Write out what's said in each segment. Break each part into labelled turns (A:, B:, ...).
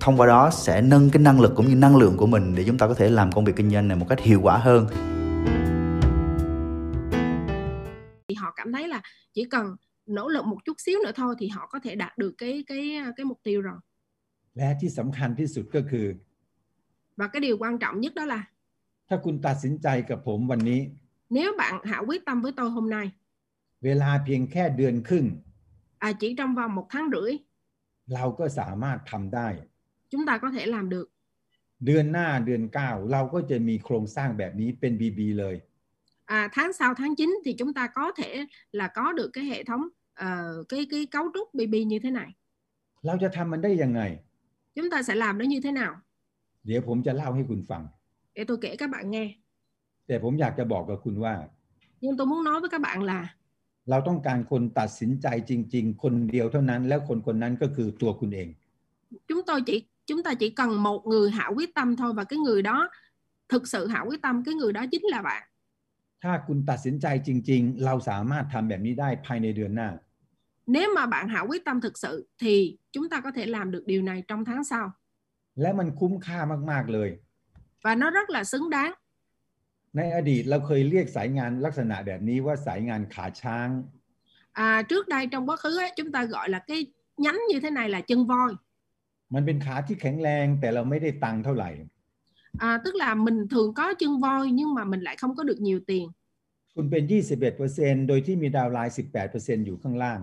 A: thông qua đó sẽ nâng cái năng lực cũng như năng lượng của mình để chúng ta có thể làm công việc kinh doanh này một cách hiệu quả hơn
B: thì họ cảm thấy là chỉ cần nỗ lực một chút xíu nữa thôi thì họ có thể đạt được cái cái cái mục tiêu rồi
C: และที่สำคัญที่สุดก็คือ
B: và cái điều quan trọng nhất đó là
C: ถ้าคุณตัดสินใจกับผมวันนี้
B: nếu bạn hạ quyết tâm với tôi hôm nay
C: เวลาเพียงแค่เดือนครึ่ง
B: à, chỉ trong vòng một tháng rưỡi
C: เราก็สามารถทำได้
B: chúng ta có thể làm được
C: เดือนหน้าเดือนเก้าเราก็จะมีโครงสร้างแบบนี้เป็น BB เลย
B: à, tháng sau tháng 9 thì chúng ta có thể là có được cái hệ thống ờ, cái cái cấu trúc BB như thế này
C: เราจะทำมันได้ยังไง
B: chúng ta sẽ làm nó như thế nào
C: เดี๋ยวผมจะเล่าให้คุณฟัง
B: để tôi kể các bạn nghe
C: แต่ผมอยากจะบอกกับคุณว่า
B: nhưng tôi muốn nói với các bạn là
C: เราต้องการคนตัดสินใจจริง ๆ คนเดียวเท่านั้น แล้วคนคนนั้นก็คือตัวคุณเอง
B: chúng tôi chỉ chúng ta chỉ cần một người hạ quyết tâm thôi và cái người đó thực sự hạ quyết tâm cái người đó chính là bạn
C: ถ้าคุณตัดสินใจจริง ๆ เราสามารถทำแบบนี้ได้ภายในเดือนหน้า
B: nếu mà bạn hạ quyết tâm thực sự thì chúng ta có thể làm được điều này trong tháng sau
C: และมันคุ้มค่ามากๆเลย
B: và nó rất là xứng đáng
C: ในอดีตเราเคยเรียกสายงานลักษณะแบบนี้ว่าสายงานขาช้าง
B: à, trước đây trong quá khứ ấy, chúng ta gọi là cái nhánh như thế này là chân voi
C: มันเป็นขาที่แข็งแรงแต่เราไม่ได้ตังค์เท่าไหร่
B: à, tức là mình thường có chân voi nhưng mà mình lại không có được nhiều tiền
C: คุณเป็น 21%โดยที่มีดาวน์ไลน์ 18%อยู่ข้างล่าง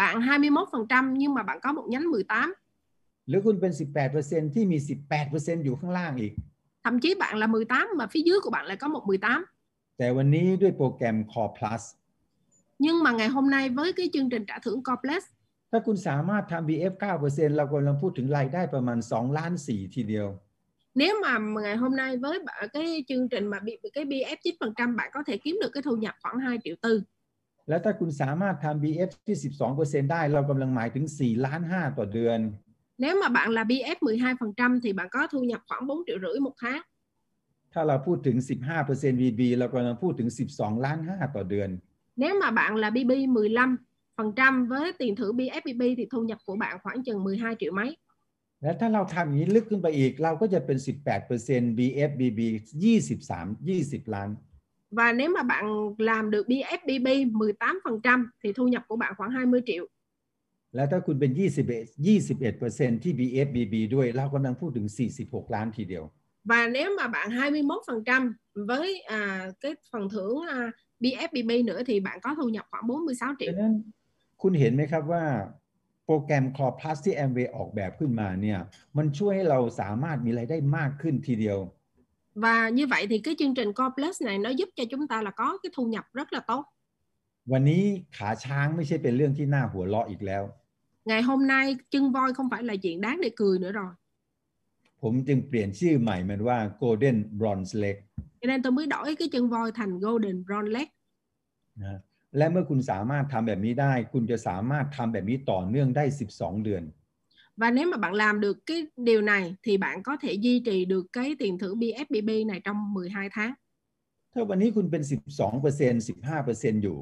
B: bạn 21% nhưng mà bạn có một nhánh 18
C: หรือคุณเป็น 18%ที่มี 18%อยู่ข้างล่างอีก
B: thậm chí bạn là 18 mà phía dưới của bạn lại có một 18
C: แต่วันนี้ด้วยโปรแกรม Core Plus
B: nhưng mà ngày hôm nay với cái chương trình trả thưởng complex
C: ถ้าคุณสามารถทำ BF 9%เรากำลังพูดถึงรายได้ประมาณ 2 ล้าน 4 ทีเดียว
B: nếu mà ngày hôm nay với bả- cái chương trình mà bị cái BF 9% bạn có thể kiếm được cái thu nhập khoảng 2 triệu tư
C: แล้วถ้าคุณสามารถทำ BF ที่ 12%ได้เรากำลังหมายถึง 4 ล้าน 5 ต่อเดือน
B: nếu mà bạn là BF 12% thì bạn có thu nhập khoảng 4 triệu rưỡi một tháng
C: ถ้าเราพูดถึง 15% VB เรากำลังพูดถึง 12 ล้าน 5 ต่อเดือน
B: nếu mà bạn là BB 15% với tiền thưởng BFBB thì thu nhập của bạn khoảng chừng 12 triệu mấy
C: และถ้าเราทำอย่างนี้ลึกขึ้นไปอีก เราก็จะเป็น 18% BFBB 23 20 ล้าน
B: và nếu mà bạn làm được BFBB 18% thì thu nhập của bạn khoảng 20 triệu
C: แล้วถ้าคุณเป็น21 21%ที่ BFBB ด้วย เรากำลังพูดถึง 46 ล้านทีเดียว
B: và nếu mà bạn 21% với à, cái phần thưởng à, BFBB nữa thì bạn có thu nhập khoảng 46 triệu
C: ฉะนั้นคุณเห็นไหมครับว่าโปรแกรม Core Plus ที่ Amway ออกแบบขึ้นมาเนี่ยมันช่วยให้เราสามารถมีรายได้มากขึ้นทีเดียว
B: Và như vậy thì cái chương trình Complex này nó giúp cho chúng ta là có cái thu nhập rất là tốt.
C: วันนี้ขาช้างไม่ใช่เป็นเรื่องที่น่าหัวเราะอีกแล้ว
B: Ngày hôm nay chân voi không phải là chuyện đáng để cười nữa rồi.
C: ผมจึงเปลี่ยนชื่อใหม่มันว่า Golden Bronze Leg
B: Cho nên tôi mới đổi cái chân voi thành Golden Brown Leg.
C: นะและเมื่อคุณสามารถทำแบบนี้ได้ คุณจะสามารถทำแบบนี้ต่อเนื่องได้ 12 เดือน
B: Và nếu mà bạn làm được cái điều này thì bạn có thể duy trì được cái tiền thưởng BFBB này trong 12 tháng.
C: ถ้าวันนี้คุณเป็น 12% 15%อยู่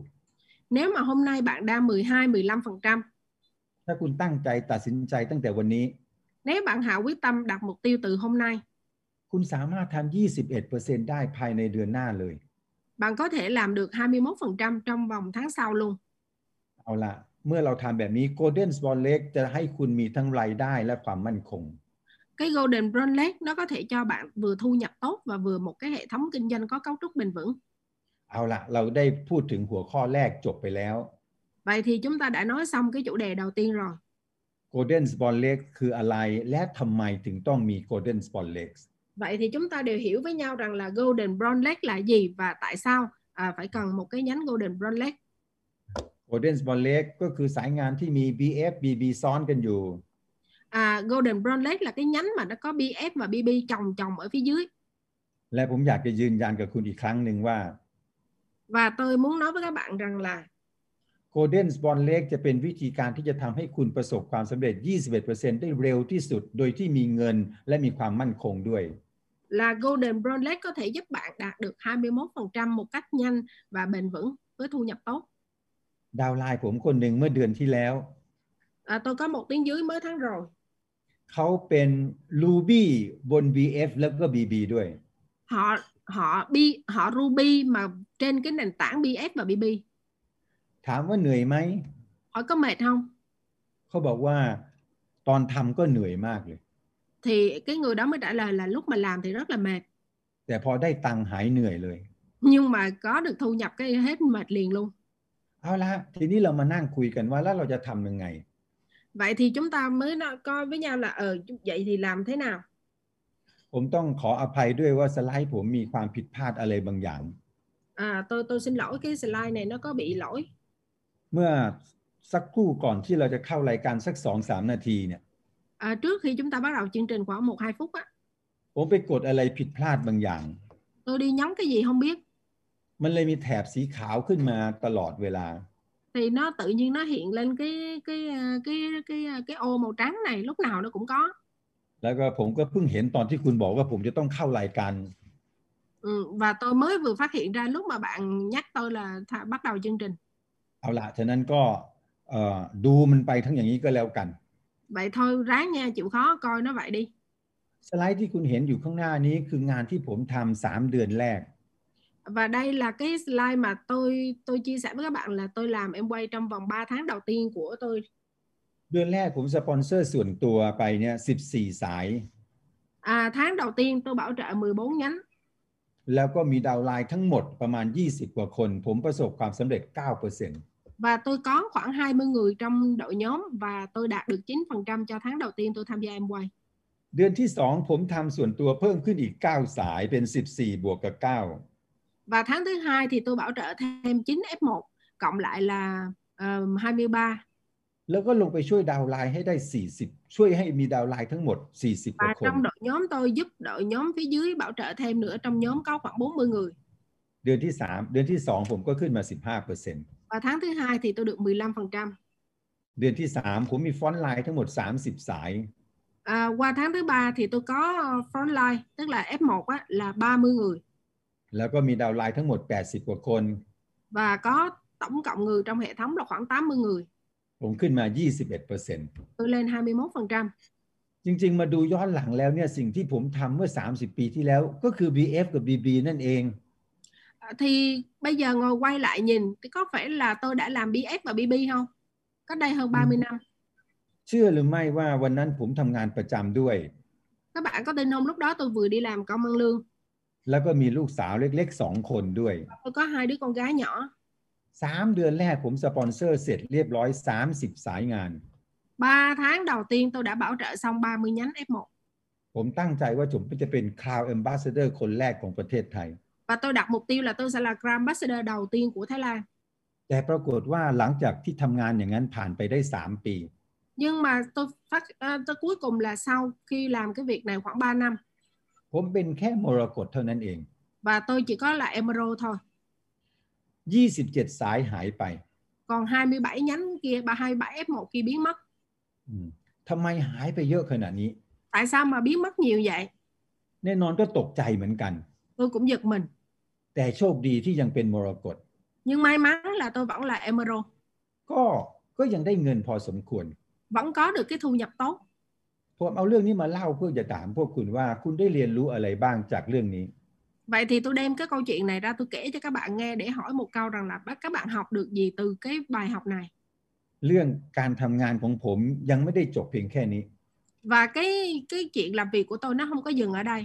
B: Nếu mà hôm nay bạn đang 12 15%,
C: ถ้าคุณตั้งใจตัดสินใจตั้งแต่วันนี้
B: nếu bạn hạ quyết tâm đặt mục tiêu từ hôm nay,
C: คุณสามารถทำ21%ได้ภายในเดือนหน้าเลย
B: bạn có thể làm được 21% trong vòng tháng sau luôn.
C: เอาละเมื่อเราทำแบบนี้ Golden s p o t Leg จะให้คุณมีทั้งรายได้และความมั่นคง
B: cái golden brown leg nó có thể cho bạn vừa thu nhập tốt và vừa một cái hệ thống kinh doanh có cấu trúc bền vững
C: เอาละเราได้พูดถึงหัวข้อแรกจบไปแล้ว
B: vậy thì chúng ta đã nói xong cái chủ đề đầu tiên rồi
C: Golden s p o t Leg คืออะไรและทำไมถึงต้องมี Golden s p o t Leg
B: vậy thì chúng ta đều hiểu với nhau rằng là golden brown leg là gì và tại sao à, phải cần một cái nhánh golden brown leg
C: Golden s p o t Leg ก็คือสายงานที่มี BF BB ซ้อนกันอยู่
B: à, golden brown leg là cái nhánh mà nó có bf và bb chồng chồng ở phía dưới
C: และผมอยากจะยืนยันกับคุณอีกครั้งหนึ่งว่า
B: và tôi muốn nói với các bạn rằng là
C: Golden Spawn Lake จะเป็นวิธีการที่จะทำให้คุณประสบความสำเร็จ 21%ได้เร็วที่สุด โดยที่มีเงินและมีความมั่นคงด้วย
B: là Golden Brownlet có thể giúp bạn đạt được 21% một cách nhanh và bền vững với thu nhập tốt.
C: ดาวน์ไลน์ผมคนหนึ่งเมื่อเดือนที่แล้ว
B: À, tôi có một tiếng dưới mới tháng rồi
C: เขาเป็นลูบี้บน BF แล้วก็ BB ด้วย
B: họ họ bi họ Ruby mà trên cái nền tảng BF và BB
C: ถามว่าเหนื่อยไหม
B: hỏi có mệt không
C: เขาบอกว่าตอนทำก็เหนื่อยมากเลย
B: thì cái người đó mới trả lời là lúc mà làm thì rất là mệt
C: แต่พอได้ตังค์หายเหนื่อยเลย
B: nhưng mà có được thu nhập cái hết mệt liền luôn
C: เอาละทีนี้เรามานั่งคุยกันว่าแล้วเราจะทำยังไง
B: vậy thì chúng ta mới nói, coi với nhau là ờ vậy thì làm thế nào
C: ผมต้องขออภัยด้วยว่าสไลด์ผมมีความผิดพลาดอะไรบางอย่าง
B: à, tôi tôi xin lỗi cái slide này nó có bị lỗi
C: เมื่อสักครู่ก่อนที่เราจะเข้ารายการสักสองสามนาทีเนี่ย
B: à, trước khi chúng ta bắt đầu chương trình khoảng một hai phút á
C: ผมไปกดอะไรผิดพลาดบางอย่าง
B: tôi đi nhấn cái gì không biết
C: มันเลยมีแถบสีขาวขึ้นมาตลอดเวลา
B: thì nó tự nhiên nó hiện lên cái cái à, cái cái cái, cái ô màu trắng này lúc nào nó cũng có
C: แล้วก็ผมก็เพิ่งเห็นตอนที่คุณบอกว่าผมจะต้องเข้ารายการ
B: Ừ, và tôi mới vừa phát hiện ra lúc mà bạn nhắc tôi là tha- bắt đầu chương trình.
C: เอาละฉะนั้นก็เอ่อดูมันไปทั้งอย่างนี้ก็แล้วกัน
B: Vậy thôi ráng nha, chịu khó coi nó vậy đi.
C: สไลด์ที่คุณเห็นอยู่ข้างหน้านี้คืองานที่ผมทำสามเดือนแรก
B: Và đây là cái slide mà tôi tôi chia sẻ với các bạn là tôi làm em quay trong vòng 3 tháng đầu tiên của tôi.
C: เดือนแรกผมสปอนเซอร์ส่วนตัวไปเนี่ย14 สาย
B: À, tháng đầu tiên tôi bảo trợ 14 nhánh
C: แล้วก็มีดาวน์ไลน์ทั้งหมดประมาณ 20 กว่าคน ผมประสบความสำเร็จ 9%
B: và tôi có khoảng 20 người trong đội nhóm và tôi đạt được 9% cho tháng đầu tiên tôi tham gia em quay.
C: เดือนที่ 2 ผมทำส่วนตัวเพิ่มขึ้นอีก 9 สายเป็น 14 บวกกับ
B: Và tháng thứ hai thì tôi bảo trợ thêm 9 F1 cộng lại là ờ, 23
C: 9 แล้วก็ลงไปช่วยดาวน์ไลน์ให้ได้ 40 ช่วยให้มีดาวน์ไลน์ทั้งหมด 40 กว่า
B: và
C: คน
B: trong đội nhóm tôi giúp đội nhóm phía dưới bảo trợ thêm nữa trong nhóm có khoảng 40 người
C: เดือนที่ 3 เดือนที่ 2 ผมก็ขึ้นมา 15%
B: và tháng thứ hai thì tôi được 15%
C: เดือนที่ 3 ผมมีฟอนต์ไลน์ทั้งหมด 30 สาย
B: à, qua tháng thứ ba thì tôi có ờ, frontline tức là F1 á, là 30 người
C: แล้วก็มีดาวน์ไลน์ทั้งหมด 80 กว่าคน
B: và có tổng cộng người trong hệ thống là khoảng 80 người
C: ผมขึ้นมา 21%
B: tôi lên 21%
C: จริงๆ มาดูย้อนหลังแล้วเนี่ยสิ่งที่ผมทำเมื่อ 30 ปีที่แล้วก็คือ BF กับ BB นั่นเอง
B: à, thì bây giờ ngồi quay lại nhìn thì có phải là tôi đã làm BS và BB không cách đây hơn 30 năm
C: เชื่อหรือไม่ว่าวันนั้นผมทำงานประจำด้วย
B: các bạn có tin không lúc đó tôi vừa đi làm công ăn lương
C: แล้วก็มีลูกสาวเล็กๆ 2 คนด้วย
B: tôi có hai đứa con gái nhỏ
C: 3 เดือนแรกผมสปอนเซอร์เสร็จเรียบร้อย 30 สายงาน
B: 3 tháng đầu tiên tôi đã bảo trợ xong 30 nhánh F1
C: ผมตั้งใจว่าผมจะเป็น Cloud Ambassador คนแรกของประเทศไทย
B: và tôi đặt mục tiêu là tôi sẽ là Grand Ambassador đầu tiên của Thái Lan.
C: แต่ปรากฏว่าหลังจากที่ทำงานอย่างนั้นผ่านไปได้ 3 ปี
B: Nhưng mà tôi phát à, tôi cuối cùng là sau khi làm cái việc này khoảng 3 năm
C: ผมเป็นแค่มรกตเท่านั้นเอง
B: và tôi chỉ có là Emerald thôi.
C: 27 สายหายไป
B: Còn 27 nhánh kia 327 F1 kia biến mất.
C: อืมทำไมหายไปเยอะขนาดนี้
B: Tại sao mà biến mất nhiều vậy?
C: แน่นอนก็ตกใจเหมือนกัน
B: Tôi cũng giật mình.
C: แต่โชคดีที่ยังเป็นมรกต
B: Nhưng may mắn là tôi vẫn là Emerald,
C: ก็ก็ยังได้เงินพอสมควร
B: vẫn có được cái thu nhập tốt.
C: ผมเอาเรื่องนี้มาเล่าเพื่อจะถามพวกคุณว่าคุณได้เรียนรู้อะไรบ้างจากเรื่องนี้
B: Vậy thì tôi đem cái câu chuyện này ra tôi kể cho các bạn nghe để hỏi một câu rằng là các bạn học được gì từ cái bài học này.
C: เรื่องการทำงานของผมยังไม่ได้จบเพียงแค่นี้
B: Và cái cái chuyện làm việc của tôi nó không có dừng ở đây.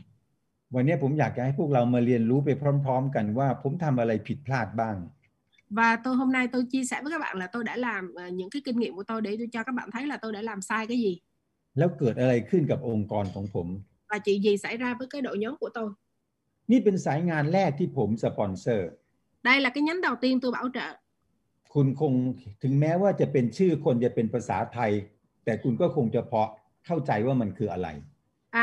C: วันนี้ผมอยากจะให้พวกเรามาเรียนรู้ไปพร้อม ๆ กันว่าผมทำอะไรผิดพลาดบ้าง
B: và tôi hôm nay tôi chia sẻ với các bạn là tôi đã làm ờ, những cái kinh nghiệm của tôi để tôi cho các bạn thấy là tôi đã làm sai cái gì
C: แล้วเกิดอะไรขึ้นกับองค์กรของผม
B: và chuyện gì xảy ra với cái đội nhóm của tôi
C: นี่เป็นสายงานแรกที่ผมสปอนเซอร์
B: đây là cái nhánh đầu tiên tôi bảo trợ
C: คุณคงถึงแม้ว่าจะเป็นชื่อคนจะเป็นภาษาไทย แต่คุณก็คงจะพอเข้าใจว่ามันคืออะไร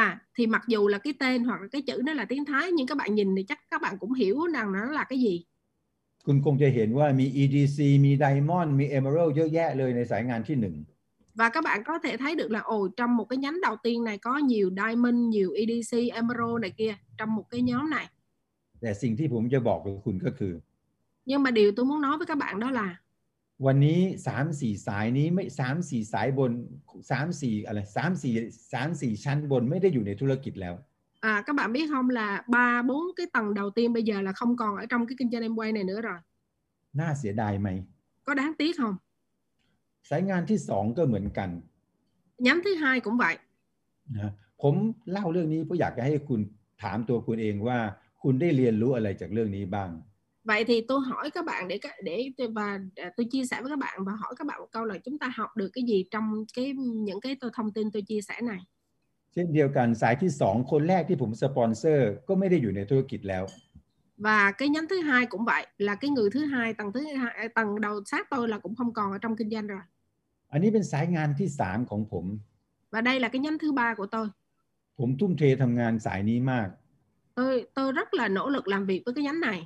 B: à thì mặc dù là cái tên hoặc là cái chữ nó là tiếng Thái nhưng các bạn nhìn thì chắc các bạn cũng hiểu rằng nó là cái gì
C: คุณคงจะเห็นว่ามี EDC มี Diamond มี Emerald เยอะแยะเลยในสายงานที่หนึ่ง
B: và các bạn có thể thấy được là ồ trong một cái nhánh đầu tiên này có nhiều diamond nhiều edc emerald này kia trong một cái nhóm này
C: แต่สิ่งที่ผมจะบอกกับคุณก็คือ
B: nhưng mà điều tôi muốn nói với các bạn đó là
C: วันนี้สามสี่สายนี้ไม่สามสี่สายบนสามสี่อะไรสามสี่สามสี่ชั้นบนไม่ได้อยู่ในธุรกิจแล้ว
B: à, các bạn biết không là ba bốn cái tầng đầu tiên bây giờ là không còn ở trong cái kinh doanh em quay này nữa rồi
C: น่าเสียดายไหม
B: có đáng tiếc không
C: สายงานที่สองก็เหมือนกัน
B: nhánh thứ hai cũng vậy
C: นะผมเล่าเรื่องนี้เพราะอยากจะให้คุณถามตัวคุณเองว่า คุณได้เรียนรู้อะไรจากเรื่องนี้บ้าง
B: vậy thì tôi hỏi các bạn để các- để và à, tôi chia sẻ với các bạn và hỏi các bạn một câu là chúng ta học được cái gì trong cái những cái tôi- thông tin tôi chia sẻ này
C: เช่นเดียวกันสายที่สองคนแรกที่ผมสปอนเซอร์ก็ไม่ได้อยู่ในธุรกิจแล้ว
B: và cái nhánh thứ hai cũng vậy là cái người thứ hai tầng thứ hai à, tầng đầu sát tôi là cũng không còn ở trong kinh doanh rồi
C: อันนี้เป็นสายงานที่สามของผม
B: và đây là cái nhánh thứ ba của tôi
C: ผมทุ่มเททำงานสายนี้มาก
B: tôi tôi rất là nỗ lực làm việc với cái nhánh này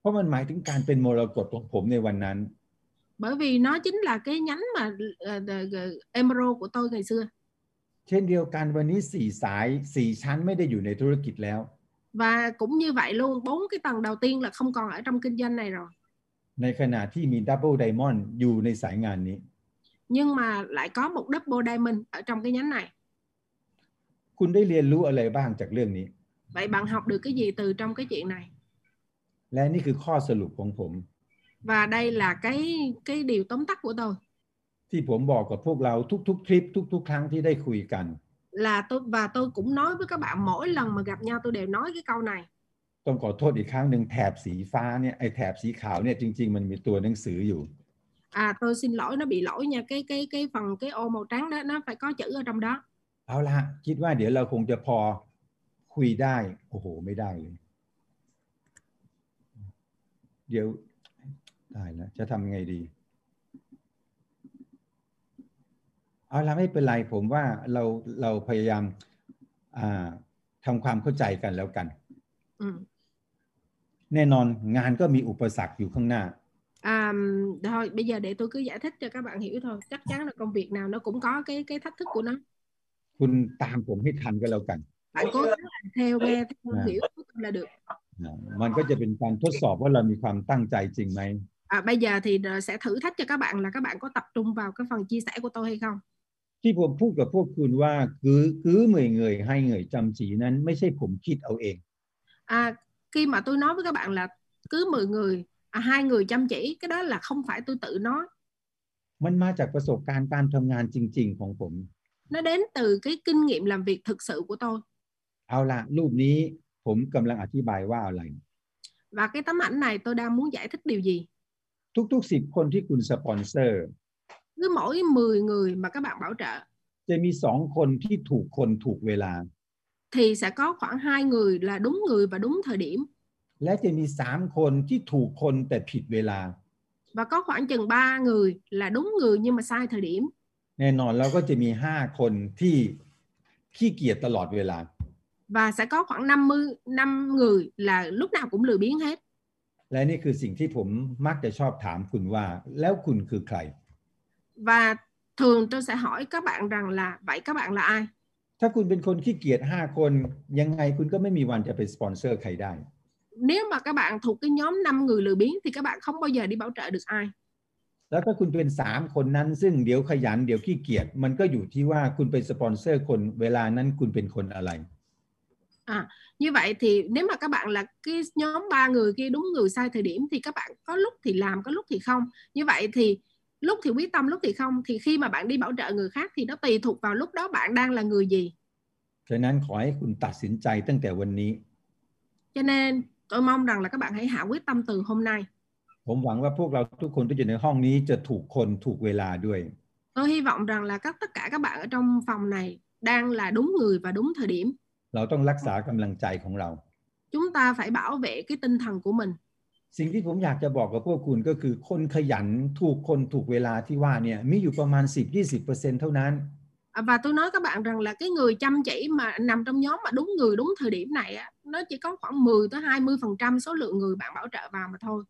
C: เพราะมันหมายถึงการเป็นมรกตของผมในวันนั้น
B: bởi vì nó chính là cái nhánh mà ờ, the- the emerald của tôi ngày xưa
C: เช่นเดียวกันวันนี้สี่สายสี่ชั้นไม่ได้อยู่ในธุรกิจแล้ว
B: và cũng như vậy luôn bốn cái tầng đầu tiên là không còn ở trong kinh doanh này rồi
C: ในขณะที่มีดับเบิลไดมอนด์อยู่ในสายงานนี้
B: nhưng mà lại có một double diamond ở trong cái nhánh này
C: คุณได้เรียนรู้อะไรบ้างจากเรื่องนี้
B: vậy bạn học được cái gì từ trong cái chuyện này
C: และนี่คือข้อสรุปของผม
B: và đây là cái cái điều tóm tắt của tôi
C: ที่ผมบอกกับพวกเราทุกๆทริปทุกๆ ครั้งที่ได้คุยกัน
B: là tôi và tôi cũng nói với các bạn mỗi lần mà gặp nhau tôi đều nói cái câu này
C: ต้องขอโทษอีกครั้งหนึ่งแถบสีฟ้าเนี่ยไอแถบสีขาวเนี่ยจริง ๆ มันมีตัวหนังสืออยู่
B: à tôi xin lỗi nó bị lỗi nha cái cái cái phần cái ô màu trắng đó nó phải có chữ ở trong đó
C: เอาละคิดว่าเดี๋ยวเราคงจะพอคุยได้โอ้โห ไม่ได้เลย เดี๋ยวได้แล้วจะทำไงดี เอาละไม่เป็นไรผมว่าเราเราพยายามอ่าทำความเข้าใจกันแล้วกัน
B: ừ.
C: แน่นอนงานก็มีอุปสรรคอยู่ข้างหน้า
B: à, thôi bây giờ để tôi cứ giải thích cho các bạn hiểu thôi chắc chắn là công việc nào nó cũng có cái cái thách thức của nó
C: คุณตามผมให้ทันก็แล้วกัน
B: bạn cố gắng làm theo nghe theo
C: Nè.
B: hiểu là được
C: นะมันก็จะเป็นการทดสอบว่าเรามีความตั้งใจจริงไหม
B: à, bây giờ thì sẽ thử thách cho các bạn là các bạn có tập trung vào cái phần chia sẻ của tôi hay không
C: ที่ผมพูดกับพวกคุณว่ากื้อกื้อเหนื่อยเงยๆให้เหงยจำจีนั้นไม่ใช่ผมคิดเอาเอง
B: à, khi mà tôi nói với các bạn là cứ 10 người à, hai người chăm chỉ cái đó là không phải tôi tự nói
C: มันมาจากประสบการณ์การทำงานจริง ๆ ของผม
B: nó đến từ cái kinh nghiệm làm việc thực sự của tôi
C: เอาละรูปนี้ผมกำลังอธิบายว่าอะไร
B: và cái tấm ảnh này tôi đang muốn giải thích điều gì
C: ทุกๆสิบคนที่คุณสปอนเซอร์
B: cứ mỗi 10 người mà các bạn bảo trợ
C: จะมีสองคนที่ถูกคนถูกเวลา
B: thì sẽ có khoảng hai người là đúng người và đúng thời điểm
C: และจะมีสามคนที่ถูกคนแต่ผิดเวลา
B: và có khoảng chừng 3 người là đúng người nhưng mà sai thời điểm
C: แน่นอนเราก็จะมีห้าคนที่ขี้เกียจตลอดเวลา
B: và sẽ có khoảng 50 năm người là lúc nào cũng lười biếng hết
C: และนี่คือสิ่งที่ผมมักจะชอบถามคุณว่า แล้วคุณคือใคร
B: và thường tôi sẽ hỏi các bạn rằng là vậy các bạn là ai
C: ถ้าคุณเป็นคนขี้เกียจ5 คน ยังไงคุณก็ไม่มีวันจะเป็นสปอนเซอร์ใครได้
B: nếu mà các bạn thuộc cái nhóm 5 người lười biếng thì các bạn không bao giờ đi bảo trợ được ai
C: แล้วถ้าคุณเป็น 3 คนนั้นซึ่งเดี๋ยวขยันเดี๋ยวขี้เกียจมันก็อยู่ที่ว่าคุณเป็นสปอนเซอร์คนเวลานั้นคุณเป็นคนอะไร
B: như vậy thì nếu mà các bạn là cái nhóm ba người kia đúng người sai thời điểm thì các bạn có lúc thì làm có lúc thì không như vậy thì lúc thì quyết tâm lúc thì không thì khi mà bạn đi bảo trợ người khác thì nó tùy thuộc vào lúc đó bạn đang là người gì
C: ฉะนั้นขอให้คุณตัดสินใจตั้งแต่วันนี้
B: cho nên tôi mong rằng là các bạn hãy hạ quyết tâm từ hôm nay
C: ผมหวังว่าพวกเราทุกคนที่อยู่ในห้องนี้จะถูกคนถูกเวลาด้วย
B: tôi hy vọng rằng là các tất cả các bạn ở trong phòng này đang là đúng người và đúng thời điểm
C: เราต้องรักษากำลังใจของเรา
B: chúng ta phải bảo vệ cái tinh thần của mình
C: สิ่งที่ผมอยากจะบอกกับพวกคุณก็คือ คนขยันถูกคนถูกเวลาที่ว่าเนี่ยมีอยู่ประมาณ 10-20%เท่านั้น
B: À, và tôi nói các bạn rằng là cái người chăm chỉ mà nằm trong nhóm mà đúng người đúng thời điểm này á, nó chỉ có khoảng 10 tới 20 phần trăm số lượng người bạn bảo trợ vào mà thôi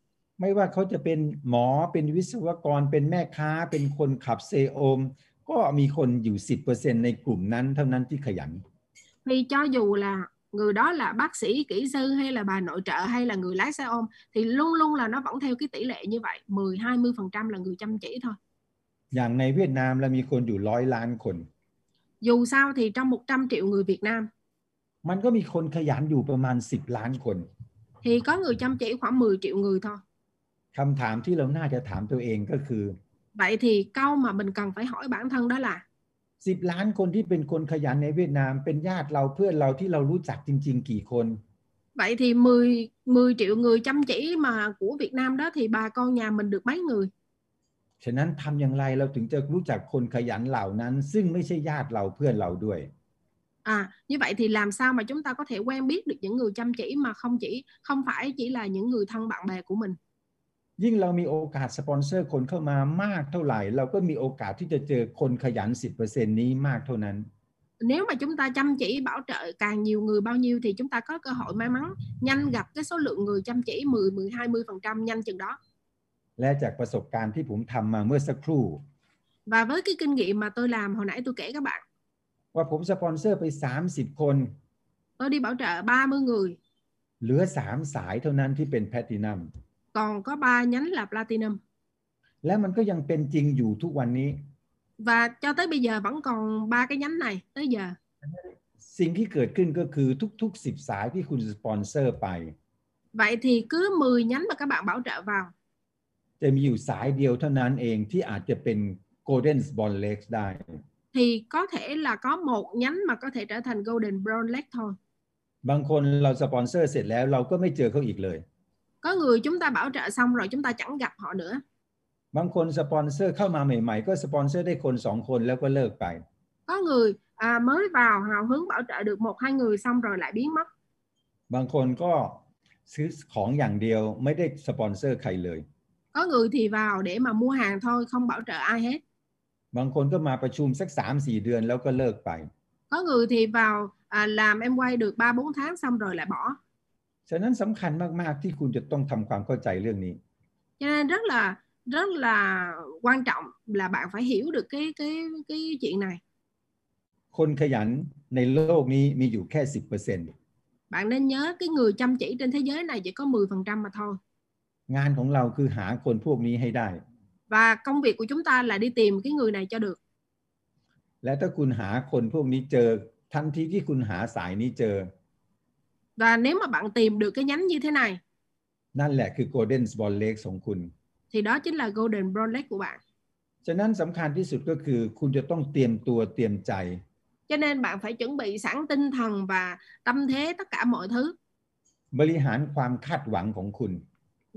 C: ไม่ว่าเขาจะเป็นหมอเป็นวิศวกรเป็นแม่ค้า เป็นคนขับเซโอม ก็มีคนอยู่ 10%ในกลุ่มนั้นเท่านั้นที่ขยัน
B: thì cho dù là người đó là bác sĩ kỹ sư hay là bà nội trợ hay là người lái xe ôm thì luôn luôn là nó vẫn theo cái tỷ lệ như vậy 10 20 phần trăm là người chăm chỉ thôi
C: อย่างในเวียดนามเรามีคนอยู่ร้อยล้านคน
B: dù sao thì trong 100 triệu người Việt Nam
C: มันก็มีคนขยันอยู่ประมาณ 10 ล้านคน
B: thì có người chăm chỉ khoảng 10 triệu người thôi
C: คำถามที่เราน่าจะถามตัวเองก็คือ
B: vậy thì câu mà mình cần phải hỏi bản thân đó là
C: 10 ล้านคนที่เป็นคนขยันในเวียดนาม เป็นญาติเราเพื่อนเราที่เรารู้จักจริง ๆ กี่คน
B: vậy thì 10 10 triệu người chăm chỉ mà của Việt Nam đó thì bà con nhà mình được mấy người
C: ฉะนั้นทำอย่างไรเราถึงจะรู้จักคนขยันเหล่านั้น ซึ่งไม่ใช่ญาติเราเพื่อนเราด้วย
B: À, như vậy thì làm sao mà chúng ta có thể quen biết được những người chăm chỉ mà không chỉ không phải chỉ là những người thân bạn bè của mình.
C: ยิ่งเรามีโอกาสสปอนเซอร์คนเข้ามามากเท่าไหร่ เราก็มีโอกาสที่จะเจอคนขยัน 10%นี้มากเท่านั้น
B: Nếu mà chúng ta chăm chỉ bảo trợ càng nhiều người bao nhiêu thì chúng ta có cơ hội may mắn nhanh gặp cái số lượng người chăm chỉ 10 10 20% nhanh chừng đó.
C: และจากประสบการณ์ที่ผมทำมาเมื่อสักครู่
B: Và với cái kinh nghiệm mà tôi làm hồi nãy tôi kể các bạn,
C: ว่าผมสปอนเซอร์ไป 30 คน
B: tôi đi bảo trợ 30 người,
C: เหลือ 3 สายเท่านั้นที่เป็นแพลตินัม
B: còn có 3 nhánh là platinum.
C: และมันก็ยังเป็นจริงอยู่ทุกวันนี้
B: Và cho tới bây giờ vẫn còn ba cái nhánh này tới giờ.
C: สิ่งที่เกิดขึ้นก็คือทุก ๆ 10 สายที่คุณสปอนเซอร์ไป
B: Vậy thì cứ 10 nhánh mà các bạn bảo trợ vào
C: จะมีอยู่สายเดียวเท่านั้นเองที่อาจจะเป็นโกลเด้นบอลเล็กได้
B: thì có thể là có một nhánh mà có thể trở thành golden brown leg thôi
C: บางคนเราสปอนเซอร์เสร็จแล้วเราก็ไม่เจอเขาอีกเลย
B: có người chúng ta bảo trợ xong rồi chúng ta chẳng gặp họ nữa
C: บางคนสปอนเซอร์เข้ามาใหม่ ๆ ก็สปอนเซอร์ได้คนสองคนแล้วก็เลิกไป
B: có người à, mới vào hào hứng bảo trợ được một hai người xong rồi lại biến mất
C: บางคนก็ซื้อของอย่างเดียวไม่ได้สปอนเซอร์ใครเลย
B: có người thì vào để mà mua hàng thôi không bảo trợ ai hết
C: บางคนก็มาประชุมสัก 3-4 เดือนแล้วก็เลิกไป
B: có người thì vào à, làm em quay được 3 4 tháng xong rồi lại bỏ
C: ฉะนั้นสำคัญมาก ๆ ที่คุณจะต้องทำความเข้าใจเรื่องนี้
B: cho nên rất là rất là quan trọng là bạn phải hiểu được cái cái cái chuyện này
C: คนขยันในโลกนี้มีอยู่แค่ 10%
B: bạn nên nhớ cái người chăm chỉ trên thế giới này chỉ có 10% mà thôi
C: งานของเราคือหาคนพวกนี้ให้ได้
B: và công việc của chúng ta là đi tìm cái người này cho được
C: และถ้าคุณหาคนพวกนี้เจอ ทันทีที่คุณหาสายนี้เจอ
B: và nếu mà bạn tìm được cái nhánh như thế này
C: นั่นแหละคือ Golden Ball Lake ของคุณ
B: thì đó chính là golden brown leg của bạn
C: ฉะนั้นสำคัญที่สุดก็คือคุณจะต้องเตรียมตัวเตรียมใจ
B: cho nên bạn phải chuẩn bị sẵn tinh thần và tâm thế tất cả mọi thứ
C: บริหารความคาดหวังของคุณ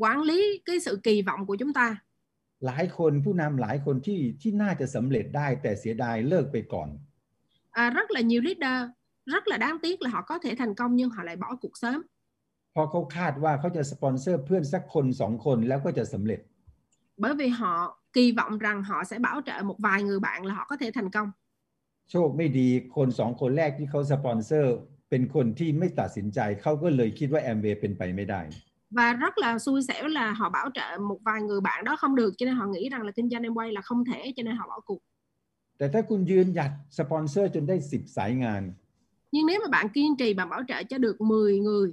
B: quản lý cái sự kỳ vọng của chúng ta
C: หลายคนผู้นำหลายคนที่ที่น่าจะสำเร็จได้แต่เสียดายเลิกไปก่อน
B: à, rất là nhiều leader rất là đáng tiếc là họ có thể thành công nhưng họ lại bỏ cuộc sớm
C: เพราะเขาคาดว่าเขาจะสปอนเซอร์เพื่อนสักคนสองคนแล้วก็จะสำเร็จ
B: bởi vì họ kỳ vọng rằng họ sẽ bảo trợ một vài người bạn là họ có thể thành công
C: โชคไม่ดีคนสองคนแรกที่เขาสปอนเซอร์เป็นคนที่ไม่ตัดสินใจเขาก็เลยคิดว่าแอมเวเป็นไปไม่ได้
B: và rất là xui xẻo là họ bảo trợ một vài người bạn đó không được cho nên họ nghĩ rằng là kinh doanh em quay là không thể cho nên họ bỏ cuộc
C: แต่ถ้าคุณยืนหยัดสปอนเซอร์จนได้ 10 สายงาน
B: Nhưng nếu mà bạn kiên trì bạn bảo trợ cho được 10 người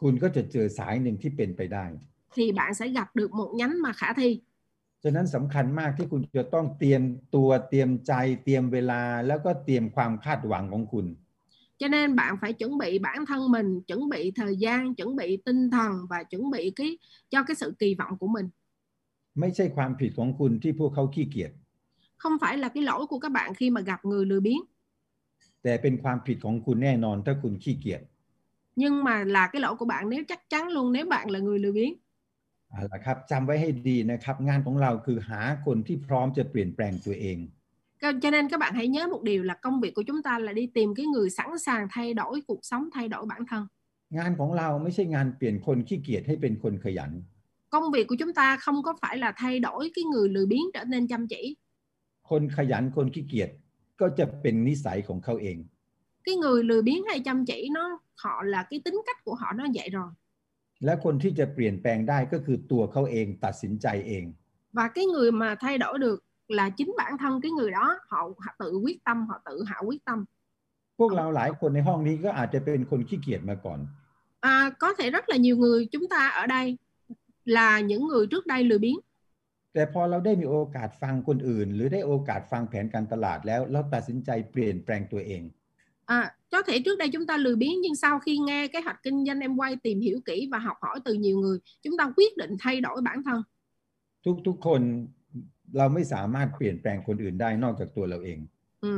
C: คุณก็จะเจอสายหนึ่งที่เป็นไปได้
B: thì bạn sẽ gặp được một nhánh mà khả thi.
C: ฉะนั้นสำคัญมากที่คุณจะต้องเตรียมตัวเตรียมใจเตรียมเวลาแล้วก็เตรียมความคาดหวังของคุณ
B: Cho nên bạn phải chuẩn bị bản thân mình, chuẩn bị thời gian, chuẩn bị tinh thần và chuẩn bị cái cho cái sự kỳ vọng của mình.
C: ไม่ใช่ความผิดของคุณที่พวกเขาขี้เกียจ
B: Không phải là cái lỗi của các bạn khi mà gặp người lười biếng,
C: แต่เป็นความผิดของคุณแน่นอนถ้าคุณขี้เกียจ
B: nhưng mà là cái lỗi của bạn nếu chắc chắn luôn nếu bạn là người lười biếng.
C: เอาละครับจำไว้ให้ดีนะครับ งานของเราคือหาคนที่พร้อมจะเปลี่ยนแปลงตัวเอง
B: Cho- Cho nên các bạn hãy nhớ một điều là công việc của chúng ta là đi tìm cái người sẵn sàng thay đổi cuộc sống, thay đổi bản thân.
C: งานของเราไม่ใช่งานเปลี่ยนคนขี้เกียจให้เป็นคนขยัน
B: Công việc của chúng ta không có phải là thay đổi cái người lười biếng trở nên chăm chỉ,
C: คนขยันคนขี้เกียจ ก็จะเป็นนิสัยของเขาเอง
B: cái người lười biếng hay chăm chỉ nó họ là cái tính cách của họ nó vậy rồi
C: และคนที่จะเปลี่ยนแปลงได้ก็คือตัวเขาเองตัดสินใจเอง
B: và cái người mà thay đổi được là chính bản thân cái người đó họ, họ tự quyết tâm họ tự hạ quyết tâm
C: พวกเราหลายคนในห้องนี้ก็อาจจะเป็นคนขี้เกียจมาก่อน
B: à, có thể rất là nhiều người chúng ta ở đây là những người trước đây lười biếng
C: แต่พอเราได้มีโอกาสฟังคนอื่น หรือได้โอกาสฟังแผนการตลาดแล้ว เราตัดสินใจเปลี่ยนแปลงตัวเอง
B: à, có thể trước đây chúng ta lười biếng nhưng sau khi nghe kế hoạch kinh doanh em quay tìm hiểu kỹ và học hỏi từ nhiều người chúng ta quyết định thay đổi bản thân
C: ทุกๆคนเราไม่สามารถเปลี่ยนแปลงคนอื่นได้นอกจากตัวเราเอง
B: ừ.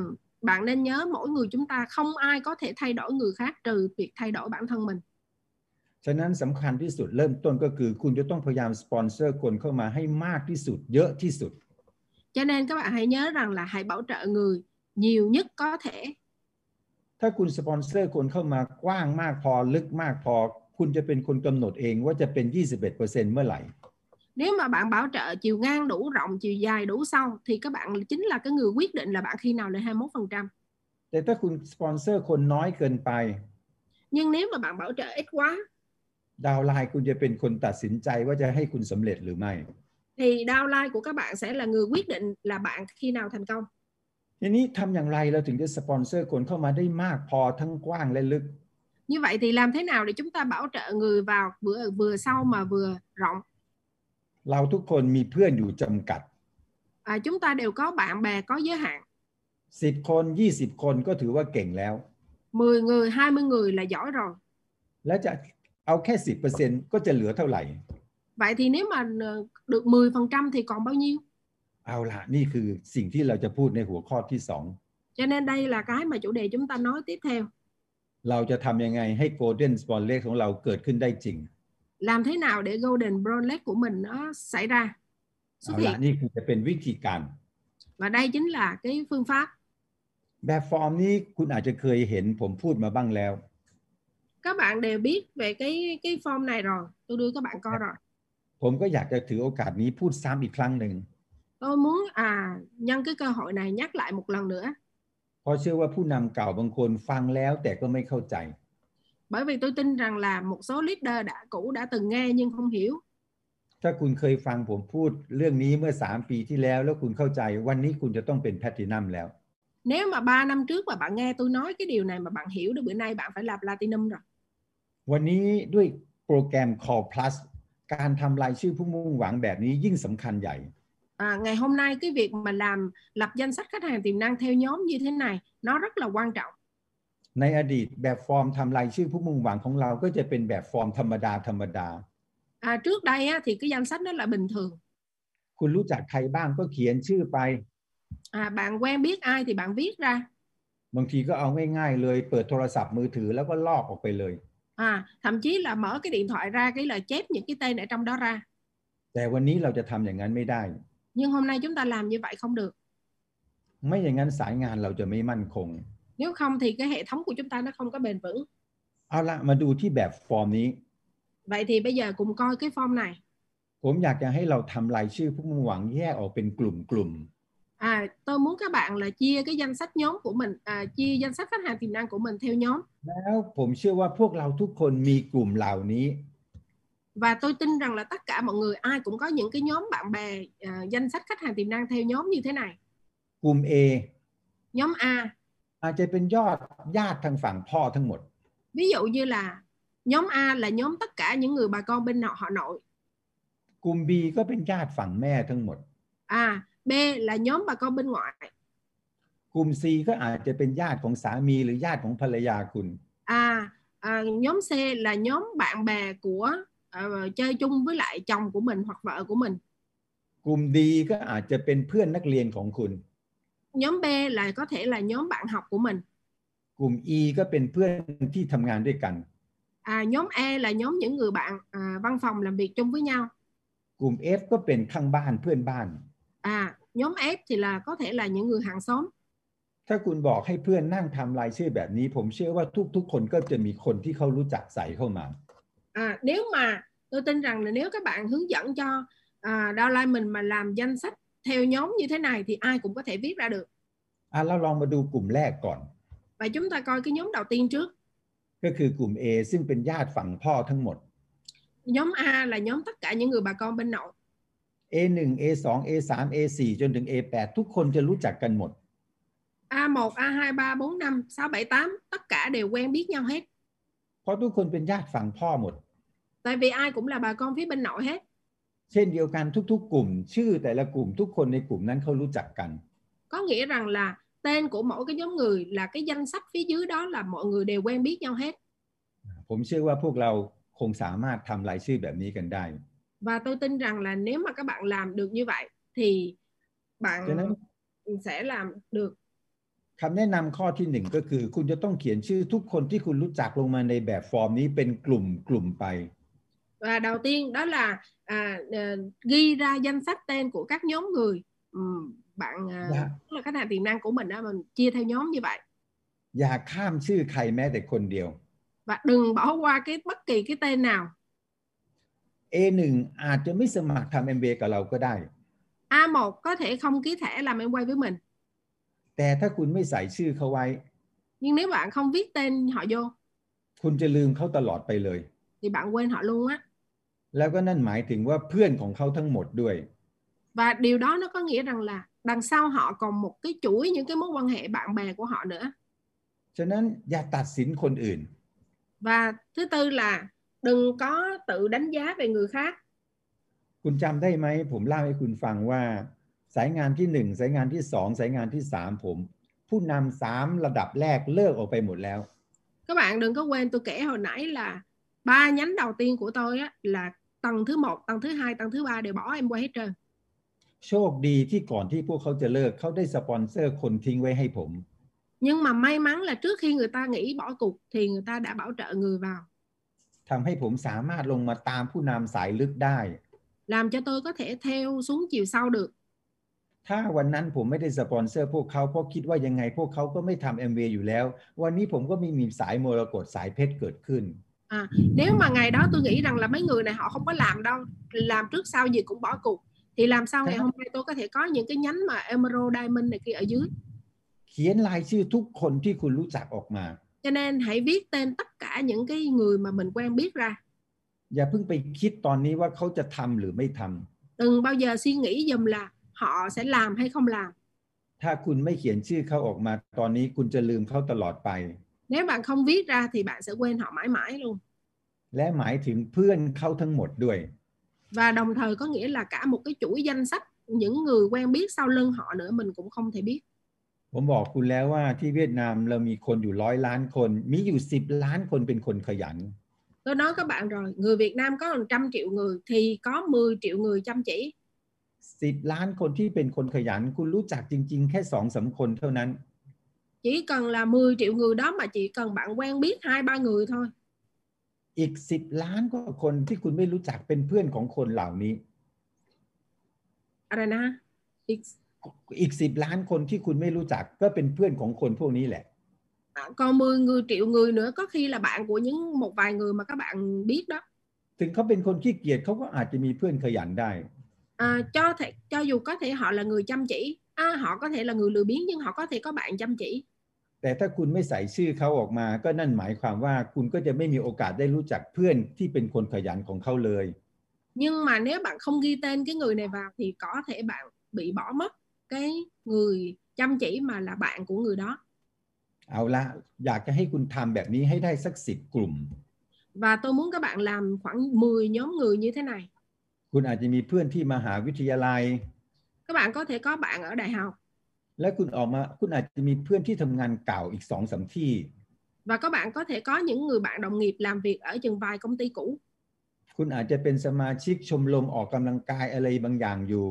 B: bạn nên nhớ mỗi người chúng ta không ai có thể thay đổi người khác trừ việc thay đổi bản thân mình
C: ฉะนั้นสำคัญที่สุดเริ่มต้นก็คือ คุณจะต้องพยายามสปอนเซอร์คนเข้ามาให้มากที่สุด เยอะที่สุด
B: cho nên các bạn hãy nhớ rằng là hãy bảo trợ người nhiều nhất có thể
C: ถ้าคุณสปอนเซอร์คนเข้ามากว้างมากพอลึกมากพอ คุณจะเป็นคนกำหนดเองว่าจะเป็น 21%เมื่อไหร่
B: nếu mà bạn bảo trợ chiều ngang đủ rộng chiều dài đủ sâu thì các bạn chính là cái người quyết định là bạn khi nào lên 21%
C: แต่ถ้าคุณสปอนเซอร์คนน้อยเกินไป
B: nhưng nếu mà bạn bảo trợ ít quá
C: ดาวน์ไลน์คุณจะเป็นคนตัดสินใจว่าจะให้คุณสำเร็จหรือไม่
B: thì downline của các bạn sẽ là người quyết định là bạn khi nào thành công
C: ทีนี้ทำอย่างไรเราถึงจะสปอนเซอร์คนเข้ามาได้มากพอทั้งกว้างและลึก
B: như vậy thì làm thế nào để chúng ta bảo trợ người vào vừa vừa sâu mà vừa rộng
C: เราทุกคนมีเพื่อนอยู่จำกัด
B: à, chúng ta đều có bạn bè có giới hạn
C: 10 คน 20 คนก็ถือว่าเก่งแล้ว
B: 10 người 20 người là giỏi rồi
C: และจะเอาแค่ 10%ก็จะเหลือเท่าไหร่
B: vậy thì nếu mà ờ, được 10% thì còn bao nhiêu
C: เอาละนี่คือสิ่งที่เราจะพูดในหัวข้อที่ 2
B: cho nên đây là cái mà chủ đề chúng ta nói tiếp theo
C: เราจะทำยังไงให้โกลเด้นสปอนเ e ของเราเกิดขึ้นได้จริง
B: làm thế nào để golden brunlet của mình nó xảy ra xuất
C: เอา
B: hiện
C: ละนี่คือจะเป็นวิธีการ
B: và đây chính là cái phương pháp
C: แบบฟอร์มนี้คุณอาจจะเคยเห็นผมพูดมาบ้างแล้ว
B: các bạn đều biết về cái cái form này rồi tôi đưa các bạn coi rồi
C: ผมก็อยากจะถือโอกาสนี้พูดซ้ำอีกครั้งหนึ่ง
B: tôi muốn à nhân cái cơ hội này nhắc lại một lần nữa
C: เพราะเชื่อว่าผู้นำเก่าบางคนฟังแล้วแต่ก็ไม่เข้าใจ
B: bởi vì tôi tin rằng là một số leader đã cũ đã từng nghe nhưng không hiểu
C: ถ้าคุณเคยฟังผมพูดเรื่องนี้เมื่อ 3 ปีที่แล้ว แล้วคุณเข้าใจวันนี้คุณจะต้องเป็นแพลตินัมแล้ว
B: nếu mà 3 năm trước mà bạn nghe tôi nói cái điều này mà bạn hiểu được bữa nay bạn phải làm platinum rồi
C: วันนี้ด้วยโปรแกรม Call Plus การทำรายชื่อผู้มุ่งหวังแบบนี้ยิ่งสำคัญใหญ่
B: à, ngày hôm nay cái việc mà làm lập danh sách khách hàng tiềm năng theo nhóm như thế này nó rất là quan trọng
C: ในอดีตแบบฟอร์มทำรายชื่อผู้มุ่งหวังของเราก็จะเป็นแบบฟอร์มธรรมดาธรรมดา
B: à, trước đây á, thì cái danh sách đó là bình thường
C: คุณรู้จักใครบ้างก็เขียนชื่อไป
B: à, bạn quen biết ai thì bạn viết ra
C: บางทีก็เอาง่ายๆ เลย เปิดโทรศัพท์มือถือแล้วก็ลอกออกไปเลย
B: à, thậm chí là mở cái điện thoại ra cái là chép những cái tên ở trong đó ra
C: แต่วันนี้เราจะทำอย่างนั้นไม่ได้
B: nhưng hôm nay chúng ta làm như vậy không được
C: ไม่อย่างนั้นสายงานเราจะไม่มั่นคง
B: nếu không thì cái hệ thống của chúng ta nó không có bền vững
C: เอาละมาดูที่แบบฟอร์มนี้
B: Vậy thì bây giờ cùng coi cái form này.
C: ผมอยากจะให้เราทำรายชื่อผู้มุ่งหวังแยกออกเป็นกลุ่ม
B: À, tôi muốn các bạn là chia cái danh sách nhóm của mình, à, chia danh sách khách hàng tiềm năng của mình theo nhóm.
C: ๆ แล้วผมเชื่อว่าพวกเราทุกคนมีกลุ่มเหล่านี้
B: Và tôi tin rằng là tất cả mọi người ai cũng có những cái nhóm bạn bè à, danh sách khách hàng tiềm năng theo nhóm như thế này.
C: กลุ่ม A
B: Nhóm A,
C: อาจจะเป็นยอดญาติทางฝั่งพ่อทั้งหมด
B: ví dụ như là nhóm A là nhóm tất cả những người bà con bên họ họ nội.
C: กลุ่ม B ก็เป็นญาติฝั่งแม่ทั้งหมด
B: À, B là nhóm bà con bên ngoại.
C: กลุ่ม C ก็อาจจะเป็นญาติของสามีหรือญาติของภรรยาคุณ
B: À, à nhóm C là nhóm bạn bè của à, chơi chung với lại chồng của mình hoặc vợ của mình.
C: กลุ่ม D ก็อาจจะเป็นเพื่อนนักเรียนของคุณ
B: Nhóm B là có thể là nhóm bạn học của mình.
C: กลุ่ม E ก็เป็นเพื่อนที่ทำงานด้วยกัน
B: À, nhóm E là nhóm những người bạn à, văn phòng làm việc chung với nhau.
C: กลุ่ม F ก็เป็นข้างบ้านเพื่อนบ้าน
B: À, nhóm F thì là có thể là những người hàng xóm.
C: ถ้าคุณบอกให้เพื่อนนั่งทำรายชื่อแบบนี้ ผมเชื่อว่าทุก ๆ คนก็จะมีคนที่เขารู้จักใส่เข้ามา
B: À, nếu mà tôi tin rằng là nếu các bạn hướng dẫn cho à, downline mình mà làm danh sách theo nhóm như thế này thì ai cũng có thể viết ra được.
C: อ่ะเราลองมาดูกลุ่มแรกก่อน
B: Vậy chúng ta coi cái nhóm đầu tiên trước.
C: ก็คือกลุ่ม A ซึ่งเป็นญาติฝั่งพ่อทั้งหมด
B: Nhóm A là nhóm tất cả những người bà con bên nội.
C: A1 A2 A3 A4 จนถึง A8 ทุกคนจะรู้จักกันหมด
B: A1, A2, 3, 4, 5, 6, 7, 8 tất cả đều quen biết nhau hết.
C: เพราะทุกคนเป็นญาติฝั่งพ่อหมด
B: Tại vì ai cũng là bà con phía bên nội hết.
C: เช่นเดียวกันทุกๆ กลุ่ม ชื่อแต่ละกลุ่มทุกคนในกลุ่มนั้นเขารู้จักกัน
B: Có nghĩa rằng là tên của mỗi cái nhóm người là cái danh sách phía dưới đó là mọi người đều quen biết nhau hết.
C: ผมเชื่อว่าพวกเราคงสามารถทำรายชื่อแบบนี้กันได้
B: Và tôi tin rằng là nếu mà các bạn làm được như vậy thì bạn
C: Cho nên-
B: sẽ làm được.
C: คำแนะนำข้อที่หนึ่งก็คือ คุณจะต้องเขียนชื่อทุกคนที่คุณรู้จักลงมาในแบบฟอร์มนี้เป็นกลุ่มกลุ่มไป
B: Và đầu tiên đó là à, ờ, ghi ra danh sách tên của các nhóm người Ừm, bạn à,
C: Dạ.
B: tức là khách hàng tiềm năng của mình đó mình chia theo nhóm như vậy
C: อย่าข้ามชื่อใครแม้แต่คนเดียว
B: và đừng bỏ qua cái bất kỳ cái tên nào
C: A1 อาจจะไม่สมัครทำ MBA กับเราก็ได้
B: A1 có thể không ký thẻ làm em quay với mình
C: แต่ถ้าคุณไม่ใส่ชื่อเขาไว้
B: nhưng nếu bạn không viết tên họ vô
C: คุณจะลืมเขาตลอดไปเลย
B: thì bạn quên họ luôn á
C: แล้วก็นั่นหมายถึงว่าเพื่อนของเขาทั้งหมดด้วย
B: và điều đó nó có nghĩa rằng là đằng sau họ còn một cái chuỗi những cái mối quan hệ bạn bè của họ nữa
C: ฉะนั้นอย่าตัดสินคนอื่น
B: và thứ tư là đừng có tự đánh giá về người khác
C: คุณจำได้ไหม ผมเล่าให้คุณฟังว่า สายงานที่หนึ่งสายงานที่สองสายงานที่สามผม ผู้นำสามระดับแรกเลิกออกไปหมดแล้ว
B: các bạn đừng có quên tôi kể hồi nãy là ba nhánh đầu tiên của tôi á, là tầng thứ một tầng thứ hai tầng thứ ba đều bỏ em qua hết trơn
C: โชคดีที่ก่อนที่พวกเขาจะเลิกเขาได้สปอนเซอร์คนทิ้งไว้ให้ผม
B: nhưng mà may mắn là trước khi người ta nghĩ bỏ cuộc thì người ta đã bảo trợ người vào
C: ทำให้ผมสามารถลงมาตามผู้นำสายลึกได้
B: làm cho tôi có thể theo xuống chiều sau được
C: ถ้าวันนั้นผมไม่ได้สปอนเซอร์พวกเขาเพราะคิดว่ายังไงพวกเขาก็ไม่ทำเอ็มวอยู่แล้ว วันนี้ผมก็ไมีมีสายมรกตสายเพชรเกิดขึ้น
B: nếu mà ngày đó tôi nghĩ rằng là mấy người này họ không có làm đâu làm trước sau gì cũng bỏ cuộc thì làm sao ngày hôm nay tôi có thể có những cái nhánh mà emerald diamond này kia ở dưới
C: เขียนรายชื่อทุกคนที่คุณรู้จักออกมา
B: cho nên hãy viết tên tất cả những cái người mà mình quen biết ra
C: อย่าเพิ่งไปคิดตอนนี้ว่าเขาจะทำหรือไม่ทำ
B: đừng bao giờ suy nghĩ dùm là họ sẽ làm hay không làm
C: ถ้าคุณไม่เขียนชื่อเขาออกมา ตอนนี้คุณจะลืมเขาตลอดไป
B: nếu bạn không viết ra thì bạn sẽ quên họ mãi mãi luôn
C: และหมายถึงเพื่อนเขาทั้งหมดด้วย
B: và đồng thời có nghĩa là cả một cái chuỗi danh sách những người quen biết sau lưng họ nữa mình cũng không thể biết
C: ผมบอกคุณแล้วว่าที่เวียดนามเรามีคนอยู่ร้อยล้านคน มีอยู่สิบล้านคนเป็นคนขยัน
B: tôi nói các bạn rồi người Việt Nam có hàng trăm triệu người thì có 10 triệu người chăm chỉ
C: สิบล้านคนที่เป็นคนขยัน คุณรู้จักจริง ๆ แค่สองสามคนเท่านั้น
B: chỉ cần là 10 triệu người đó mà chỉ cần bạn quen biết hai ba người thôi
C: อีกสิบล้านกว่าคนที่คุณไม่รู้จักเป็นเพื่อนของคนเหล่านี้
B: อะไรนะ It's-
C: อีกสิบล้านคนที่คุณไม่รู้จักก็เป็นเพื่อนของคนพวกนี้แหละ
B: à, còn 10 người triệu người nữa có khi là bạn của những một vài người mà các bạn biết đó
C: ถึงเขาเป็นคนขี้เกียจเขาก็อาจจะมีเพื่อนขยันได้
B: à, cho thể cho dù có thể họ là người chăm chỉ à, họ có thể là người lười biếng nhưng họ có thể có bạn chăm chỉ
C: แต่ถ้าคุณไม่ใส่ชื่อเขาออกมา ก็นั่นหมายความว่าคุณก็จะไม่มีโอกาสได้รู้จักเพื่อนที่เป็นคนขยันของเขาเลย
B: nhưng mà nếu bạn không ghi tên cái người này vào thì có thể bạn bị bỏ mất cái người chăm chỉ mà là bạn của người đó
C: เอาละอยากจะให้คุณทำแบบนี้ให้ได้สักสิบกลุ่ม
B: và tôi muốn các bạn làm khoảng 10 nhóm người như thế này
C: คุณอาจจะมีเพื่อนที่มหาวิทยาลัย
B: các bạn có thể có bạn ở đại học
C: และคุณออกมาคุณอาจจะมีเพื่อนที่ทำงานเก่าอีกสองสามที่
B: và các bạn có thể có những người bạn đồng nghiệp làm việc ở chừng vài công ty cũ
C: คุณอาจจะเป็นสมาชิกชมรมออกกำลังกายอะไรบางอย่างอยู่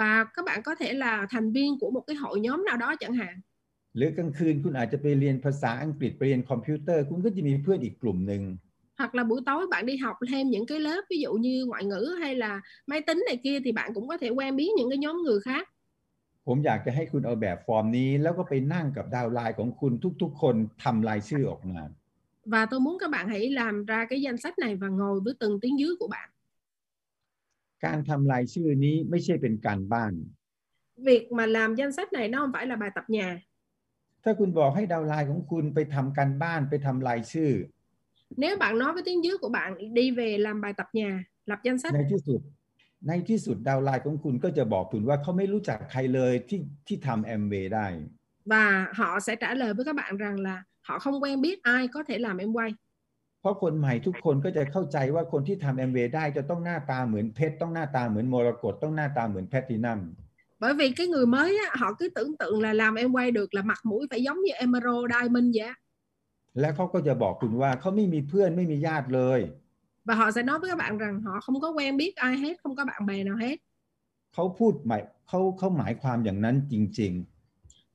B: và các bạn có thể là thành viên của một cái hội nhóm nào đó chẳng hạn
C: หรือกลางคืนคุณอาจจะไปเรียนภาษาอังกฤษไปเรียนคอมพิวเตอร์ คุณก็จะมีเพื่อนอีกกลุ่มหนึ่ง
B: hoặc là buổi tối bạn đi học thêm những cái lớp ví dụ như ngoại ngữ hay là máy tính này kia thì bạn cũng có thể quen biết những cái nhóm người khác
C: ผมอยากจะให้คุณเอาแบบฟอร์มนี้ แล้วก็ไปนั่งกับดาวน์ไลน์ของคุณทุกๆ คนทำรายชื่อออกมา
B: và tôi muốn các bạn hãy làm ra cái danh sách này và ngồi với từng tiếng dưới của bạn
C: การทำรายชื่อนี้ไม่ใช่เป็นการบ้าน
B: việc mà làm danh sách này nó không phải là bài tập nhà
C: ถ้าคุณบอกให้ดาวน์ไลน์ของคุณไปทำการบ้านไปทำรายชื่อ
B: nếu bạn nói với tiếng dưới của bạn đi về làm bài tập nhà lập danh sách
C: ในที่สุด ในที่สุดดาวน์ไลน์ของคุณก็จะบอกคุณว่าเขาไม่รู้จักใครเลยที่ที่ทำแอมเวได้
B: và họ sẽ trả lời với các bạn rằng là họ không quen biết ai có thể làm em quay
C: เพราะคนใหม่ทุกคนก็จะเข้าใจว่าคนที่ทำแอมเวได้จะต้องหน้าตาเหมือนเพชรต้องหน้าตาเหมือนมรกตต้องหน้าตาเหมือนแพลตตินัม
B: bởi vì cái người mới á, họ cứ tưởng tượng là làm em quay được là mặt mũi phải giống như emerald diamond vậy á.
C: และเขาก็จะบอกคุณว่าเขาไม่มีเพื่อนไม่มีญาติเลย
B: và họ sẽ nói với các bạn rằng họ không có quen biết ai hết không có bạn bè nào hết
C: เขาพูดหมายเขาเขาหมายความอย่างนั้นจริง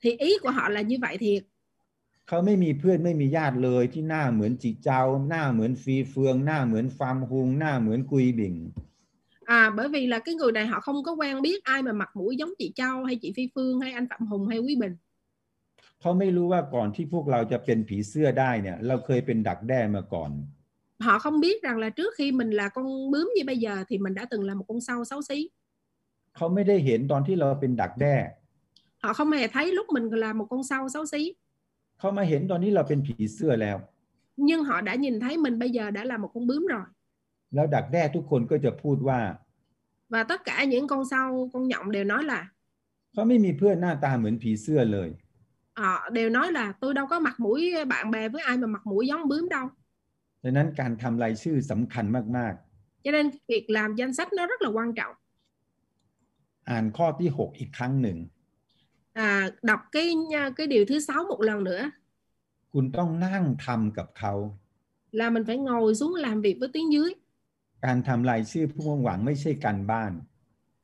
B: thì ý của họ là như vậy thiệt
C: ๆ เขาไม่มีเพื่อนไม่มีญาติเลยที่หน้าเหมือนจีเจ้า หน้าเหมือนฟีเฟือง หน้าเหมือนฟาร์มฮุงหน้าเหมือนกุยบิ่ง
B: à bởi vì là cái người này họ không có quen biết ai mà mặt mũi giống chị Châu hay chị Phi Phương hay anh Phạm Hùng hay Quý Bình
C: เขาไม่รู้ว่าก่อนที่พวกเราจะเป็นผีเสื้อได้เนี่ย เราเคยเป็นดักแด้มาก่อน
B: họ không biết rằng là trước khi mình là con bướm như bây giờ thì mình đã từng là một con sâu xấu xí
C: เขาไม่ได้เห็นตอนที่เราเป็นดักแด้
B: họ không hề thấy lúc mình là một con sâu xấu xí
C: เขามาเห็นตอนนี้เราเป็นผีเสื้อแล้ว
B: nhưng họ đã nhìn thấy mình bây giờ đã là một con bướm rồi
C: แล้วดักแด้ทุกคนก็จะพูดว่า
B: và tất cả những con sâu con nhộng đều nói là
C: เขาไม่มีเพื่อนหน้าตาเหมือนผีเสื้อเลย
B: họ ờ, đều nói là tôi đâu có mặt mũi bạn bè với ai mà mặt mũi giống bướm đâu
C: ดังนั้นการทำรายชื่อสำคัญมาก
B: cho nên việc làm danh sách nó rất là quan trọng
C: ๆ อ่านข้อที่ 6 อีกครั้งหนึ่ง
B: à, đọc cái cái điều thứ sáu một lần nữa
C: คุณต้องนั่งทำกับเขา
B: là mình phải ngồi xuống làm việc với tiếng dưới
C: การทำรายชื่อผู้มุ่งหวังไม่ใช่การบ้าน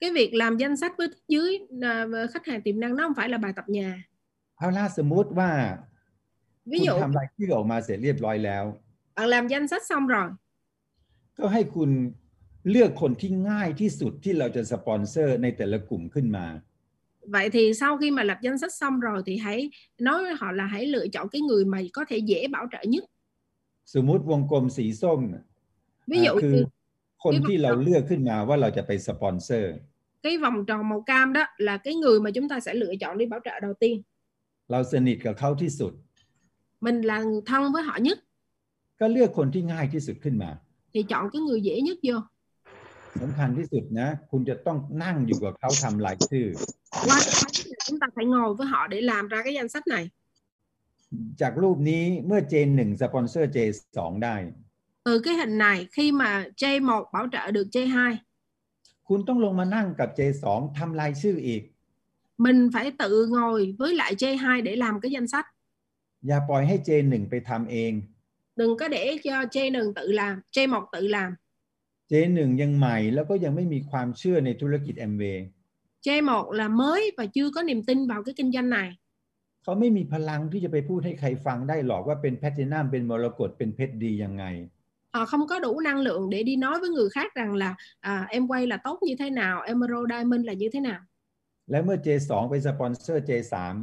B: cái việc làm danh sách với tiếng dưới à, với khách hàng tiềm năng nó không phải là bài tập nhà
C: เอาล่ะสมมติว่า
B: ví dụ
C: คุณทำรายชื่อออกมาเสร็จเรียบร้อยแล้ว
B: bạn làm danh sách xong rồi
C: ก็ให้คุณเลือกคนที่ง่ายที่สุดที่เราจะสปอนเซอร์ในแต่ละกลุ่มขึ้นมา
B: vậy thì sau khi mà lập danh sách xong rồi thì hãy nói với họ là hãy lựa chọn cái người mà có thể dễ bảo trợ nhất
C: สมมุติวงกลมสีส้มน่ะ
B: ví dụ
C: อ่าคือ
B: như
C: คนที่เราเลือกขึ้นมาว่าเราจะไปสปอนเซอร์
B: cái vòng tròn màu cam đó là cái người mà chúng ta sẽ lựa chọn đi bảo trợ đầu tiên
C: เราสนิทกับเขาที่สุด
B: mình là người thân với họ nhất
C: ก็เลือกคนที่ง่ายที่สุดขึ้นมา
B: thì chọn cái người dễ nhất vô
C: สำคัญที่สุดนะ คุณจะต้องนั่งอยู่กับเขาทำรายชื่อ
B: quan trọng là chúng ta phải ngồi với họ để làm ra cái danh sách này
C: จากรูปนี้เมื่อ J 1สปอนเซอร์ J 2ได้
B: từ cái hình này khi mà J1 bảo trợ được J2
C: คุณต้องลงมานั่งกับ J 2ทำรายชื่ออีก
B: mình phải tự ngồi với lại J2 để làm cái danh sách
C: อย่าปล่อยให้ J 1ไปทำเอง
B: đừng có để cho J1 tự làm J1 tự làm
C: J 1ยังใหม่แล้วก็ยังไม่มีความเชื่อในธุรกิจ m w a y
B: J1 là mới và chưa có niềm tin vào cái kinh doanh này
C: เขาไม่มีพลังที่จะไปพูดให้ใครฟังได้หรอกว่าเป็นแพทินัมเป็นมรกตเป็นเพชรดียังไง
B: họ Ờ, không có đủ năng lượng để đi nói với người khác rằng là à, em quay là tốt như thế nào Emerald Diamond là như thế nào
C: และเมื่อ J 2ไปสปอนเซอร์ J 3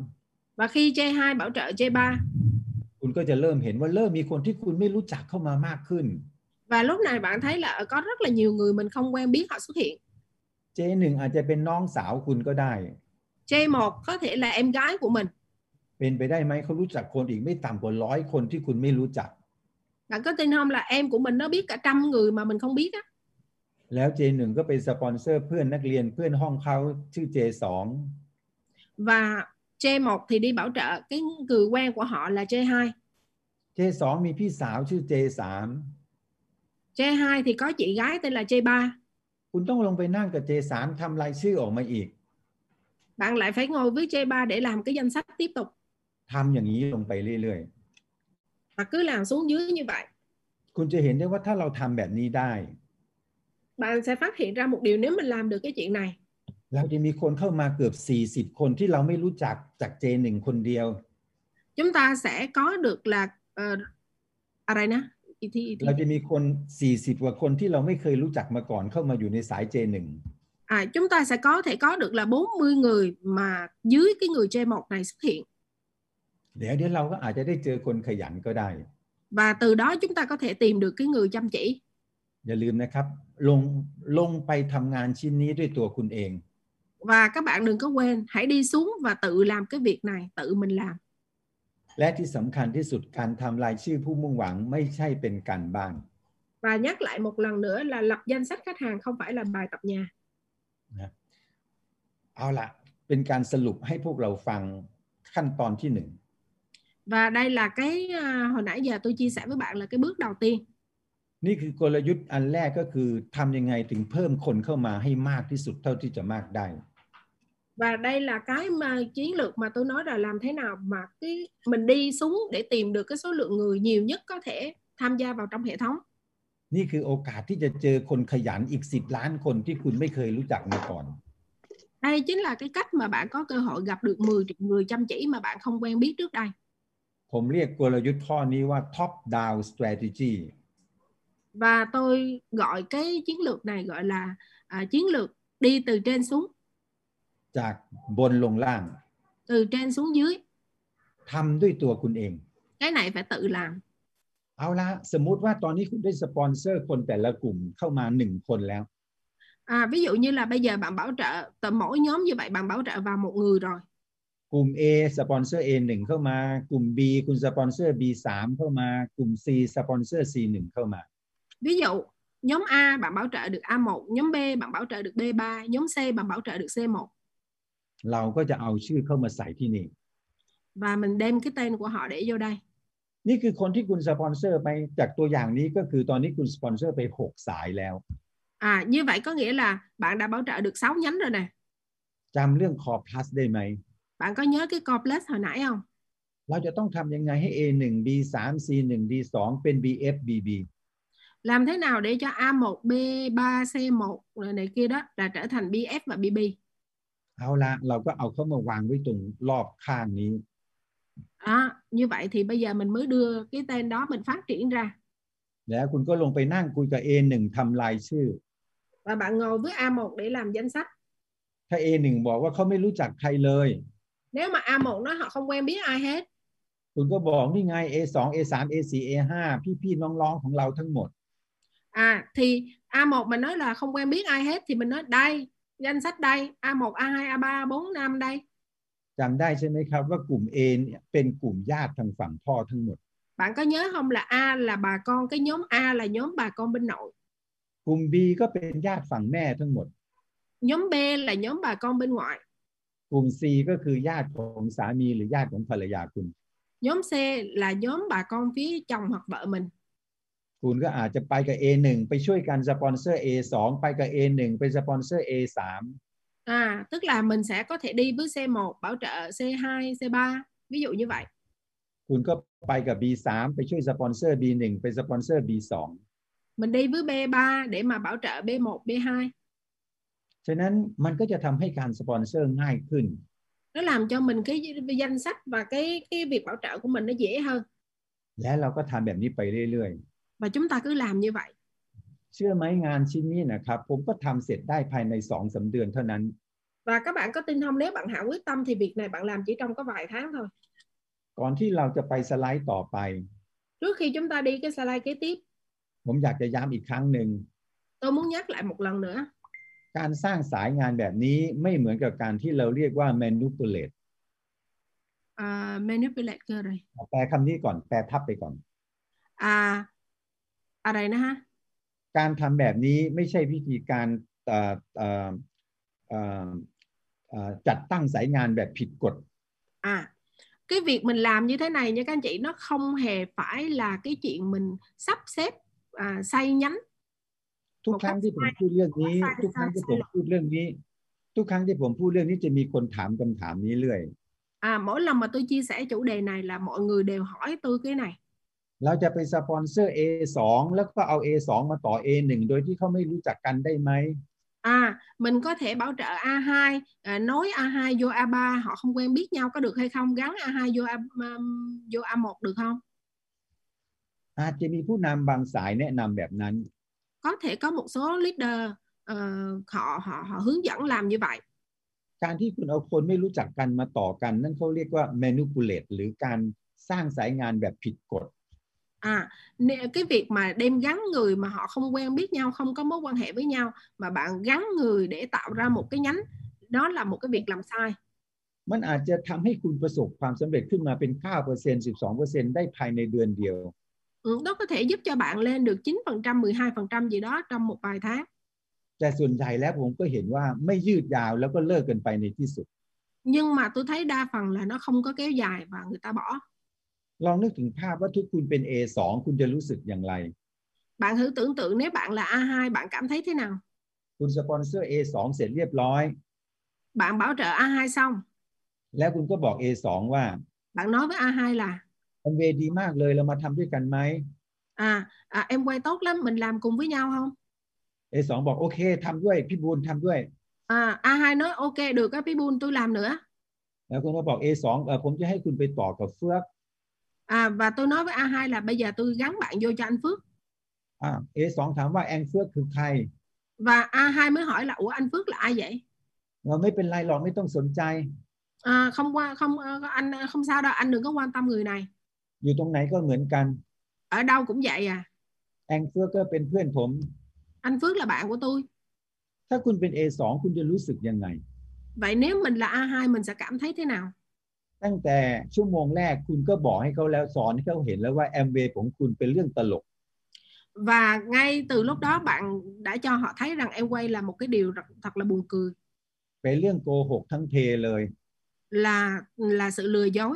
B: và khi J2 bảo trợ J3
C: คุณก็จะเริ่มเห็นว่าเริ่มมีคนที่คุณไม่รู้จักเข้ามามากขึ้น
B: và lúc này bạn thấy là có rất là nhiều người mình không quen biết họ xuất hiện
C: J 1อาจจะเป็นน้องสาวคุณก็ได้
B: J1 có thể là em gái của mình
C: เป็นไปได้ไหมเขารู้จักคนอีกไม่ต่ำกว่าร้อยคนที่คุณไม่รู้จัก
B: bạn có tin không là em của mình nó biết cả trăm người mà mình không biết á
C: แล้ว J1 ก็เป็นสปอนเซอร์เพื่อนนักเรียนเพื่อนห้องเขาชื่อ J2
B: và J1 thì đi bảo trợ cái người quen của họ là J2
C: J2 มีพี่สาวชื่อ J3
B: J2 thì có chị gái tên là J3
C: คุณต้องลงไปนั่งกับ J3 ทำรายชื่อออกมาอีก
B: bạn lại phải ngồi với J3 để làm cái danh sách tiếp tục
C: ทำอย่างนี้ลงไปเรื่อย
B: và cứ làm xuống dưới như vậy
C: ๆ คุณจะเห็นได้ว่าถ้าเราทำแบบนี้ได้
B: bạn sẽ phát hiện ra một điều nếu mình làm được cái chuyện này
C: เราจะมีคนเข้ามาเกือบ 40 คนที่เราไม่รู้จักจาก J1 คนเดียว
B: chúng ta sẽ có được là ờ, à đây nè Ý thi- ý thi.
C: เราจะมีคน 40 กว่าคนที่เราไม่เคยรู้จักมาก่อนเข้ามาอยู่ในสาย J1
B: à, chúng ta sẽ có thể có được là 40 người mà dưới cái người J1 này xuất hiện
C: เดี๋ยวเดี๋ยวเราก็อาจจะได้เจอคนขยันก็ได้
B: và từ đó chúng ta có thể tìm được cái người chăm chỉ
C: อย่าลืมนะครับ ลงลงไปทำงานชิ้นนี้ด้วยตัวคุณเอง
B: và các bạn đừng có quên hãy đi xuống và tự làm cái việc này tự mình làm
C: และที่สำคัญที่สุดการทำรายชื่อผู้มุ่งหวังไม่ใช่เป็นการบ้าน
B: và nhắc lại một lần nữa là lập danh sách khách hàng không phải là bài tập nhà
C: เอาละเป็นการสรุปให้พวกเราฟังขั้นตอนที่หนึ่ง
B: và đây là cái à, hồi nãy giờ tôi chia sẻ với bạn là cái bước đầu tiên
C: นี่คือกลยุทธ์อันแรกก็คือทำยังไงถึงเพิ่มคนเข้ามาให้มากที่สุดเท่าที่จะมากได้
B: và đây là cái mà chiến lược mà tôi nói là làm thế nào mà cái mình đi xuống để tìm được cái số lượng người nhiều nhất có thể tham gia vào trong hệ thống
C: นี่คือโอกาสที่จะเจอคนขยันอีก 10 ล้านคนที่คุณไม่เคยรู้จักมาก่อน
B: đây chính là cái cách mà bạn có cơ hội gặp được 10 triệu người chăm chỉ mà bạn không quen biết trước đây
C: ผมเรียกกลยุทธ์ข้อนี้ว่า top down strategy
B: và tôi gọi cái chiến lược này gọi là à, chiến lược đi từ trên xuống
C: จากบนลงล่าง
B: từ trên xuống dưới
C: ทำด้วยตัวคุณเอง
B: cái này phải tự làm
C: เอาละสมมุติว่าตอนนี้คุณได้สปอนเซอร์คนแต่ละกลุ่มเข้ามาหนึ่งคนแล้ว
B: à, ví dụ như là bây giờ bạn bảo trợ từ mỗi nhóm như vậy bạn bảo trợ vào một người rồi
C: กลุ่ม A สปอนเซอร์ A 1เข้ามากลุ่ม B คุณสปอนเซอร์ B 3เข้ามากลุ่ม C สปอนเซอร์ C 1เข้ามา
B: ví dụ nhóm A bạn bảo trợ được A1 nhóm B bạn bảo trợ được B3 nhóm C bạn bảo trợ được C1
C: เราก็จะเอาชื่อเข้ามาใส่ที่นี่
B: và mình đem cái tên của họ để vô đây
C: นี่คือคนที่คุณสปอนเซอร์ไปจากตัวอย่างนี้ก็คือตอนนี้คุณสปอนเซอร์ไปหกสายแล้ว
B: à như vậy có nghĩa là bạn đã bảo trợ được 6 nhánh rồi nè
C: จำเรื่องคอพลัสได้ไหม
B: bạn có nhớ cái complex hồi nãy không
C: เราจะต้องทำยังไงให้ A 1 B 3 C 1 D 2เป็น B F B B
B: làm thế nào để cho A1 B3 C1 rồi này kia đó là trở thành BF và BB
C: เอาละเราก็เอาเข้ามาวางไว้ตรงรอบข้างนี้
B: đó như vậy thì bây giờ mình mới đưa cái tên đó mình phát triển ra
C: แล้วคุณก็ลงไปนั่งคุยกับ A 1ทำลายชื่อ
B: và bạn ngồi với A1 để làm danh sách
C: ถ้า A 1บอกว่าเขาไม่รู้จักใครเลย
B: nếu mà A1 nó họ không quen biết ai hết
C: คุณก็บอกนี่ไง A2 A3 A4 A5 พี่ๆน้องๆของเราทั้งหมด
B: à thì A1 mình nói là không quen biết ai hết thì mình nói đây danh sách đây A1 A2 A3 4 5 đây
C: จำได้ใช่ไหมครับว่ากลุ่ม A เนี่ยเป็นกลุ่มญาติทางฝั่งพ่อทั้งหมด
B: bạn có nhớ không là A là bà con cái nhóm A là nhóm bà con bên nội
C: กลุ่ม B ก็เป็นญาติฝั่งแม่ทั้งหมด
B: nhóm B là nhóm bà con bên ngoại
C: กลุ่ม C ก็คือญาติของสามีหรือญาติของภรรยาคุณ
B: nhóm C là nhóm bà con phía chồng hoặc vợ mình
C: คุณก็อาจจะไปกับ A1 ไปช่วยกันสปอนเซอร์ A2 ไปกับ A1 ไปสปอนเซอร์ A3
B: À, tức là mình sẽ có thể đi với C1 bảo trợ C2, C3, ví dụ như vậy.
C: คุณก็ไปกับ B3 ไปช่วยสปอนเซอร์ B1 ไปสปอนเซอร์ B2
B: Mình đi với B3 để mà bảo trợ B1, B2.
C: ฉะนั้นมันก็จะทำให้การสปอนเซอร์ง่ายขึ้น
B: Nó làm cho mình cái danh sách và cái cái việc bảo trợ của mình nó dễ hơn
C: และเราก็ทำแบบนี้ไปเรื่อย ๆ
B: và chúng ta cứ làm như vậy.
C: เชื่อไหมงานชิ้นนี้นะครับ ผมก็ทำเสร็จได้ภายใน2องสามเดือนเท่านั้น
B: Và các bạn có tin không nếu bạn hạ quyết tâm thì việc này bạn làm chỉ trong có vài tháng thôi.
C: ก่อนที่เราจะไปสไลด์ต่อไป
B: Trước khi chúng ta đi cái slide kế tiếp,
C: ผมอยากจะย้ำอีกครั้งหนึ่ง
B: tôi muốn nhắc lại một lần nữa.
C: การสร้างสายงานแบบนี้ไม่เหมือนกับการที่เราเรียกว่า manipulate
B: À, manipulate cơ rồi.
C: แปลคำนี้ก่อนแปลทับไปก่อน
B: À, à đây nè ha.
C: การทำแบบนี้ไม่ใช่วิธีการเอ่อเอ่อเอ่อเอ่อจัดตั้งสายงานแบบผิดกฎ
B: À, cái việc mình làm như thế này nha các anh chị nó không hề phải là cái chuyện mình sắp xếp à, xây nhánh
C: ทุกครั้งที่ผมพูดเรื่องนี้ ทุกครั้งที่ผมพูดเรื่องนี้ ทุกครั้งที่ผมพูดเรื่องนี้จะมีคนถามคำถามนี้เรื่อย
B: à, mỗi lần mà tôi chia sẻ chủ đề này là mọi người đều hỏi tôi cái này
C: เราจะไปสปอนเซอร์ A2 แล้วก็เอา A2 มาต่อ A1 โดยที่เขาไม่รู้จักกันได้ไหม
B: à mình có thể bảo trợ A2 à, nối A2 vô A3 họ không quen biết nhau có được hay không gắn A2 vô A, um, vô A1 được không
C: อาจจะมีผู้นำบางสายแนะนำแบบนั้น
B: có thể có một số leader ờ, họ họ họ hướng dẫn làm như vậy
C: การที่คุณเอาคนไม่รู้จักกันมาต่อกัน นั่นเขาเรียกว่า manipulate หรือการสร้างสายงานแบบผิดกฎ
B: À, nè- cái việc mà đem gắn người mà họ không quen biết nhau, không có mối quan hệ với nhau mà bạn gắn người để tạo ra một cái nhánh đó là một cái việc làm sai
C: มันอาจจะทำให้คุณประสบความสำเร็จขึ้นมาเป็น 9% 12%ได้ภายในเดือนเดียว
B: Ừ, nó có thể giúp cho bạn lên được 9% 12% gì đó trong một vài tháng
C: แต่ส่วนใหญ่แล้วผมก็เห็นว่าไม่ยืดยาวแล้วก็เลิกกันไปในที่สุด
B: nhưng mà tôi thấy đa phần là nó không có kéo dài và người ta bỏ
C: ลองนึกถึงภาพว่าทุกคุณเป็น A2 คุณจะรู้สึกอย่างไร
B: bạn thử tưởng tượng nếu bạn là A2 bạn cảm thấy thế nào
C: คุณสปอนเซอร์ A2 เสร็จเรียบร้อย
B: bạn bảo trợ A2 xong
C: แล้วคุณก็บอก A2 ว่า
B: bạn nói với A2 là
C: แอมเวย์ดีมากเลยเรามาทำด้วยกันไหม
B: à, à em quay tốt lắm mình làm cùng với nhau không
C: A2 บอกโอเคทำด้วยพี่บูลทำด้วย
B: à, A2 nói ok được á Pibun tôi làm nữa
C: แล้วคุณก็บอก A2 เออผมจะให้คุณไปต่อกับเฟือก
B: à, và tôi nói với A2 là bây giờ tôi gắn bạn vô cho anh Phước
C: อ่า A2 ถามว่าแองเฟือกคือใคร
B: và A2 mới hỏi là ủa anh Phước là ai vậy
C: เราไม่เป็นไรหรอกไม่ต้องสนใจ
B: à, không qua không ờ, anh không sao đâu anh đừng có quan tâm người này
C: อยู่ตรงไหนก็เหมือนกัน
B: ở đâu cũng vậy à
C: แองเฟือกก็เป็นเพื่อนผม
B: anh Phước là bạn của tôi
C: ถ้าคุณเป็น A2 คุณจะรู้สึกยังไง
B: vậy nếu mình là A2 mình sẽ cảm thấy thế nào
C: ตั้งแต่ชั่วโมงแรกคุณก็บอกให้เขาแล้วสอนให้เขาเห็นแล้วว่าแอมเวย์ของคุณเป็นเรื่องตลก
B: và ngay từ lúc đó bạn đã cho họ thấy rằng em quay là một cái điều thật, thật là buồn cười
C: เป็นเรื่องโกหกทั้งเทเลย
B: là là sự lừa dối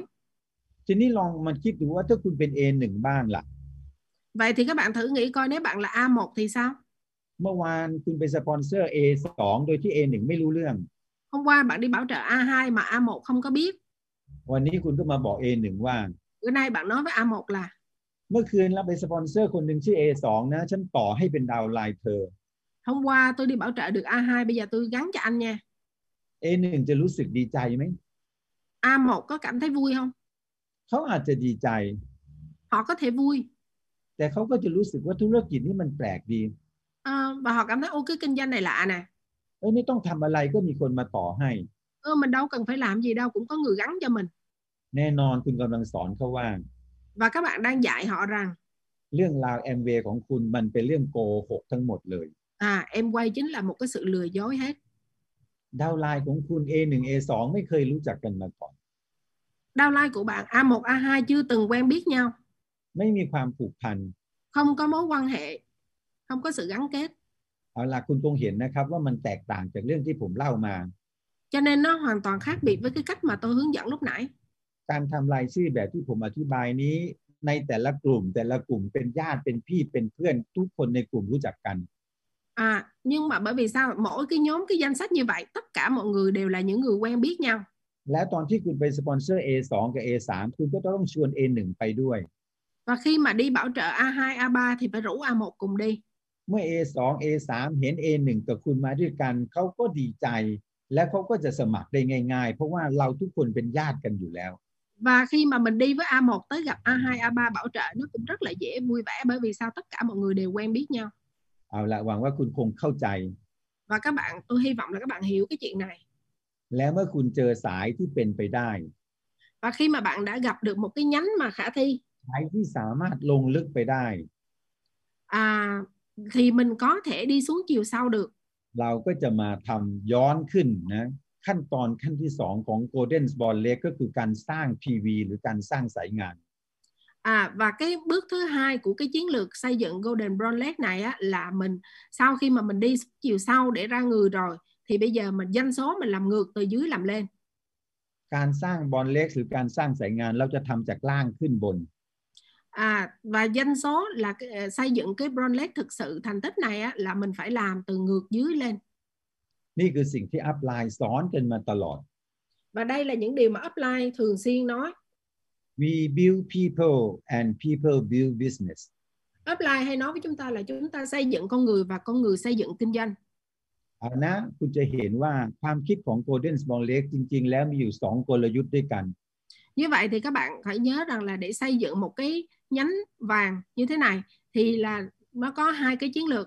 C: ทีนี้ลองมันคิดดูว่าถ้าคุณเป็น A1 บ้างล่ะ
B: vậy thì các bạn thử nghĩ coi nếu bạn là A1 thì sao
C: เมื่อวานคุณไปสปอนเซอร์ A2 โดยที่ A1 ไม่รู้เรื่อง
B: hôm qua bạn đi bảo trợ A2 mà A1 không có biết
C: วันนี้คุณก็มาบอก A1 ว่า
B: bữa nay bạn nói với A1 là
C: เมื่อคืนเราไปสปอนเซอร์คนหนึ่งชื่อ A2 นะ ฉันต่อให้เป็นดาวน์ไลน์เธอ
B: hôm qua tôi đi bảo trợ được A2 bây giờ tôi gắn cho anh nha
C: A1 จะรู้สึกดีใจไหม
B: A1 có cảm thấy vui không
C: เขาอาจจะดีใจ
B: họ có thể vui
C: แต่เขาก็จะรู้สึกว่าธุรกิจนี้มันแปลกดี
B: à, và họ cảm thấy ô cái kinh doanh này lạ nè
C: เอ้ยไม่ต้องทำอะไรก็มีคนมาต่อให้
B: ừ, mình đâu cần phải làm gì đâu cũng có người gắn cho mình
C: แน่นอนคุณกำลังสอนเขาว่า
B: và các bạn đang dạy họ rằng
C: เรื่องราวแอมเวของคุณมันเป็นเรื่องโกหกทั้งหมดเลย
B: à em quay chính là một cái sự lừa dối hết
C: ดาวน์ไลน์ของคุณ A1 A2 ไม่เคยรู้จักกันมาก่อน
B: downline của bạn A1 A2 chưa từng quen biết nhau
C: ไม่มีความผูกพัน
B: không có mối quan hệ không có sự gắn kết
C: เอาล่ะคุณคงเห็นนะครับว่ามันแตกต่างจากเรื่องที่ผมเล่ามา
B: cho nên nó hoàn toàn khác biệt với cái cách mà tôi hướng dẫn lúc nãy
C: การทำรายชื่อแบบที่ผมอธิบายนี้ ในแต่ละกลุ่ม แต่ละกลุ่มเป็นญาติเป็นพี่เป็นเพื่อนทุกคนในกลุ่มรู้จักกัน
B: à nhưng mà bởi vì sao mỗi cái nhóm cái danh sách như vậy tất cả mọi người đều là những người quen biết nhau
C: และตอนที่คุณไปสปอนเซอร์ A2 กับ A3 คุณก็ต้องชวน A1 ไปด้วย
B: và khi mà đi bảo trợ A2 A3 thì phải rủ A1 cùng đi
C: เมื่อ A2 A3 เห็น A1 กับคุณมาด้วยกัน เขาก็ดีใจ และเขาก็จะสมัครได้ง่าย ๆ เพราะว่าเราทุกคนเป็นญาติกันอยู่แล้ว
B: và khi mà mình đi với A1 tới gặp A2 A3 bảo trợ nó cũng rất là dễ vui vẻ bởi vì sao tất cả mọi người đều quen biết nhau
C: เอาละหวังว่าคุณคงเข้าใจ
B: và các bạn tôi hy vọng là các bạn hiểu cái chuyện này
C: และเมื่อคุณเจอสายที่เป็นไปได้
B: và khi mà bạn đã gặp được một cái nhánh mà khả thi
C: สายที่สามารถลงลึกไปได้
B: à, thì mình có thể đi xuống chiều sau được
C: เราก็จะมาทำย้อนขึ้นนะขั้นตอนขั้นที่ 2 ของ Golden b a l l Lake ก็คือการสร้าง PV หรือการสร้างสายงาน
B: à, và cái bước thứ hai của cái chiến lược xây dựng Golden Brown Lake này á, là mình sau khi mà mình đi xuống chiều sau để ra người rồi thì bây giờ mình doanh số mình làm ngược từ dưới làm lên
C: การสร้างบอลเล็กหรือการสร้างสายงานเราจะทำจากล่างขึ้นบน
B: à, và doanh số là cái- ờ, xây dựng cái Brown Lake thực sự thành tích này á, là mình phải làm từ ngược dưới lên
C: นี่คือสิ่งที่อัพไลน์สอนกันมาตลอด
B: và đây là những điều mà upline thường xuyên nói
C: we build people and people build business
B: upline hay nói với chúng ta là chúng ta xây dựng con người và con người xây dựng kinh doanh
C: เอานะคุณจะเห็นว่าความคิดของ Golden b a l l Lake จริง ๆ แล้วมีอยู่ 2 กลยุทธ์ด้วยกัน
B: Như vậy thì các bạn phải nhớ rằng là để xây dựng một cái nhánh vàng như thế này thì là nó có hai cái chiến lược.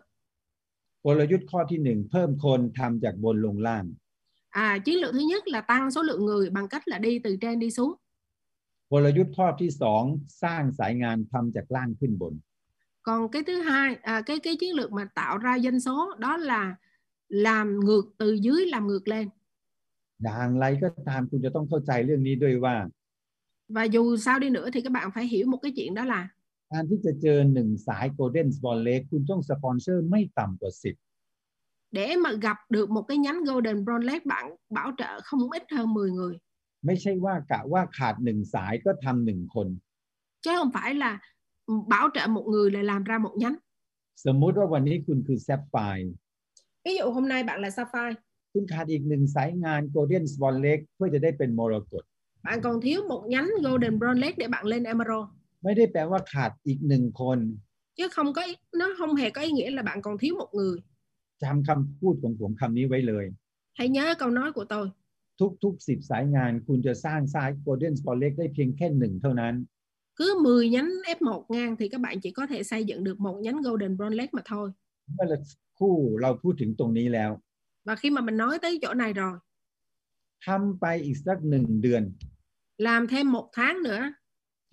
C: กลยุทธ์ข้อทีหนึ่1 เพิ่มคนทำจากบนลงล่าง
B: À, chiến lược thứ nhất là tăng số lượng người bằng cách là đi từ trên đi xuống.
C: กลยุทธ์ข้อที่ 2 สร้างสายงานทำจากล่างขึ้นบน
B: Còn cái thứ hai à, cái cái chiến lược mà tạo ra doanh số đó là làm ngược từ dưới làm ngược lên.
C: อย่างไรก็ตามคุณจะต้องเข้าใจเรื่องนี้ด้วยว่า
B: và dù sao đi nữa thì các bạn phải hiểu một cái chuyện đó là
C: การที่จะเจอหนึ่งสายโกลเด้นสปอ l เล็กคุณต้องสปอนเซอร์ไม่ต่ำกว่า
B: để mà gặp được một cái nhánh Golden Brownlet bạn bảo trợ không ít hơn 10 người
C: 10 ไม่ใช่ว่ากะว่าขาดหนึ่งสายก็ทำหนึ่งคน
B: chứ không phải là bảo trợ một người là làm ra một nhánh
C: สมมุติว่าวันนี้คุณคือแซฟไฟ
B: ví dụ hôm nay bạn là Sapphire
C: คุณขาดอีกหนึ่งสายงานโกลเด้นสปอ l เล็กเพื่อจะได้เป็นมรกต
B: bạn còn thiếu một nhánh Golden Brownlet để bạn lên Emerald
C: ไม่ได้แปลว่าขาดอีกหนึ่งคน
B: chứ không có ý- nó không hề có ý nghĩa là bạn còn thiếu một người
C: จำคำพูดของผมคำนี้ไว้เลย
B: hãy nhớ câu nói của tôi
C: ทุกๆ 10 สายงานคุณจะสร้างสายโกลเด้นสปอ l เล็กได้เพียงแค่หนึ่งเท่านั้น
B: cứ 10 nhánh F1 ngang thì các bạn chỉ có thể xây dựng được một nhánh Golden Brownlet mà thôi
C: เมื่อสักครู่เราพูดถึงตรงนี้แล้ว
B: và khi mà mình nói tới chỗ này rồi
C: ทำไปอีกสักหนึ่งเดือน
B: làm thêm một tháng nữa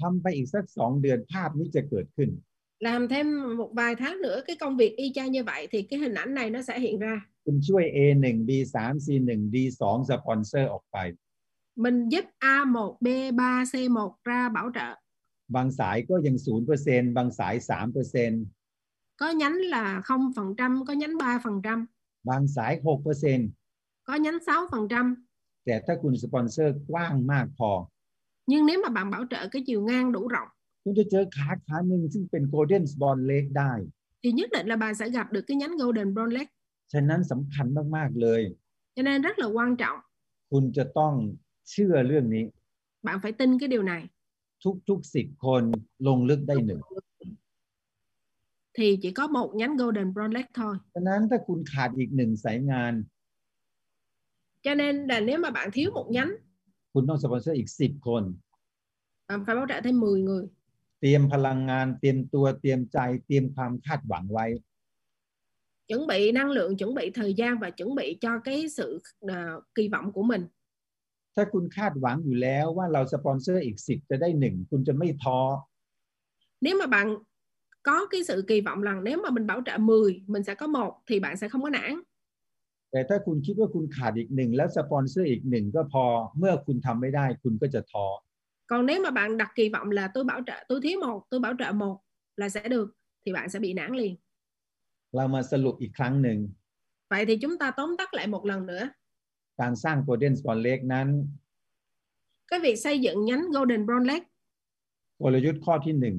C: ทำไปอีกสักสองเดือนภาพนี้จะเกิดขึ้น
B: làm thêm một vài tháng nữa cái công việc y chang như vậy thì cái hình ảnh này nó sẽ hiện ra
C: คุณช่วย A1 B3 C1 D2 สปอนเซอร์ออกไป
B: mình giúp A1 B3 C1 ra bảo trợ
C: บางสายก็ยัง 0%บางสาย 3%
B: có nhánh là 0% có nhánh 3%
C: บางสาย 6%
B: có nhánh 6%
C: แต่ถ้าคุณสปอนเซอร์กว้างมากพอ
B: nhưng nếu mà bạn bảo trợ cái chiều ngang đủ rộng
C: คุณจะเจอขาขาหนึ่งซึ่งเป็นโกลเด้นสปอนเล็กได้
B: thì nhất định là bạn sẽ gặp được cái nhánh Golden Brownlet
C: ฉะนั้นสำคัญมาก ๆ เลย
B: cho nên rất là quan trọng
C: คุณจะต้องเชื่อเรื่องนี้
B: bạn phải tin cái điều này
C: ทุกๆสิบคนลงลึกได้หนึ่ง
B: thì chỉ có một nhánh Golden Brownlet thôi
C: ฉะนั้นถ้าคุณขาดอีกหนึ่งสายงาน
B: cho nên là nếu mà bạn thiếu một nhánh
C: คุณต้องสปอนเซอร์อีกสิบคน
B: bạn phải bảo trợ thêm 10 người
C: เตรียมพลังงานเตรียมตัวเตรียมใจเตรียมความคาดหวังไว้
B: chuẩn bị năng lượng chuẩn bị thời gian và chuẩn bị cho cái sự à, kỳ vọng của mình
C: ถ้าคุณคาดหวังอยู่แล้วว่าเราสปอนเซอร์อีกสิบจะได้หนึ่งคุณจะไม่ท้อ
B: nếu mà bạn có cái sự kỳ vọng rằng nếu mà mình bảo trợ 10 mình sẽ có một thì bạn sẽ không có nản
C: แต่ถ้าคุณคิดว่าคุณขาดอีกหนึ่งแล้วสปอนเซอร์อีกหนึ่งก็พอเมื่อคุณทำไม่ได้คุณก็จะท้อ
B: còn nếu mà bạn đặt kỳ vọng là tôi bảo trợ tôi thiếu một tôi bảo trợ một là sẽ được thì bạn sẽ bị nản liền
C: เรามาสรุปอีกครั้งหนึ่ง
B: vậy thì chúng ta tóm tắt lại một lần nữa
C: การสร้างโกลเด้นสปอนเล็กนั้น
B: cái việc xây dựng nhánh Golden Brownlet
C: กลยุทธ์ข้อที่หนึ่ง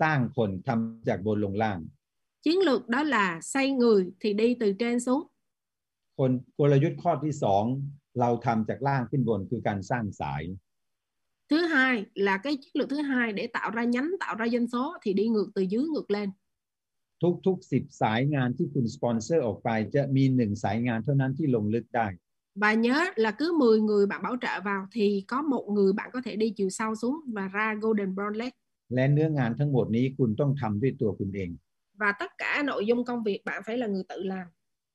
C: สร้างคนทำจากบนลงล่าง
B: chiến lược đó là xây người thì đi từ trên xuống
C: คนกลยุทธ์ข้อที่สองเราทำจากล่างขึ้นบนคือการสร้างสาย
B: thứ hai là cái chiến lược thứ hai để tạo ra nhánh tạo ra doanh số thì đi ngược từ dưới ngược lên
C: ทุกๆสิบสายงานที่คุณสปอนเซอร์ออกไป จะมีหนึ่งสายงานเท่านั้นที่ลงลึกได้
B: Và nhớ là cứ 10 người bạn bảo trợ vào thì có một người bạn có thể đi chiều sâu xuống và ra Golden Brownlet.
C: และเนื้องานทั้งหมดนี้คุณต้องทำด้วยตัวคุณเอง
B: Và tất cả nội dung công việc bạn phải là người tự làm.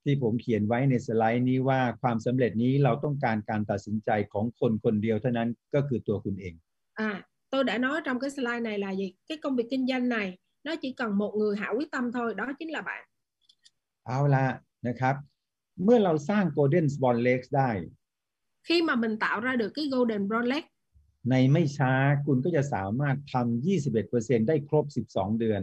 C: ที่ผมเขียนไว้ในสไลด์นี้ว่าความสำเร็จนี้เราต้องการการตัดสินใจของคนคนเดียวเท่านั้นก็คือตัวคุณเอง
B: À, tôi đã nói trong cái slide này là gì? Cái công việc kinh doanh này nó chỉ cần một người hạ quyết tâm thôi, đó chính là bạn.
C: เอาละนะครับ เมื่อเราสร้าง Golden Spawn l e g s ได้
B: Khi mà mình tạo ra được cái Golden Brownlet
C: ในไม่ช้าคุณก็จะสามารถทำ21%ได้ครบ 12 เดือน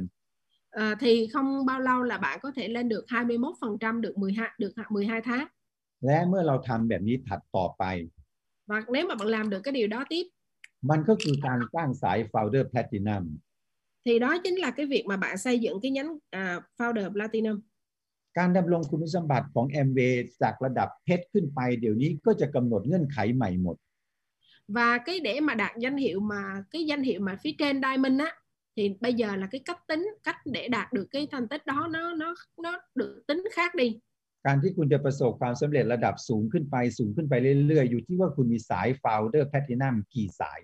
B: à, thì không bao lâu là bạn có thể lên được 21% được 12 được 12 tháng.
C: และเมื่อเราทำแบบนี้ถัดต่อไป
B: Và nếu mà bạn làm được cái điều đó tiếp
C: มันก็คือการสร้างสาย Founder Platinum
B: thì đó chính là cái việc mà bạn xây dựng cái nhánh à, founder platinum.
C: การดำรงคุณสมบัติของ m w a y จากระดับเพชรขึ้นไปเดี๋ยวนี้ก็จะกำหนดเงื่อนไขใหม่หมด
B: và cái để mà đạt danh hiệu mà cái danh hiệu mà phía trên diamond á thì bây giờ là cái cách tính cách để đạt được cái thành tích đó nó nó nó được tính khác đi
C: การที่คุณจะประสบความสำเร็จระดับสูงขึ้นไปสูงขึ้นไปเรื่อยๆ อยู่ที่ว่าคุณมีสาย Founder Platinum กี่สาย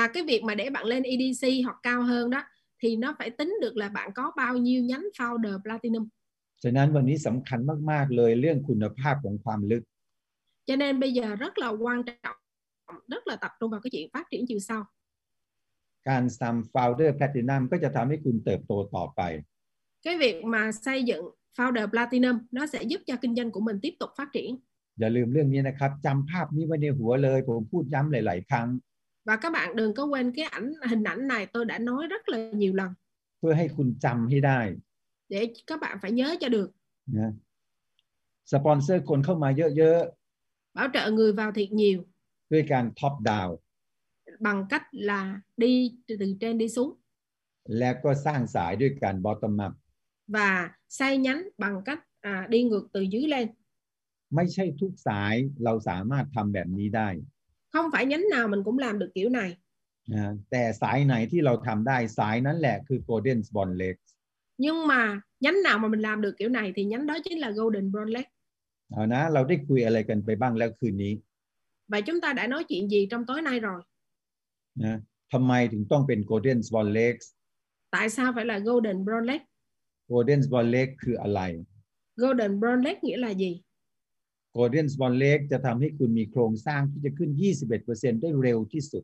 B: à, cái việc mà để bạn lên edc hoặc cao hơn đó thì nó phải tính được là bạn có bao nhiêu nhánh founder platinum
C: ฉะนั้นวันนี้สำคัญมากๆเลยเรื่องคุณภาพของความลึก
B: cho nên bây giờ rất là quan trọng rất là tập trung vào cái chuyện phát triển chiều sau
C: การทำ Founder Platinum ก็จะทำให้คุณเติบโตต่อไป
B: cái việc mà xây dựng founder platinum nó sẽ giúp cho kinh doanh của mình tiếp tục phát triển
C: อย่าลืมเรื่องนี้นะครับจำภาพนี้ไว้ในหัวเลย ผมพูดย้ำหลาย ๆ ครั้ง
B: và các bạn đừng có quên cái ảnh hình ảnh này tôi đã nói rất là nhiều lần
C: เพื่อให้คุณจำให้ได้
B: để các bạn phải nhớ cho được
C: นะสปอนเซอร์คนเข้ามาเยอะ
B: bảo trợ người vào thiệt nhiều
C: ๆ ด้วยการท็อปดาว
B: bằng cách là đi từ, từ trên đi xuống
C: และก็สร้างสายด้วยการบอตมัพ
B: và xây nhánh bằng cách à, đi ngược từ dưới lên
C: ไม่ใช่ทุกสายเราสามารถทำแบบนี้ได้
B: không phải nhánh nào mình cũng làm được kiểu này
C: นะแต่สายไหนที่เราทำได้สายนั้นแหละคือ Golden s p o n l e g
B: nhưng mà nhánh nào mà mình làm được kiểu này thì nhánh đó chính là golden brownleg
C: เอานะ เราได้คุยอะไรกันไปบ้างแล้วคืนนี้
B: và chúng ta đã nói chuyện gì trong tối nay rồi
C: ทำไมถึงต้องเป็น Golden s p o n l e g
B: tại sao phải là golden brownleg
C: Golden s p o n l e g คืออะไร
B: golden brownleg nghĩa là gì
C: Golden s p o n l e g จะทำให้คุณมีโครงสร้างที่จะขึ้น 21%ได้เร็วที่สุด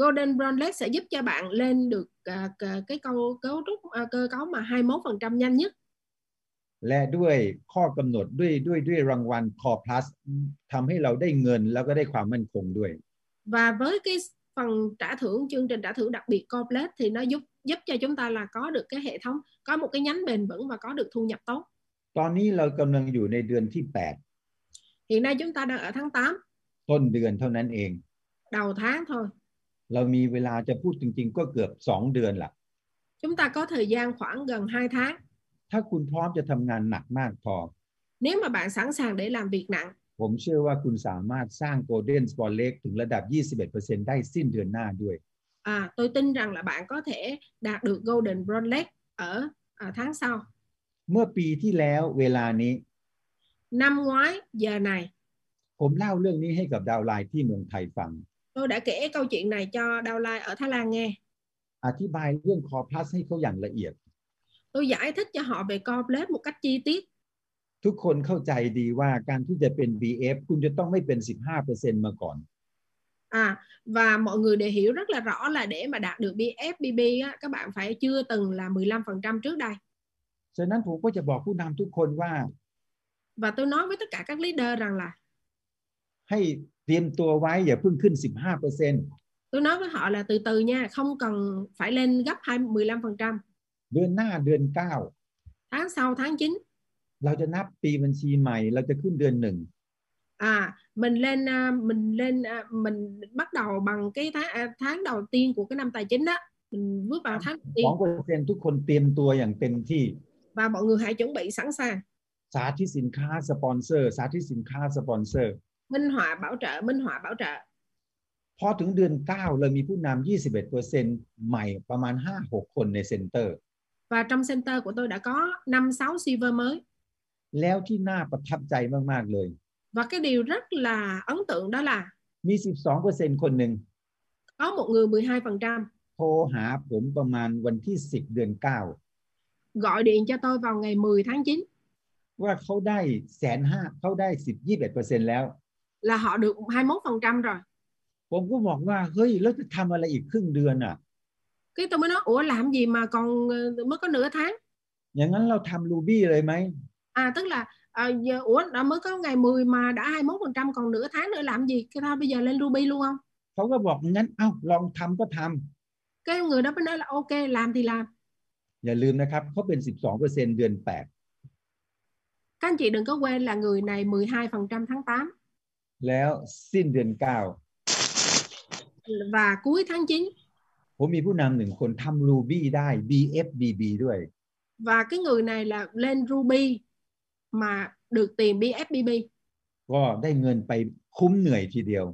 B: golden brownleg sẽ giúp cho bạn lên được à, c- cái câu cấu trúc à, cơ cấu mà 21% nhanh nhất
C: และด้วยข้อกำหนดด้วยด้วยด้วยรางวัล Core Plus ทำให้เราได้เงินแล้วก็ได้ความมั่นคงด้วย
B: và với cái phần trả thưởng chương trình trả thưởng đặc biệt complete thì nó giúp giúp cho chúng ta là có được cái hệ thống có một cái nhánh bền vững và có được thu nhập tốt
C: ตอนนี้เรากำลังอยู่ในเดือนที่
B: hiện nay chúng ta đang ở tháng 8
C: 8 ต้นเดือนเท่านั้นเอง
B: đầu tháng thôi
C: เรามีเวลาจะพูดจริง ๆ ก็เกือบ 2 เดือนละ
B: chúng ta có thời gian khoảng gần 2 tháng
C: ถ้าคุณพร้อมจะทำงานหนักมากพอ
B: nếu mà bạn sẵn sàng để làm việc nặng
C: ผมเชื่อว่าคุณสามารถสร้าง Golden s p o r t l e g ถึงระดับ 21%ได้สิ้นเดือนหน้าด้วย
B: à, tôi tin rằng là bạn có thể đạt được golden brownleg ở à, tháng sau
C: เมื่อปีที่แล้วเวลานี้
B: năm ngoái giờ này
C: ผมเล่าเรื่องนี้ให้กับดาวน์ไลน์ที่เมืองไทยฟัง
B: tôi đã kể câu chuyện này cho Đao Lai ở Thái Lan nghe
C: อธิบายเรื่องคอพลัสให้เขาอย่างละเอียด
B: tôi giải thích cho họ về complete một cách chi tiết
C: ทุกคนเข้าใจดีว่าการที่จะเป็น BF คุณจะต้องไม่เป็น 15%มาก่อน
B: À và mọi người đều hiểu rất là rõ là để mà đạt được BFBB á, các bạn phải chưa từng là 15% trước đây.
C: ฉะนั้นผมก็จะบอกผู้นำทุกคนว่า
B: Và tôi nói với tất cả các leader rằng là
C: ให้เตรียมตัวไว้อย่าเพิ่งขึ้น 15%
B: tôi nói với họ là từ từ nha, không cần phải lên gấp 20 15%.
C: เดือนหน้าเดือน
B: Tháng sau tháng 9
C: 9 เราจะนับปีบัญชีใหม่ เราจะขึ้นเดือนหนึ่ง
B: à mình lên à, mình lên à, mình bắt đầu bằng cái tháng à, tháng đầu tiên của cái năm tài chính đó mình bước vào tháng đầu
C: ส
B: tiên
C: องเปอร์เซ็นทุกคนเตรียมตัวอย่างเต็มที่
B: và mọi người hãy chuẩn bị sẵn sàng
C: สาธิตสินค้าสปอนเซอร์ สาธิตสินค้าสปอนเซอร์
B: minh họa bảo trợ minh họa bảo trợ
C: พอถึงเดือน 9 เรามีผู้นำ21%ใหม่ประมาณ 5-6 คนในเซ็นเตอร์
B: và trong center của tôi đã có 5 6 server mới
C: แล้วที่น่าประทับใจมาก ๆ เลย
B: Và cái điều rất là ấn tượng đó là
C: มี 12%คนหนึ่ง
B: có một người 12%
C: โทรหาผมประมาณวันที่ 10 เดือน
B: gọi điện cho tôi vào ngày 10 tháng 9
C: 9 ว่าเขาได้แสนห้าเขาได้ 10 21%แล้ว
B: là họ được 21% rồi.
C: ผมก็บอกว่า เฮ้ย แล้วจะทำอะไรอีกครึ่งเดือนอ่ะ
B: Cái tôi mới nói ủa làm gì mà còn ờ, mới có nửa tháng.
C: อย่างนั้นเราทำรูบี้เลยไหม
B: À tức là ờ, giờ, ủa đã mới có ngày 10 mà đã 21% còn nửa tháng nữa làm gì? Cái tao bây giờ lên Ruby luôn không?
C: เขาก็บอกงั้นเอ้าลองทำก็ทำ
B: Cái người đó mới nói là ok làm thì làm.
C: อย่าลืมนะครับเขาเป็น 12%เดือน
B: Các anh chị đừng có quên là người này 12% tháng 8
C: 8 แล้วสิ้นเดือน 9
B: và cuối tháng 9
C: ผมมีผู้นำหนึ่งคนทำ Ruby ได้ BFBB ด้วย
B: và cái người này là lên Ruby mà được tiền BFBB.
C: ก็ได้เงินไปคุ้มเหนื่อยทีเดียว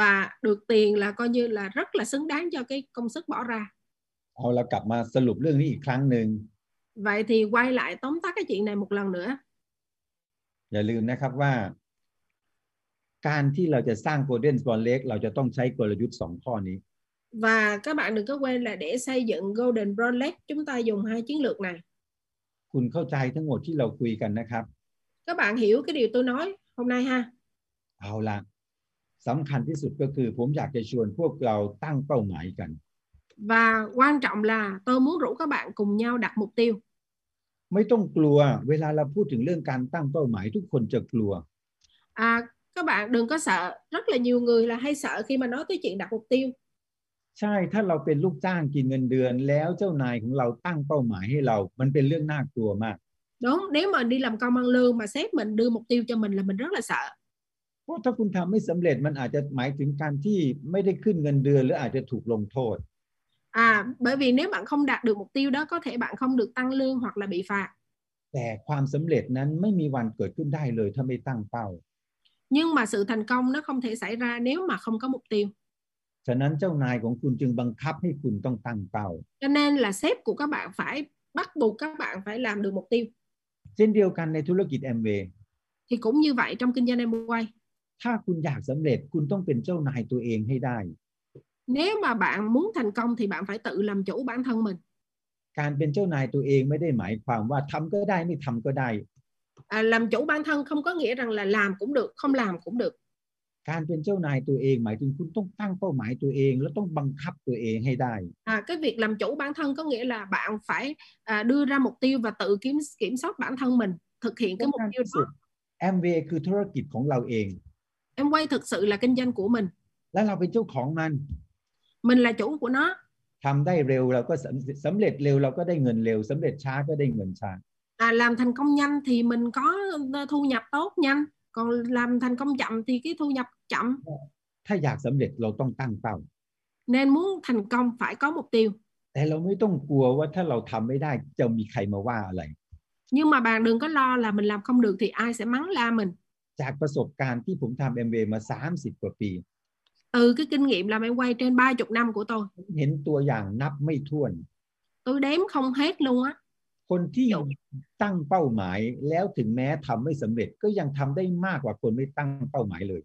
B: và được tiền là coi như là rất là xứng đáng cho cái công sức bỏ ra.
C: เอาเรากลับมาสรุปเรื่องนี้อีกครั้งหนึ่ง
B: Vậy thì quay lại tóm tắt cái chuyện này một lần nữa.
C: อย่าลืมนะครับว่า การที่เราจะสร้าง Golden s p o n l e g เราจะต้องใช้กลยุทธ์ 2 ข้อนี้
B: Và các bạn đừng có quên là để xây dựng Golden Brownleg chúng ta dùng hai chiến lược này.
C: คุณเข้าใจทั้งหมดที่เราคุยกันนะครับ
B: Các bạn hiểu cái điều tôi nói hôm nay ha.
C: เอาละสำคัญที่สุดก็คือ ผมอยากจะชวนพวกเราตั้งเป้าหมายกัน
B: Và quan trọng là tôi muốn rủ các bạn cùng nhau đặt mục tiêu.
C: ไม่ต้องกลัว เวลาเราพูดถึงเรื่องการตั้งเป้าหมายทุกคนจะกลัว
B: à, các bạn đừng có sợ rất là nhiều người là hay sợ khi mà nói tới chuyện đặt mục tiêu
C: ใช่ถ้าเราเป็นลูกจ้างกินเงินเดือน แล้วเจ้านายของเราตั้งเป้าหมายให้เรา มันเป็นเรื่องน่ากลัวมาก
B: đúng nếu mà đi làm công ăn lương mà sếp mình đưa mục tiêu cho mình là mình rất là sợ
C: เพราะถ้าคุณทำไม่สำเร็จมันอาจจะหมายถึงการที่ไม่ได้ขึ้นเงินเดือน หรืออาจจะถูกลงโทษ
B: à bởi vì nếu bạn không đạt được mục tiêu đó có thể bạn không được tăng lương hoặc là bị phạt
C: แต่ความสำเร็จนั้นไม่มีวันเกิดขึ้นได้เลยถ้าไม่ตั้งเป้า
B: nhưng mà sự thành công nó không thể xảy ra nếu mà không có mục tiêu
C: ฉะนั้นเจ้านายของคุณจึงบังคับให้คุณต้องตั้งเป้า
B: cho nên là sếp của các bạn phải bắt buộc các bạn phải làm được mục tiêu
C: เช่นเดียวกันในธุรกิจแอมเวย์
B: thì cũng như vậy trong kinh doanh em quay
C: ถ้าคุณอยากสำเร็จคุณต้องเป็นเจ้านายตัวเองให้ได้
B: nếu mà bạn muốn thành công thì bạn phải tự làm chủ bản thân mình
C: การเป็นเจ้านายตัวเองไม่ได้หมายความว่าทำก็ได้ไม่ทำก็ได้
B: à, làm chủ bản thân không có nghĩa rằng là làm cũng được không làm cũng được
C: การเป็นเจ้านายตัวเอง หมายถึงคุณต้องตั้งเป้าหมายตัวเอง แล้วต้องบังคับตัวเองให้ได้
B: à, cái việc làm chủ bản thân có nghĩa là bạn phải à, đưa ra mục tiêu và tự kiểm kiểm soát bản thân mình thực hiện cái mục
C: สำคัญ
B: tiêu
C: ที่สุ
B: đó
C: ดแอมเวย์คือธุรกิจของเราเอง
B: em quay thực sự là kinh doanh của mình
C: และเราเป็นเจ้าของมัน
B: mình là chủ của nó
C: ทำได้เร็วเราก็สำสำเร็จเร็วเราก็ได้เงินเร็วสำเร็จช้าก็ได้เงินช้า
B: à, làm thành công nhanh thì mình có ờ, thu nhập tốt nhanh còn làm thành công chậm thì cái thu nhập chậm
C: ถ้าอยากสำเร็จเราต้องตั้งเป้า
B: nên muốn thành công phải có mục tiêu
C: แต่เราไม่ต้องกลัวว่าถ้าเราทำไม่ได้จะมีใครมาว่าอะไร
B: nhưng mà bạn đừng có lo là mình làm không được thì ai sẽ mắng la mình
C: จากประสบการณ์ที่ผมทำเอ็มเมา 30 กว่าปี
B: từ cái kinh nghiệm làm em quay trên 30 năm của tôi
C: ผมเห็นตัวอย่างนับไม่ถ้วน
B: tôi đếm không hết luôn á
C: คนที่
B: เดี๋ยว
C: ตั้งเป้าหมายแล้วถึงแม้ทำไม่สำเร็จก็ยังทำได้มากกว่าคนไม่ตั้งเป้าหมายเลย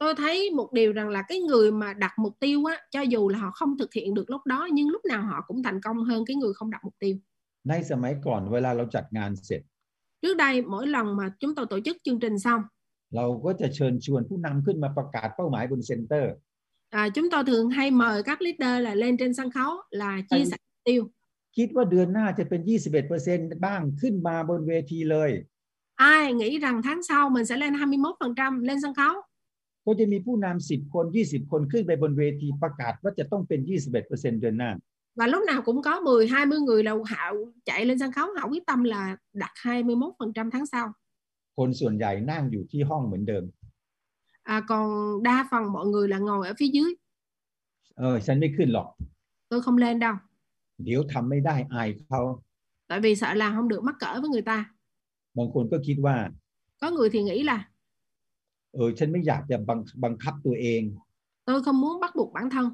B: tôi thấy một điều rằng là cái người mà đặt mục tiêu á cho dù là họ không thực hiện được lúc đó nhưng lúc nào họ cũng thành công hơn cái người không đặt mục tiêu
C: ในสมัยก่อนเวลาเราจัดงานเสร็จ
B: trước đây mỗi lần mà chúng tôi tổ chức chương trình xong
C: เราก็จะเชิญชวนผู้นำขึ้นมาประกาศเป้าหมายบนเซ็นเตอร์
B: à, chúng tôi thường hay mời các leader là lên trên sân khấu là chia
C: Anh-
B: sẻ mục tiêu
C: คิดว่าเดือนหน้าจะเป็น 21%บ้างขึ้นมาบนเวทีเลย
B: ai nghĩ rằng tháng sau mình sẽ lên 21% lên sân khấu
C: ก็จะมีผู้นำ10 คน 20 คนขึ้นไปบนเวทีประกาศว่าจะต้องเป็น 21%เดือนหน้า
B: và lúc nào cũng có 10 20 người là họ chạy lên sân khấu họ quyết tâm là đặt 21% tháng sau
C: คนส่วนใหญ่นั่งอยู่ที่ห้องเหมือนเดิม
B: à, còn đa phần mọi người là ngồi ở phía dưới
C: เออฉันไม่ขึ้นหรอก
B: tôi không lên đâu
C: เดี๋ยวทำไม่ได้อายเขา
B: tại vì sợ là không được mắc cỡ với người ta
C: บางคนก็คิดว่า
B: có người thì nghĩ là
C: เออฉันไม่อยากจะบังบังคับตัวเอง
B: tôi không muốn bắt buộc bản thân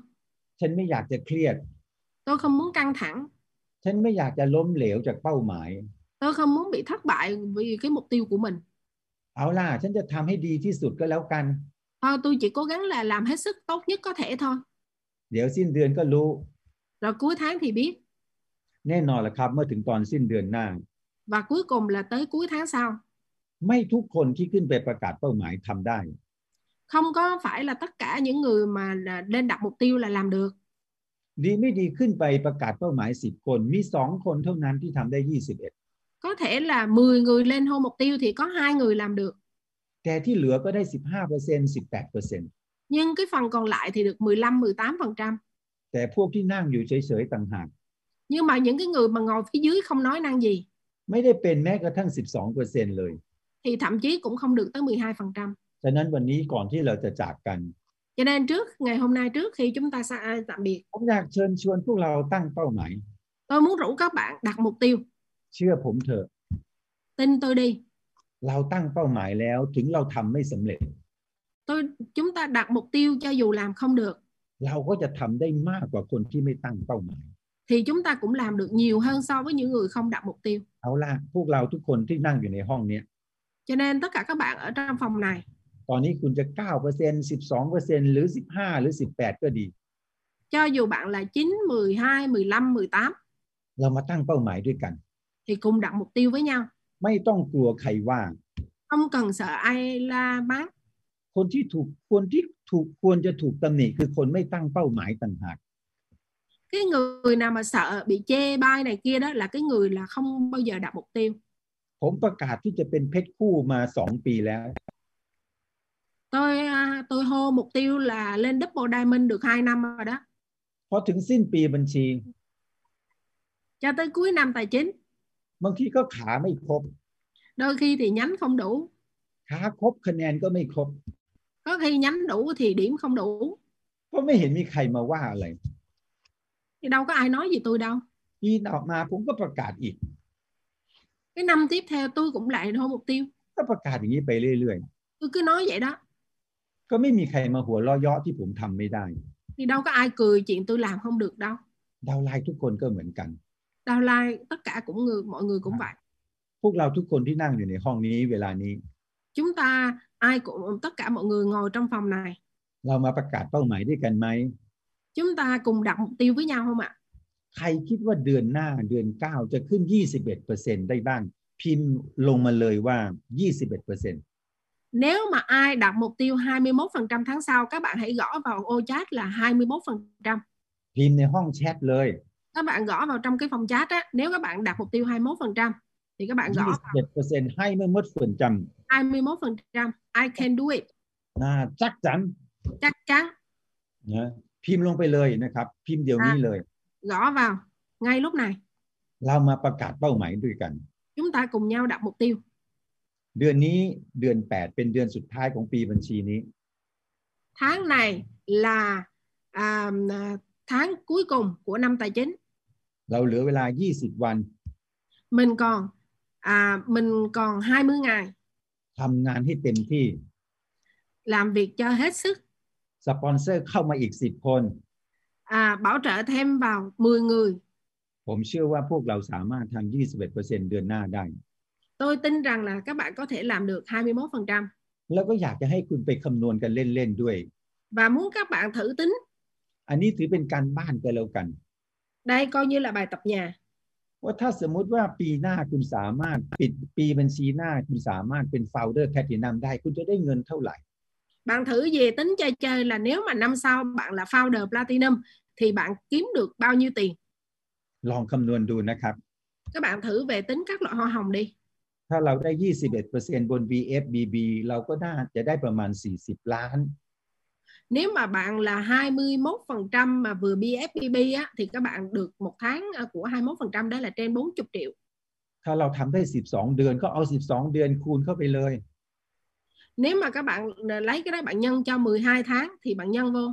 C: ฉันไม่อยากจะเครียด
B: tôi không muốn căng thẳng
C: ฉันไม่อยากจะล้มเหลวจากเป้าหมาย
B: tôi không muốn bị thất bại vì cái mục tiêu của mình
C: เอาล่ะ ฉันจะทำให้ดีที่สุดก็แล้วกัน
B: thôi tôi chỉ cố gắng là làm hết sức tốt nhất có thể thôi
C: เดี๋ยวสิ้นเดือนก็รู้
B: rồi cuối tháng thì biết
C: แน่นอนละครับ เมื่อถึงตอนสิ้นเดือนหน้า
B: và cuối cùng là tới cuối tháng sau
C: ไม่ทุกคนที่ขึ้นไปประกาศเป้าหมายทำได้
B: không có phải là tất cả những người mà là lên đặt mục tiêu là làm được
C: ดีไม่ดีขึ้นไปประกาศเป้าหมาย 10 คน มีสองคนเท่านั้นที่ทำได้
B: có thể là 10 người lên hô mục tiêu thì có hai người làm được
C: 21 แต่ที่เหลือก็ได้ 15% 18%
B: nhưng cái phần còn lại thì được 15 18%.
C: แต่พวกที่นั่งอยู่เฉยๆต่างหาก
B: Nhưng mà những cái người mà ngồi phía dưới không nói năng gì
C: ไม่ได้เป็นแม้กระทั่ง 12%เลย
B: thì thậm chí cũng không được tới 12%.
C: ฉะนั้นวันนี้ก่อนที่เราจะจากกัน
B: Cho nên trước ngày hôm nay trước khi chúng ta xa, à, tạm biệt,
C: ผมอยากเชิญชวนพวกเราตั้งเป้าหมาย
B: tôi muốn rủ các bạn đặt mục tiêu,
C: เชื่อผมเถอะ
B: tin tôi đi.
C: เราตั้งเป้าหมายแล้วถึงเราทำไม่สำเร็จ
B: Tôi chúng ta đặt mục tiêu cho dù làm không được
C: เราก็จะทำได้มากกว่าคนที่ไม่ตั้งเป้าหมาย
B: thì chúng ta cũng làm được nhiều hơn so với những người không đặt mục tiêu.
C: เอาล่ะพวกเราทุกคนที่นั่งอยู่ในห้องเนี้ย
B: Cho nên tất cả các bạn ở trong phòng này
C: ตอนนี้คุณจะ 9% 12%หรือ 15 หรือ 18 ก็ดี
B: cho dù bạn là 9, 12, 15, 18
C: เรามาตั้งเป้าหมายด้วยกัน
B: thì cùng đặt mục tiêu với nhau.
C: ไม่ต้องกลัวใครว่า
B: Không cần sợ ai la mắng.
C: คนที่ถูกคนที่ถูกควรจะถูกตำหนิคือคนไม่ตั้งเป้าหมายต่างหาก
B: Cái người nào mà sợ bị chê bai này kia đó là cái người là không bao giờ đặt mục tiêu.
C: ผมประกาศที่จะเป็นเพชรคู่มา 2 ปีแล้ว
B: tôi à, tôi hô mục tiêu là lên double diamond được 2 năm rồi đó
C: พอถึงสิ้นปีบัญชี
B: cho tới cuối năm tài chính
C: บางทีก็ขาไม่ครบ
B: đôi khi thì nhánh không đủ
C: ขาครบคะแนนก็ไม่ครบ
B: có khi nhánh đủ thì điểm không đủ
C: ก็ไม่เห็นมีใครมาว่าอะไร
B: thì đâu có ai nói gì tôi đâu
C: ปีนออกมาผมก็ประกาศอีก
B: cái năm tiếp theo tôi cũng lại hô mục tiêu
C: ก็ประกาศอย่างนี้ไปเรื่อย
B: tôi cứ nói vậy đó
C: ๆ ก็ไม่มีใครมาหัวเร้อเยาะที่ผมทำไม่ได้
B: thì đâu có ai cười chuyện tôi làm không được đâu
C: ดาวน์ไลน์ทุกคนก็เหมือนกัน
B: đau lai tất cả cũng người mọi người cũng
C: À.
B: vậy
C: พวกเราทุกคนที่นั่งอยู่ในห้องนี้เวลานี้
B: chúng ta ai cũng tất cả mọi người ngồi trong phòng này
C: เรามาประกาศเป้าหมายด้วยกันไหม
B: chúng ta cùng đặt mục tiêu với nhau không ạ
C: ใครคิดว่าเดือนหน้าเดือนเก้าจะขึ้น 21%ได้บ้าง พิมพ์ลงมาเลยว่า 21%
B: nếu mà ai đặt mục tiêu 21% tháng sau các bạn hãy gõ vào ô chat là 21%
C: พิมพ์ในห้องแชทเลย
B: các bạn gõ vào trong cái phòng chat á nếu các bạn đặt mục tiêu 21% thì các bạn gõ
C: 21%ให้ไม่หมดส่วนจ
B: 21% I can do it
C: ำน่าจักจัน
B: chắc chắn
C: นะพิมพ์ลงไปเลยนะครับ พิมพ์เดี๋ยวนี้เลย
B: gõ vào ngay lúc này
C: เรามาประกาศเป้าหมายด้วยกัน
B: chúng ta cùng nhau đặt mục tiêu
C: เดือนนี้เดือน 8 เป็นเดือนสุดท้ายของปีบัญชีนี้
B: tháng này là à, à, tháng cuối cùng của năm tài chính
C: เราเหลือเวลา 20 วัน
B: mình còn à, mình còn 20 ngày
C: ทำงานให้เต็มที่
B: làm việc cho hết sức
C: สปอนเซอร์เข้ามาอีก 10 คน
B: à, bảo trợ thêm vào 10 người
C: ผมเชื่อว่าพวกเราสามารถทำ21%เดือนหน้าได้
B: tôi tin rằng là các bạn có thể làm được 21%
C: แล้วก็อยากจะให้คุณไปคำนวณกันเล่น ๆ ด้วย
B: và muốn các bạn thử tính
C: อันนี้ถือเป็นการบ้านกันแล้วกัน
B: đây coi như là bài tập nhà
C: ว่าถ้าสมมุติว่าปีหน้าคุณสามารถปิดปีบัญชีหน้าคุณสามารถเป็น founder platinum ได้ คุณจะได้เงินเท่าไหร่
B: bạn thử về tính chơi chơi là nếu mà năm sau bạn là founder platinum thì bạn kiếm được bao nhiêu tiền
C: ลองคำนวณดูนะครับ
B: các bạn thử về tính các loại hoa hồng đi
C: ถ้าเราได้ 21%บน VFBB เราก็น่าจะได้ประมาณ 40 ล้าน
B: nếu mà bạn là 21% mà vừa BFPB á, thì các bạn được một tháng à, của 21% đó là trên 40 triệu
C: ถ้าเราทำได้ 12 เดือนก็เอา 12 เดือนคูณเข้าไปเลย
B: nếu mà các bạn à, lấy cái đó bạn nhân cho 12 tháng thì bạn nhân vô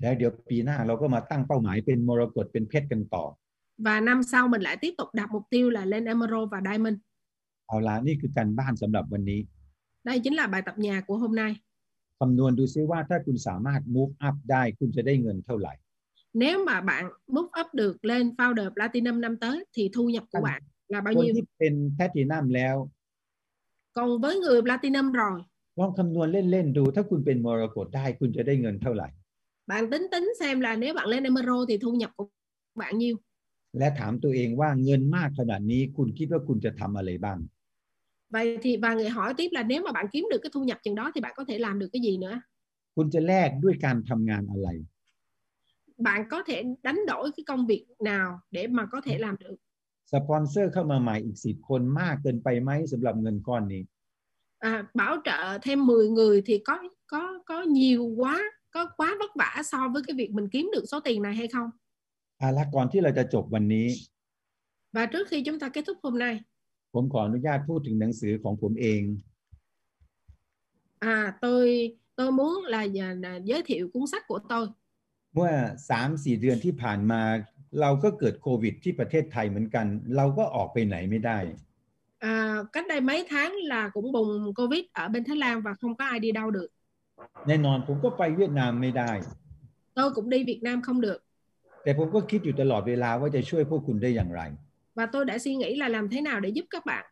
C: แล้วเดี๋ยวปีหน้าเราก็มาตั้งเป้าหมายเป็นมรกตเป็นเพชรกันต่อ
B: và năm sau mình lại tiếp tục đặt mục tiêu là lên Emerald và Diamond.
C: เอาละนี่คือการบ้านสำหรับวันนี้
B: Đây chính là bài tập nhà của hôm nay.
C: คำนวณดูซิว่าถ้าคุณสามารถ move up ได้คุณจะได้เงินเท่าไหร่
B: Nếu mà bạn move up được lên founder platinum năm tới thì thu nhập của
C: Anh-
B: bạn là bao
C: คน
B: nhiêu?
C: ที่เป็นแพทินัมแล้ว
B: Còn với người platinum rồi,
C: ลองคำนวณเล่น ๆ ดู ถ้าคุณเป็นมรกตได้คุณจะได้เงินเท่าไหร่
B: bạn tính tính xem là nếu bạn lên Emerald thì thu nhập của bạn nhiêu?
C: และถามตัวเองว่าเงินมากขนาดนี้คุณคิดว่าคุณจะทำอะไรบ้าง
B: Vậy thì và người hỏi tiếp là nếu mà bạn kiếm được cái thu nhập chừng đó thì bạn có thể làm được cái gì nữa?
C: คุณจะแลกด้วยการทำงานอะไร
B: Bạn có thể đánh đổi cái công việc nào để mà có thể làm được?
C: สปอนเซอร์เข้ามาใหม่อีกสิบคนมากเกินไปไหมสำหรับเงินก้อนนี้
B: À, bảo trợ thêm 10 người thì có có có nhiều quá, có quá vất vả so với cái việc mình kiếm được số tiền này hay không?
C: อาละก่อนที่เราจะจบวันนี้
B: Và trước khi chúng ta kết thúc hôm nay,
C: ผมขออนุญาตพูดถึงหนังสือของผมเอง
B: à tôi tôi muốn là, giờ- là giới thiệu cuốn sách của tôi.
C: เมื่อ 3 4 เดือนที่ผ่านมา เราก็เกิดโควิดที่ประเทศไทยเหมือนกัน เราก็ออกไปไหนไม่ได้
B: À, cách đây mấy tháng là cũng bùng Covid ở bên Thái Lan và không có ai đi đâu được.
C: แน่นอนผมก็ไปเวียดนามไม่ได้
B: Tôi cũng đi Việt Nam không được
C: แต่ผมก็คิดอยู่ตลอดเวลาว่าจะช่วยพวกคุณได้อย่างไร
B: và tôi đã suy nghĩ là làm thế nào để giúp các bạn.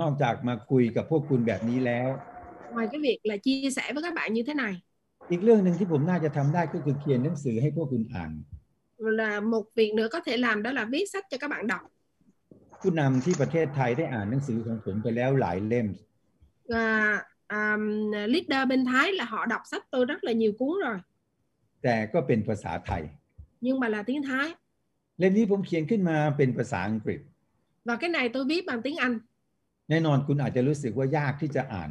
C: นอกจากมาคุยกับพวกคุณแบบนี้แล้ว
B: Ngoài cái việc là chia sẻ với các bạn như thế này
C: อีกเรื่องหนึ่งที่ผมน่าจะทำได้ก็คือเขียนหนังสือให้พวกคุณอ่าน
B: là một việc nữa có thể làm đó là viết sách cho các bạn đọc.
C: ผู้นำที่ประเทศไทยได้อ่านหนังสือของผมไปแล้วหลายเล่ม
B: À, à, leader bên Thái là họ đọc sách tôi rất là nhiều cuốn rồi
C: แต่ก็เป็นภาษาไทย
B: nhưng mà là tiếng Thái
C: เล่มนี้ผมเขียนขึ้นมาเป็นภาษาอังกฤษ
B: và cái này tôi viết bằng tiếng Anh
C: แน่นอนคุณอาจจะรู้สึกว่ายากที่จะอ่าน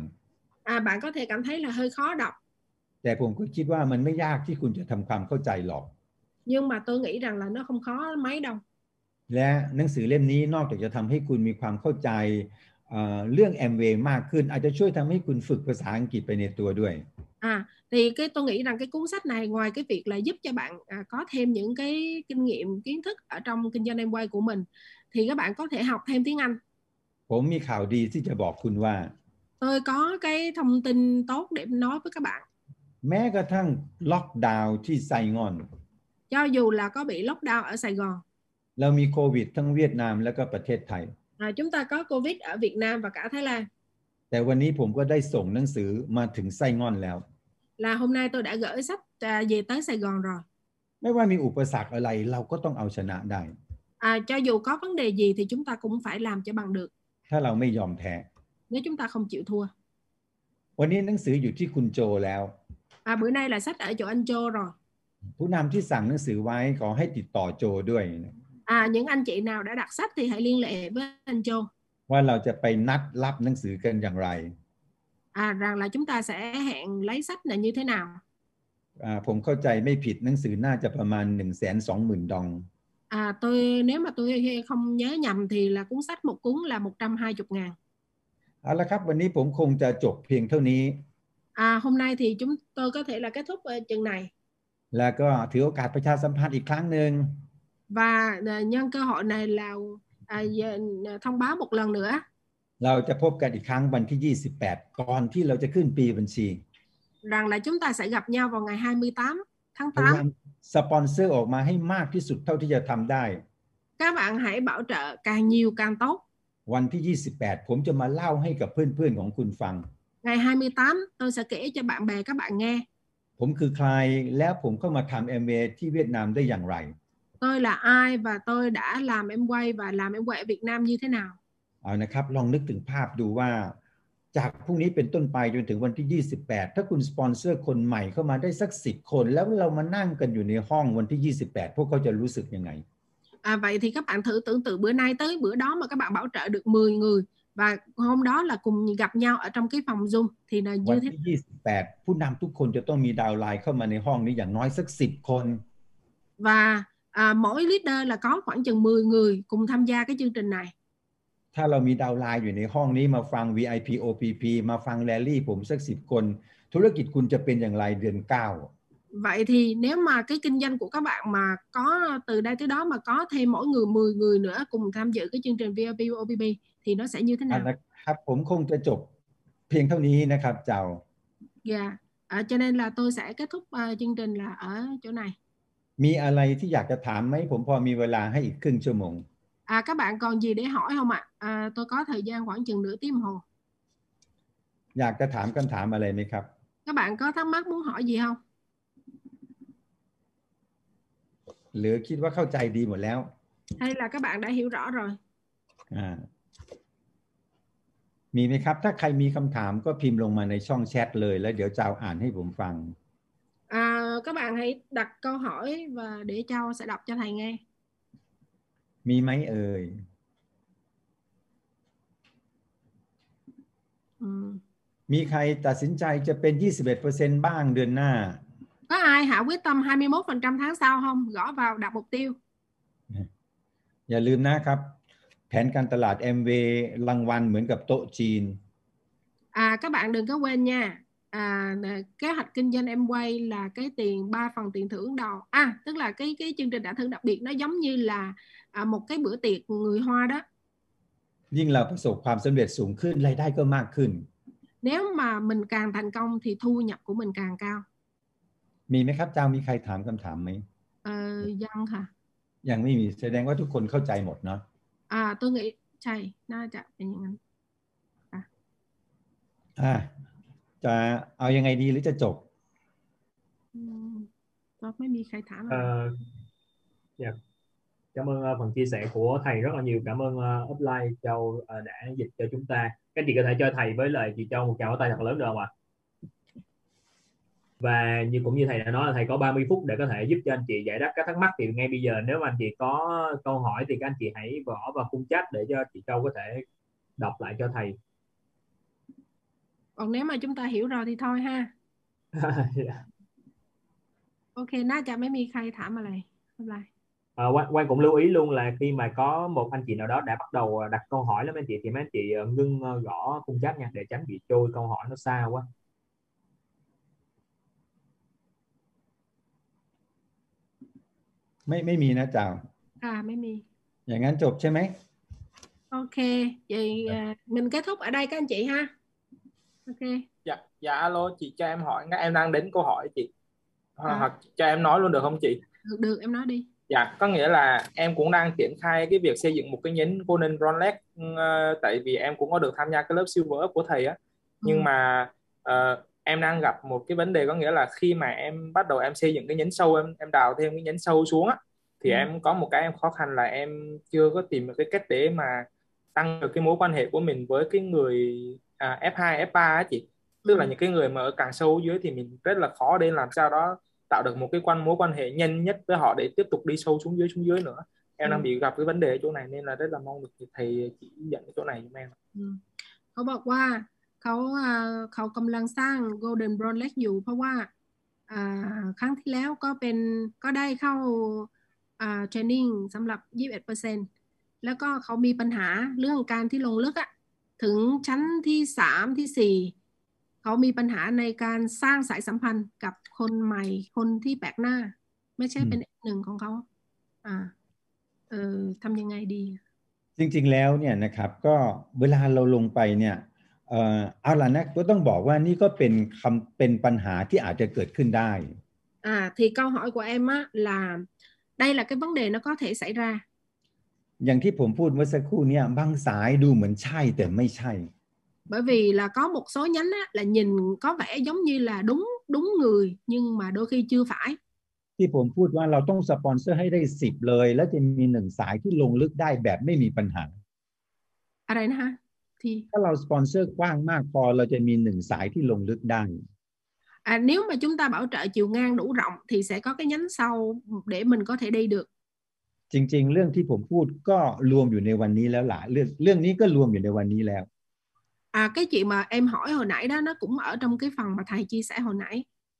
B: à, bạn có thể cảm thấy là hơi khó đọc
C: แต่ผมก็คิดว่ามันไม่ยากที่คุณจะทำความเข้าใจหรอก
B: nhưng mà tôi nghĩ rằng là nó không khó mấy đâu
C: และหนังสือเล่มนี้นอกจากจะทำให้คุณมีความเข้าใจเอ่อเรื่องแอมเวย์มากขึ้น อาจจะช่วยทำให้คุณฝึกภาษาอังกฤษไปในตัวด้วย
B: à thì cái tôi nghĩ rằng cái cuốn sách này ngoài cái việc là giúp cho bạn à, có thêm những cái kinh nghiệm kiến thức ở trong kinh doanh em quay của mình thì các bạn có thể học thêm tiếng Anh
C: ผมมีข่าวดีที่จะบอกคุณว่า
B: tôi có cái thông tin tốt để nói với các bạn
C: แม้กระทั่งล็อกดาวน์ที่ไซงอน
B: cho dù là có bị lockdown ở Sài Gòn
C: เรามีโควิดทั้งเวียดนามและก็ประเทศไทย
B: à, chúng ta có Covid ở Việt Nam và cả Thái Lan
C: แต่วันนี้ผมก็ได้ส่งหนังสือมาถึงไซงอนแล้ว
B: là hôm nay tôi đã gửi sách à, về tới Sài Gòn rồi
C: ไม่ว่ามีอุปสรรคอะไรเราก็ต้องเอาชนะได้
B: à, cho dù có vấn đề gì thì chúng ta cũng phải làm cho bằng được
C: ถ้าเราไม่ยอมแพ้
B: nếu chúng ta không chịu thua
C: วันนี้หนังสืออยู่ที่คุณโจแล้ว
B: à, bữa nay là sách ở chỗ anh Châu rồi
C: ผู้นำที่สั่งหนังสือไว้ขอให้ติดต่อโจด้วยนะ
B: à, những anh chị nào đã đặt sách thì hãy liên hệ với anh Châu
C: ว่าเราจะไปนัดรับหนังสือกันอย่างไร
B: à, rằng là chúng ta sẽ hẹn lấy sách là như thế nào
C: อ่าผมเข้าใจไม่ผิดหนังสือน่าจะประมาณ 1 2 0 0 0 0 ดอง
B: à, tôi nếu mà tôi không nhớ nhầm thì là cuốn sách một cuốn là 120 ngàn
C: เอาละครับ วันนี้ผมคงจะจบเพียงเท่านี้
B: à, hôm nay thì chúng tôi có thể là kết thúc ờ, chừng này
C: แล้วก็ถือโอกาสประชาสัมพันธ์อีกครั้งหนึ่ง
B: và ờ, nhân cơ hội này là à, giờ- thông báo một lần nữa
C: เราจะพบกันอีกครั้งวันที่ 28 ก่อนที่เราจะขึ้นปีบัญชี
B: rằng là chúng ta sẽ gặp nhau vào ngày 28 tháng
C: พยา
B: 8.
C: ยามสปอนเซอร์ออกมาให้มากที่สุดเท่าที่จะทำได้
B: Các bạn hãy bảo trợ càng nhiều càng tốt.
C: วันที่ 28 ผมจะมาเล่าให้กับเพื่อนๆของคุณฟัง
B: Ngày 28 tôi sẽ kể cho bạn bè các bạn nghe.
C: ผมคือใครแล้วผมเข้ามาทำแอมเวที่เวียดนามได้อย่างไร
B: Tôi là ai và tôi đã làm em quay và làm em quay ở Việt Nam như thế nào.
C: เอานะครับ ลองนึกถึงภาพดูว่า จากพรุ่งนี้เป็นต้นไปจนถึงวันที่ 28 ถ้าคุณสปอนเซอร์คนใหม่เข้ามาได้สัก 10 คน แล้วเรามานั่งกันอยู่ในห้องวันที่ 28 พวกเขาจะรู้สึกยังไง
B: À, vậy thì các bạn thử tưởng tượng bữa nay tới bữa đó mà các bạn bảo trợ được 10 người và hôm đó là cùng gặp nhau ở trong cái phòng Zoom thì là
C: วั
B: như
C: น
B: thế
C: ที่ 28 ผู้นำทุกคนจะต้องมีดาวน์ไลน์เข้ามาในห้องนี้อย่างน้อยสัก 10 คน
B: và à, mỗi leader là có khoảng chừng 10 người cùng tham gia cái chương trình này.
C: ถ้าเรามีดาวน์ไลน์อยู่ในห้องนี้มาฟัง VIP OPP มาฟังแรลลี่ผมสัก 10 คน ธุรกิจคุณจะเป็นอย่างไรเดือน 9
B: Vậy thì nếu mà cái kinh doanh của các bạn mà có từ đây tới đó mà có thêm mỗi người 10 người nữa cùng tham dự cái chương trình VIP OBB thì nó sẽ như thế
C: อ่ะ
B: nào?
C: นะครับผมคงจะจบเพียงเท่านี้นะครับเจ้า
B: Dạ. À, cho nên là tôi sẽ kết thúc à, chương trình là ở chỗ này.
C: มีอะไรที่อยากจะถามไหมผมพอมีเวลาให้อีกครึ่งชั่วโมง
B: À, các bạn còn gì để hỏi không ạ? À, tôi có thời gian khoảng chừng nửa tiếng đồng hồ.
C: อยากจะถามคำถามอะไรไหมครับ
B: Các bạn có thắc mắc muốn hỏi gì không?
C: หรือคิดว่าเข้าใจดีหมดแล้ว
B: Hay là các bạn đã hiểu rõ rồi?
C: อ่ามีไหมครับ ถ้าใครมีคำถามก็พิมพ์ลงมาในช่องแชทเลยแล้วเดี๋ยวเจ้าอ่านให้ผมฟัง
B: À, các bạn hãy đặt câu hỏi và để Châu sẽ đọc cho thầy nghe.
C: มีไหมเอ่ย
B: Ừ.
C: มีใครตัดสินใจจะเป็น 21%บ้างเดือนหน้า
B: Có ai hạ quyết tâm 21% tháng sau không? Gõ vào đặt mục tiêu.
C: อย่าลืมนะครับ แผนการตลาด MV รางวัลเหมือนกับโต๊ะจีน
B: À, các bạn đừng có quên nha. À, nè, kế hoạch kinh doanh em quay là cái tiền 3 phần tiền thưởng đầu. À, tức là cái cái chương trình đã thưởng đặc biệt nó giống như là à, một cái bữa tiệc người Hoa đó.
C: ยิ่งเราประสบความสำเร็จสูงขึ้นรายได้ก็มากขึ้น
B: Nếu mà mình càng thành công thì thu nhập của mình càng cao.
C: มีไหมครับเจ้ามีใครถามคำถามไหม
B: Ờ, dân hả?
C: ยังไม่มีแสดงว่าทุกคนเข้าใจหมดเนาะ
B: À, tôi nghĩ chạy nó chạy tự nhiên.
C: อ่ะจะเอายังไงดีหรือจะจบ
B: Ừ, Tôi mới bị khai thả mà.
D: Ờ, dạ. Cảm ơn ờ, phần chia sẻ của thầy rất là nhiều. Cảm ơn ờ, upline Châu ờ, đã dịch cho chúng ta. Các chị có thể cho thầy với lại chị Châu một tràng pháo tay thật lớn được không ạ? Và như cũng như thầy đã nói là thầy có 30 phút để có thể giúp cho anh chị giải đáp các thắc mắc thì ngay bây giờ nếu mà anh chị có câu hỏi thì các anh chị hãy gõ vào khung chat để cho chị Châu có thể đọc lại cho thầy.
B: còn nếu mà chúng ta hiểu rồi thì thôi ha
D: Dạ.
B: ok น่าจะไม่มีใครถามอะไรไม่เป็นไร
D: Ờ, Quang, Quang cũng lưu ý luôn là khi mà có một anh chị nào đó đã bắt đầu đặt câu hỏi lắm anh chị thì mấy anh chị ờ, ngưng ờ, gõ khung chat nha để tránh bị trôi câu hỏi nó xa quá.
C: ๆ ไม่ไม่มีนะจ่าว
B: ค่ะไม่มี
C: อย่างนั้นจบใช่ไหม
B: À, ok vậy à, mình kết thúc ở đây các anh chị ha ok
E: dạ dạ alo chị cho em hỏi em đang đến câu hỏi chị Ho-
B: À.
E: hoặc cho em nói luôn được không chị
B: được được em nói đi
E: dạ có nghĩa là em cũng đang triển khai cái việc xây dựng một cái nhánh Golden Rolex ờ, tại vì em cũng có được tham gia cái lớp Silver Up của thầy á nhưng
B: Ừ.
E: mà ờ, em đang gặp một cái vấn đề có nghĩa là khi mà em bắt đầu em xây dựng cái nhánh sâu em em đào thêm cái nhánh sâu xuống á thì
B: Ừ.
E: em có một cái em khó khăn là em chưa có tìm được cái cách để mà tăng được cái mối quan hệ của mình với cái người à, F2 F3 á chị tức là
B: Ừ.
E: những cái người mà ở càng sâu dưới thì mình rất là khó để làm sao đó tạo được một cái quan mối quan hệ nhanh nhất với họ để tiếp tục đi sâu xuống dưới xuống dưới nữa em
B: Ừ.
E: đang bị gặp cái vấn đề ở chỗ này nên là rất là mong được thầy chỉ dẫn cái chỗ này giùm em
B: เขาบอกว่าเขาอ่าเขากำลังสร้าง Golden b r o n l e g อยู่เพราะว่าอ่าครั้งที่แล้วก็เป็นก็ได้เข้าอ่าเทรนนิ่งสำหรับ 21%แล้วก็เขามีปัญหาเรื่องการที่ลงลึกอะถึงชั้นที่ 3 ที่ 4 เขามีปัญหาในการสร้างสายสัมพันธ์กับคนใหม่คนที่แปลกหน้า ไม่ใช่เป็นหนึ่งของเขาอ่าเออทำยังไงดี
C: จริงๆแล้วเนี่ยนะครับก็เวลาเราลงไปเนี่ยเอ่อเอาล่ะนะก็ต้องบอกว่านี่ก็เป็นคำเป็นปัญหาที่อาจจะเกิดขึ้นได้
B: À, thì câu hỏi của em á, là đây là cái vấn đề nó có thể xảy ra.
C: อย่างที่ผมพูดเมื่อสักครู่เนี่ยบางสายดูเหมือนใช่แต่ไม่ใช่
B: Bởi vì là có một số nhánh á, là nhìn có vẻ giống như là đúng đúng người nhưng mà đôi khi chưa phải.
C: ที่ผมพูดว่าเราต้องสปอนเซอร์ให้ได้ 10 เลย แล้วจะมีหนึ่งสายที่ลงลึกได้แบบไม่มีปัญหา
B: À đây nè ha. Thì
C: ถ้าเราสปอนเซอร์กว้างมากพอเราจะมีหนึ่งสายที่ลงลึกได้
B: à, nếu mà chúng ta bảo trợ chiều ngang đủ rộng thì sẽ có cái nhánh sau để mình có thể đi được.
C: จริง ๆ เรื่องที่ผมพูดก็รวมอยู่ในวันนี้แล้วล่ะเรื่องเรื่องนี้ก็รวมอยู่ในวันนี้แล้ว
B: À cái chuyện mà em hỏi hồi nãy đó nó cũng ở trong cái phần mà thầy chia sẻ hồi nãy.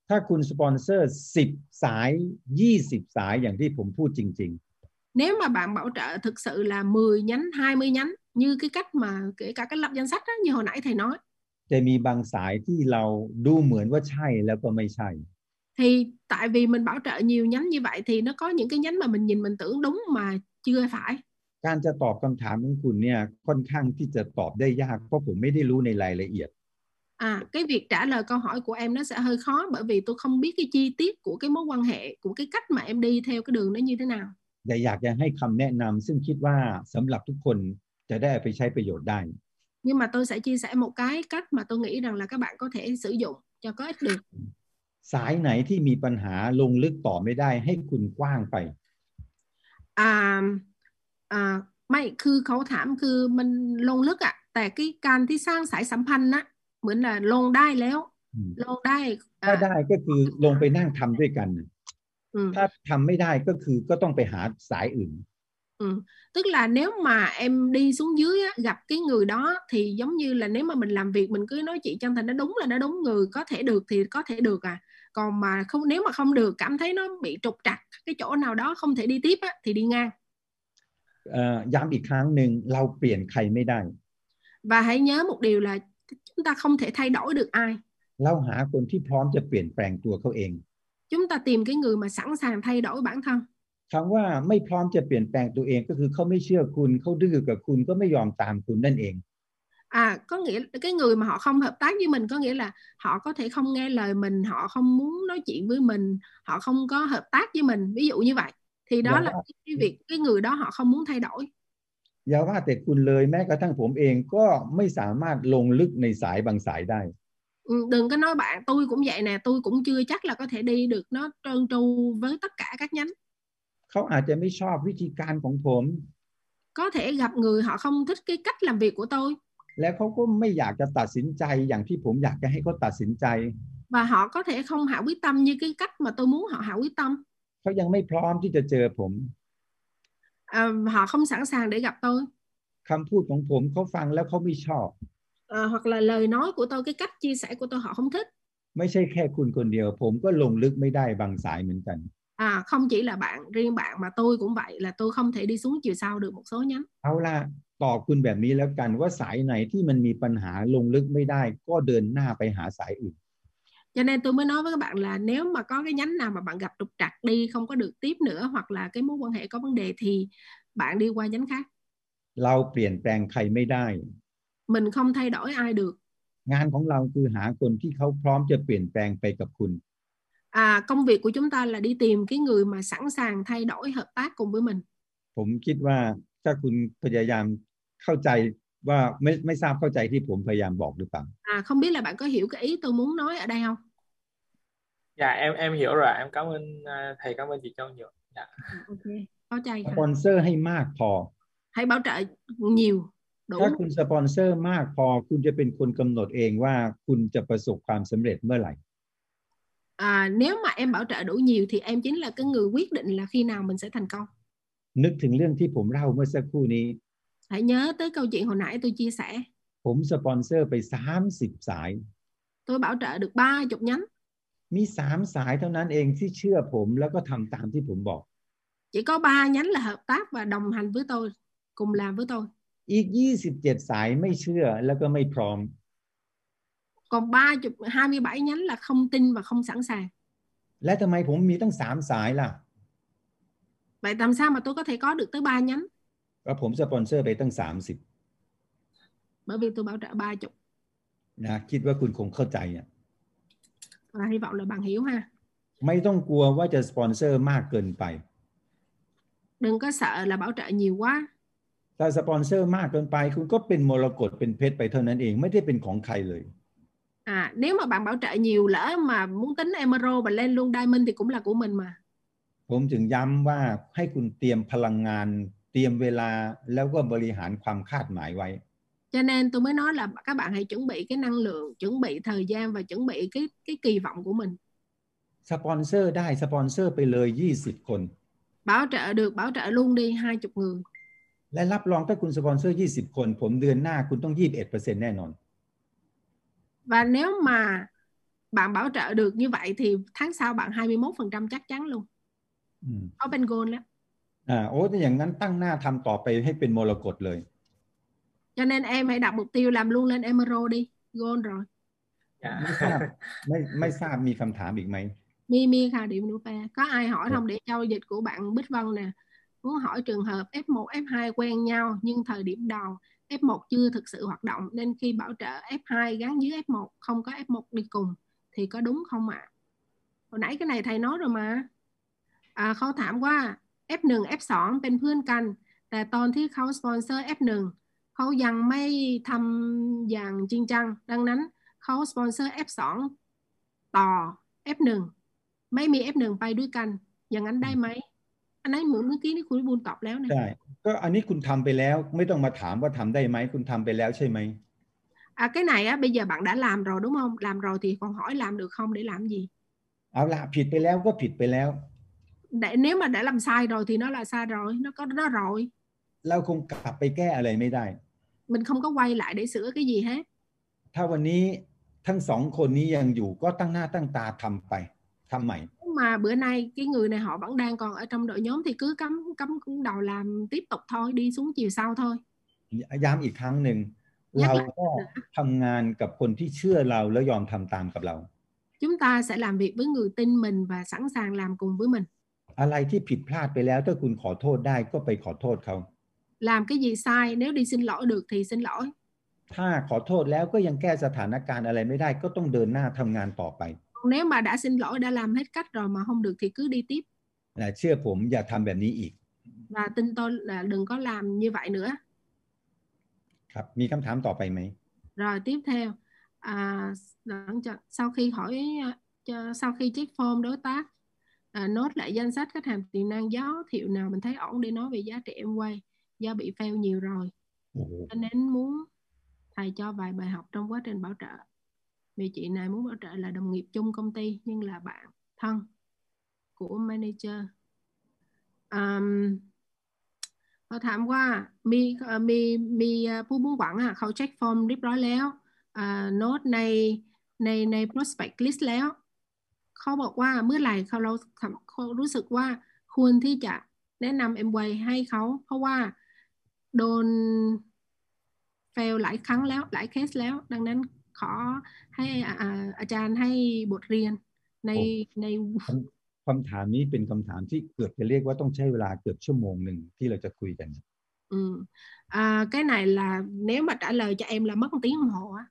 C: ถ้าคุณสปอนเซอร์ 10 สาย 20 สายอย่างที่ผมพูดจริง
B: Nếu mà bạn bảo trợ thực sự là 10 nhánh, 20 nhánh như cái cách mà kể cả cái lập danh sách đó như hồi nãy thầy nói
C: ๆ จะมีบางสายที่เราดูเหมือนว่าใช่แล้วก็ไม่ใช่
B: thì tại vì mình bảo trợ nhiều nhánh như vậy thì nó có những cái nhánh mà mình nhìn mình tưởng đúng mà chưa phải
C: การจะตอบคำถามของคุณเนี่ยค่อนข้างที่จะตอบได้ยากเพราะผมไม่ได้รู้ในรายละเอียด
B: à cái việc trả lời câu hỏi của em nó sẽ hơi khó bởi vì tôi không biết cái chi tiết của cái mối quan hệ của cái cách mà em đi theo cái đường đó như thế nào
C: แต่อยากจะให้คำแนะนำซึ่งคิดว่าสำหรับทุกคนจะได้เอาไปใช้ประโยชน์ได้
B: nhưng mà tôi sẽ chia sẻ một cái cách mà tôi nghĩ rằng là các bạn có thể sử dụng cho có ích được
C: สายไหนที่มีปัญหาลงลึกต่อไม่ได้ ให้คุณกว้างไป
B: à à ไม่คือเขาถามคือมันลงลึกอะแต่cái การที่สร้างสายสัมพันธ์นะเหมือนน่ะลงได้แล้ว
C: อืม
B: ลงได้
C: ถ้า
B: อ่ะ
C: ได้ก็คือลงไปนั่งทำด้วยกัน
B: อืม
C: ถ้าทำไม่ได้ก็คือก็ต้องไปหาสายอื่น
B: Ừ. Tức là nếu mà em đi xuống dưới á, gặp cái người đó thì giống như là nếu mà mình làm việc mình cứ nói chuyện chân thành nó đúng là nó đúng người có thể được thì có thể được à còn mà không nếu mà không được cảm thấy nó bị trục trặc cái chỗ nào đó không thể đi tiếp á, thì đi ngang
C: เอ่อย้ำอีกครั้งหนึ่งเราเปลี่ยนใครไม่ได้
B: và hãy nhớ một điều là chúng ta không thể thay đổi được ai
C: เราหาคนที่พร้อมจะเปลี่ยนแปลงตัวเขาเอง
B: chúng ta tìm cái người mà sẵn sàng thay đổi bản thân
C: คำว่าไม่พร้อมจะเปลี่ยนแปลงตัวเองก็คือเขาไม่เชื่อคุณเขาดื้อกับคุณก็ไม่ยอมตามคุณนั่นเอง
B: à có nghĩa cái người mà họ không hợp tác với mình có nghĩa là họ có thể không nghe lời mình họ không muốn nói chuyện với mình họ không có hợp tác với mình ví dụ như vậy thì đó
C: Dạ.
B: là cái- cái việc cái người đó họ không muốn thay đổi
C: อย่าว่าแต่คุณเลยแม้กระทั่งผมเองก็ไม่สามารถลงลึกในสายบางสายได้
B: Ừ, đừng có nói bạn tôi cũng vậy nè tôi cũng chưa chắc là có thể đi được nó trơn tru với tất cả các nhánh
C: เขาอาจจะไม่ชอบวิธีการของผม
B: có thể gặp người họ không thích cái cách làm việc của tôi
C: และเขาก็ไม่อยากจะตัดสินใจอย่างที่ผมอยากจะให้เขาตัดสินใจ
B: và họ có thể không hạ quyết tâm như cái cách mà tôi muốn họ hạ quyết tâm
C: เขายังไม่พร้อมที่จะเจอผม
B: à, họ không sẵn sàng để gặp tôi
C: คำพูดของผมเขาฟังแล้วเขาไม่ชอบ
B: à, hoặc là lời nói của tôi cái cách chia sẻ của tôi họ không thích
C: ไม่ใช่แค่คุณคนเดียว ผมก็ลงลึกไม่ได้บางสายเหมือนกัน
B: à, không chỉ là bạn riêng bạn mà tôi cũng vậy là tôi không thể đi xuống chiều sâu được một số nhánh
C: เอาละตอบคุณแบบนี้แล้วกันว่าสายไหนที่มันมีปัญหาลงลึกไม่ได้ ก็เดินหน้าไปหาสายอื่น
B: cho nên tôi mới nói với các bạn là nếu mà có cái nhánh nào mà bạn gặp trục trặc đi không có được tiếp nữa hoặc là cái mối quan hệ có vấn đề thì bạn đi qua nhánh khác
C: เราเปลี่ยนแปลงใครไม่ได้
B: mình không thay đổi ai được
C: งานของเราคือหาคนที่เขาพร้อมจะเปลี่ยนแปลงไปกับคุณ
B: à, công việc của chúng ta là đi tìm cái người mà sẵn sàng thay đổi hợp tác cùng với mình
C: ผมคิดว่าถ้าคุณพยายามเข้าใจว่าไม่ไม่ทราบเข้าใจที่ผมพยายามบอกหรือเปล่า
B: à, không biết là bạn có hiểu cái ý tôi muốn nói ở đây không
E: dạ em em hiểu rồi ạ. em cảm ơn à, thầy cảm ơn chị Châu nhiều dạ
B: À, ok bao chay
C: ส
B: hả?
C: ปอนเซอร์ให้มากพอ
B: hãy bảo trợ nhiều đủ
C: ถ้าคุณสปอนเซอร์มากพอคุณจะเป็นคนกำหนดเองว่าคุณจะประสบความสำเร็จเมื่อไหร่
B: à, nếu mà em bảo trợ đủ nhiều thì em chính là cái người quyết định là khi nào mình sẽ thành công
C: นึกถึงเรื่องที่ผมเล่าเมื่อสักครู่นี้
B: hãy nhớ tới câu chuyện hồi nãy tôi chia sẻ
C: ผมสปอนเซอร์ไป 30 สาย
B: tôi bảo trợ được ba chục nhánh
C: มีสามสายเท่านั้นเองที่เชื่อผมแล้วก็ทำตามที่ผมบอก
B: chỉ có ba nhánh là hợp tác và đồng hành với tôi cùng làm với tôi
C: อีก 27 สายไม่เชื่อแล้วก็ไม่พร้อม
B: còn ba chục hai mươi bảy nhánh là không tin và không sẵn sàng
C: และทำไมผมมีตั้งสามสายล่ะ
B: vậy làm sao mà tôi có thể có được tới ba nhánh
C: ก็ผมสปอนเซอร์ไปตั้ง
B: bởi vì tôi bảo trợ ba chục
C: 30นะคิดว่าคุณคงเข้าใจอ่ะ
B: và hy vọng là bạn hiểu ha
C: ไม่ต้องกลัวว่าจะสปอนเซอร์มากเกินไป
B: đừng có sợ là bảo trợ nhiều quá
C: ถ้าสปอนเซอร์มากเกินไป คุณก็เป็นมรกตเป็นเพชรไปเท่านั้นเองไม่ได้เป็นของใครเลย
B: à nếu mà bạn bảo trợ nhiều lỡ mà muốn tính emerald và lên luôn diamond thì cũng là của mình mà
C: ผมถึงย้ำว่าให้คุณเตรียมพลังงาน เตรียมเวลาแล้วก็บริหารความคาดหมายไว้
B: cho nên tôi mới nói là các bạn hãy chuẩn bị cái năng lượng chuẩn bị thời gian và chuẩn bị cái cái kỳ vọng của mình
C: สปอนเซอร์ได้สปอนเซอร์ไปเลย 20 คน
B: bảo trợ được bảo trợ luôn đi hai chục người
C: และรับรองถ้าคุณสปอนเซอร์ 20 คน ผมเดือนหน้าคุณต้อง 21%แน่นอน
B: và nếu mà bạn bảo trợ được như vậy thì tháng sau bạn 21% chắc chắn luôn
C: อืม
B: có bên gold đó
C: อ่าโอ้ถ้าอย่างนั้นตั้งหน้าทำต่อไปให้เป็นมรกตเลย
B: cho nên em hãy đặt mục tiêu làm luôn lên emerald đi gold rồi
E: dạ
C: ไม่ทราบไม่ไม่ทราบมีคำถามอีกไหม
B: mi mi khà điểm nụ pe có ai hỏi không để giao dịch của bạn bích vân nè muốn hỏi trường hợp f1 f2 quen nhau nhưng thời điểm đầu f1 chưa thực sự hoạt động nên khi bảo trợ f2 gắn dưới f1 không có f1 đi cùng thì có đúng không ạ hồi nãy cái này thầy nói rồi mà à,เขาถามว่า F1 F2 เป็นเพื่อนกัน แต่ตอนที่เขาสปอนเซอร์ F1 เขายังไม่ทำอย่างจริงจัง ดังนั้นเขาสปอนเซอร์ F2 ต่อ F1 ไม่มี F1 ไปด้วยกัน อย่างนั้นได้ไหม อันนั้นเหมือนเมื่อกี้นี่คุณวิบูลย์ตอบแล้วนะ
C: ใช่ก็อันนี้คุณทำไปแล้วไม่ต้องมาถามว่าทำได้ไหมคุณทำไปแล้วใช่ไหม
B: À, cái này á, bây giờ bạn đã làm rồi đúng không? Làm rồi thì còn hỏi làm được không để làm gì?
C: เอาละผิดไปแล้วก็ผิดไปแล้ว
B: Để, nếu mà đã làm sai rồi thì nó là sai rồi, nó có nó rồi.
C: เราคงกลับไปแก้อะไรไม่ได้
B: Mình không có quay lại để sửa cái gì hết.
C: ถ้าวันนี้ทั้งสองคนนี้ยังอยู่ก็ตั้งหน้าตั้งตาทำไปทำใหม่
B: Nếu mà bữa nay cái người này họ vẫn đang còn ở trong đội nhóm thì cứ cắm cắm đầu làm tiếp tục thôi, đi xuống chiều sau thôi.
C: ย้ำอีกครั้งหนึ่ง
B: ยักษ์ห
C: เรา
B: ลัง
C: ก็ทำงานกับคนที่เชื่อเราแล้วยอมทำตามกับเรา
B: Chúng ta sẽ làm việc với người tin mình và sẵn sàng làm cùng với mình.
C: อะไรที่ผิดพลาดไปแล้วถ้าคุณขอโทษได้ก็ไปขอโทษเขา
B: Làm cái gì sai, nếu đi xin lỗi được thì xin lỗi.
C: ถ้าขอโทษแล้วก็ยังแก้สถานการณ์อะไรไม่ได้ก็ต้องเดินหน้าทำงานต่อไป
B: Nếu mà đã xin lỗi, đã làm hết cách rồi mà không được thì cứ đi tiếp.
C: นะเชื่อผมอย่าทำแบบนี้อีก
B: và tin tôi là đừng có làm như vậy nữa
C: ครับมีคำถามต่อไปไหม
B: rồi tiếp theo à, đặng chờ- sau khi hỏi à, cho- sau khi check form đối tác à, nốt lại danh sách khách hàng tiềm năng giới thiệu nào mình thấy ổn để nói về giá trị em quay do bị fail nhiều rồi
C: โอ้โห
B: cho nên muốn thầy cho vài bài học trong quá trình bảo trợ vì chị này muốn bảo trợ là đồng nghiệp chung công ty nhưng là bạn thân của manager Àm, เขาถามว่ามีเอ่อมีมีเอ่อผู้มุ่งหวังอ่ะเขาเช็คฟอร์มเรียบร้อยแล้วอ่าโน้ตในในใน prospect list แล้ว เขาบอกว่าเมื่อไหร่เขาเราทำเขารู้สึกว่าควรที่จะแนะนำ m w a y ให้เขา เพราะว่าโดน fail หลายครั้งแล้วหลายเคสแล้ว ดังนั้นขอให้อ่าอ่าอาจารย์ให้บทเรียนใน
C: โอ้
B: ใน
C: คำถามนี้เป็นคำถามที่เกือบจะเรียกว่าต้องใช้เวลาเกือบชั่วโมงหนึ่งที่เราจะคุยกัน
B: Ừ. À, cái này là nếu mà trả lời cho em là mất một tiếng đồng hồ á.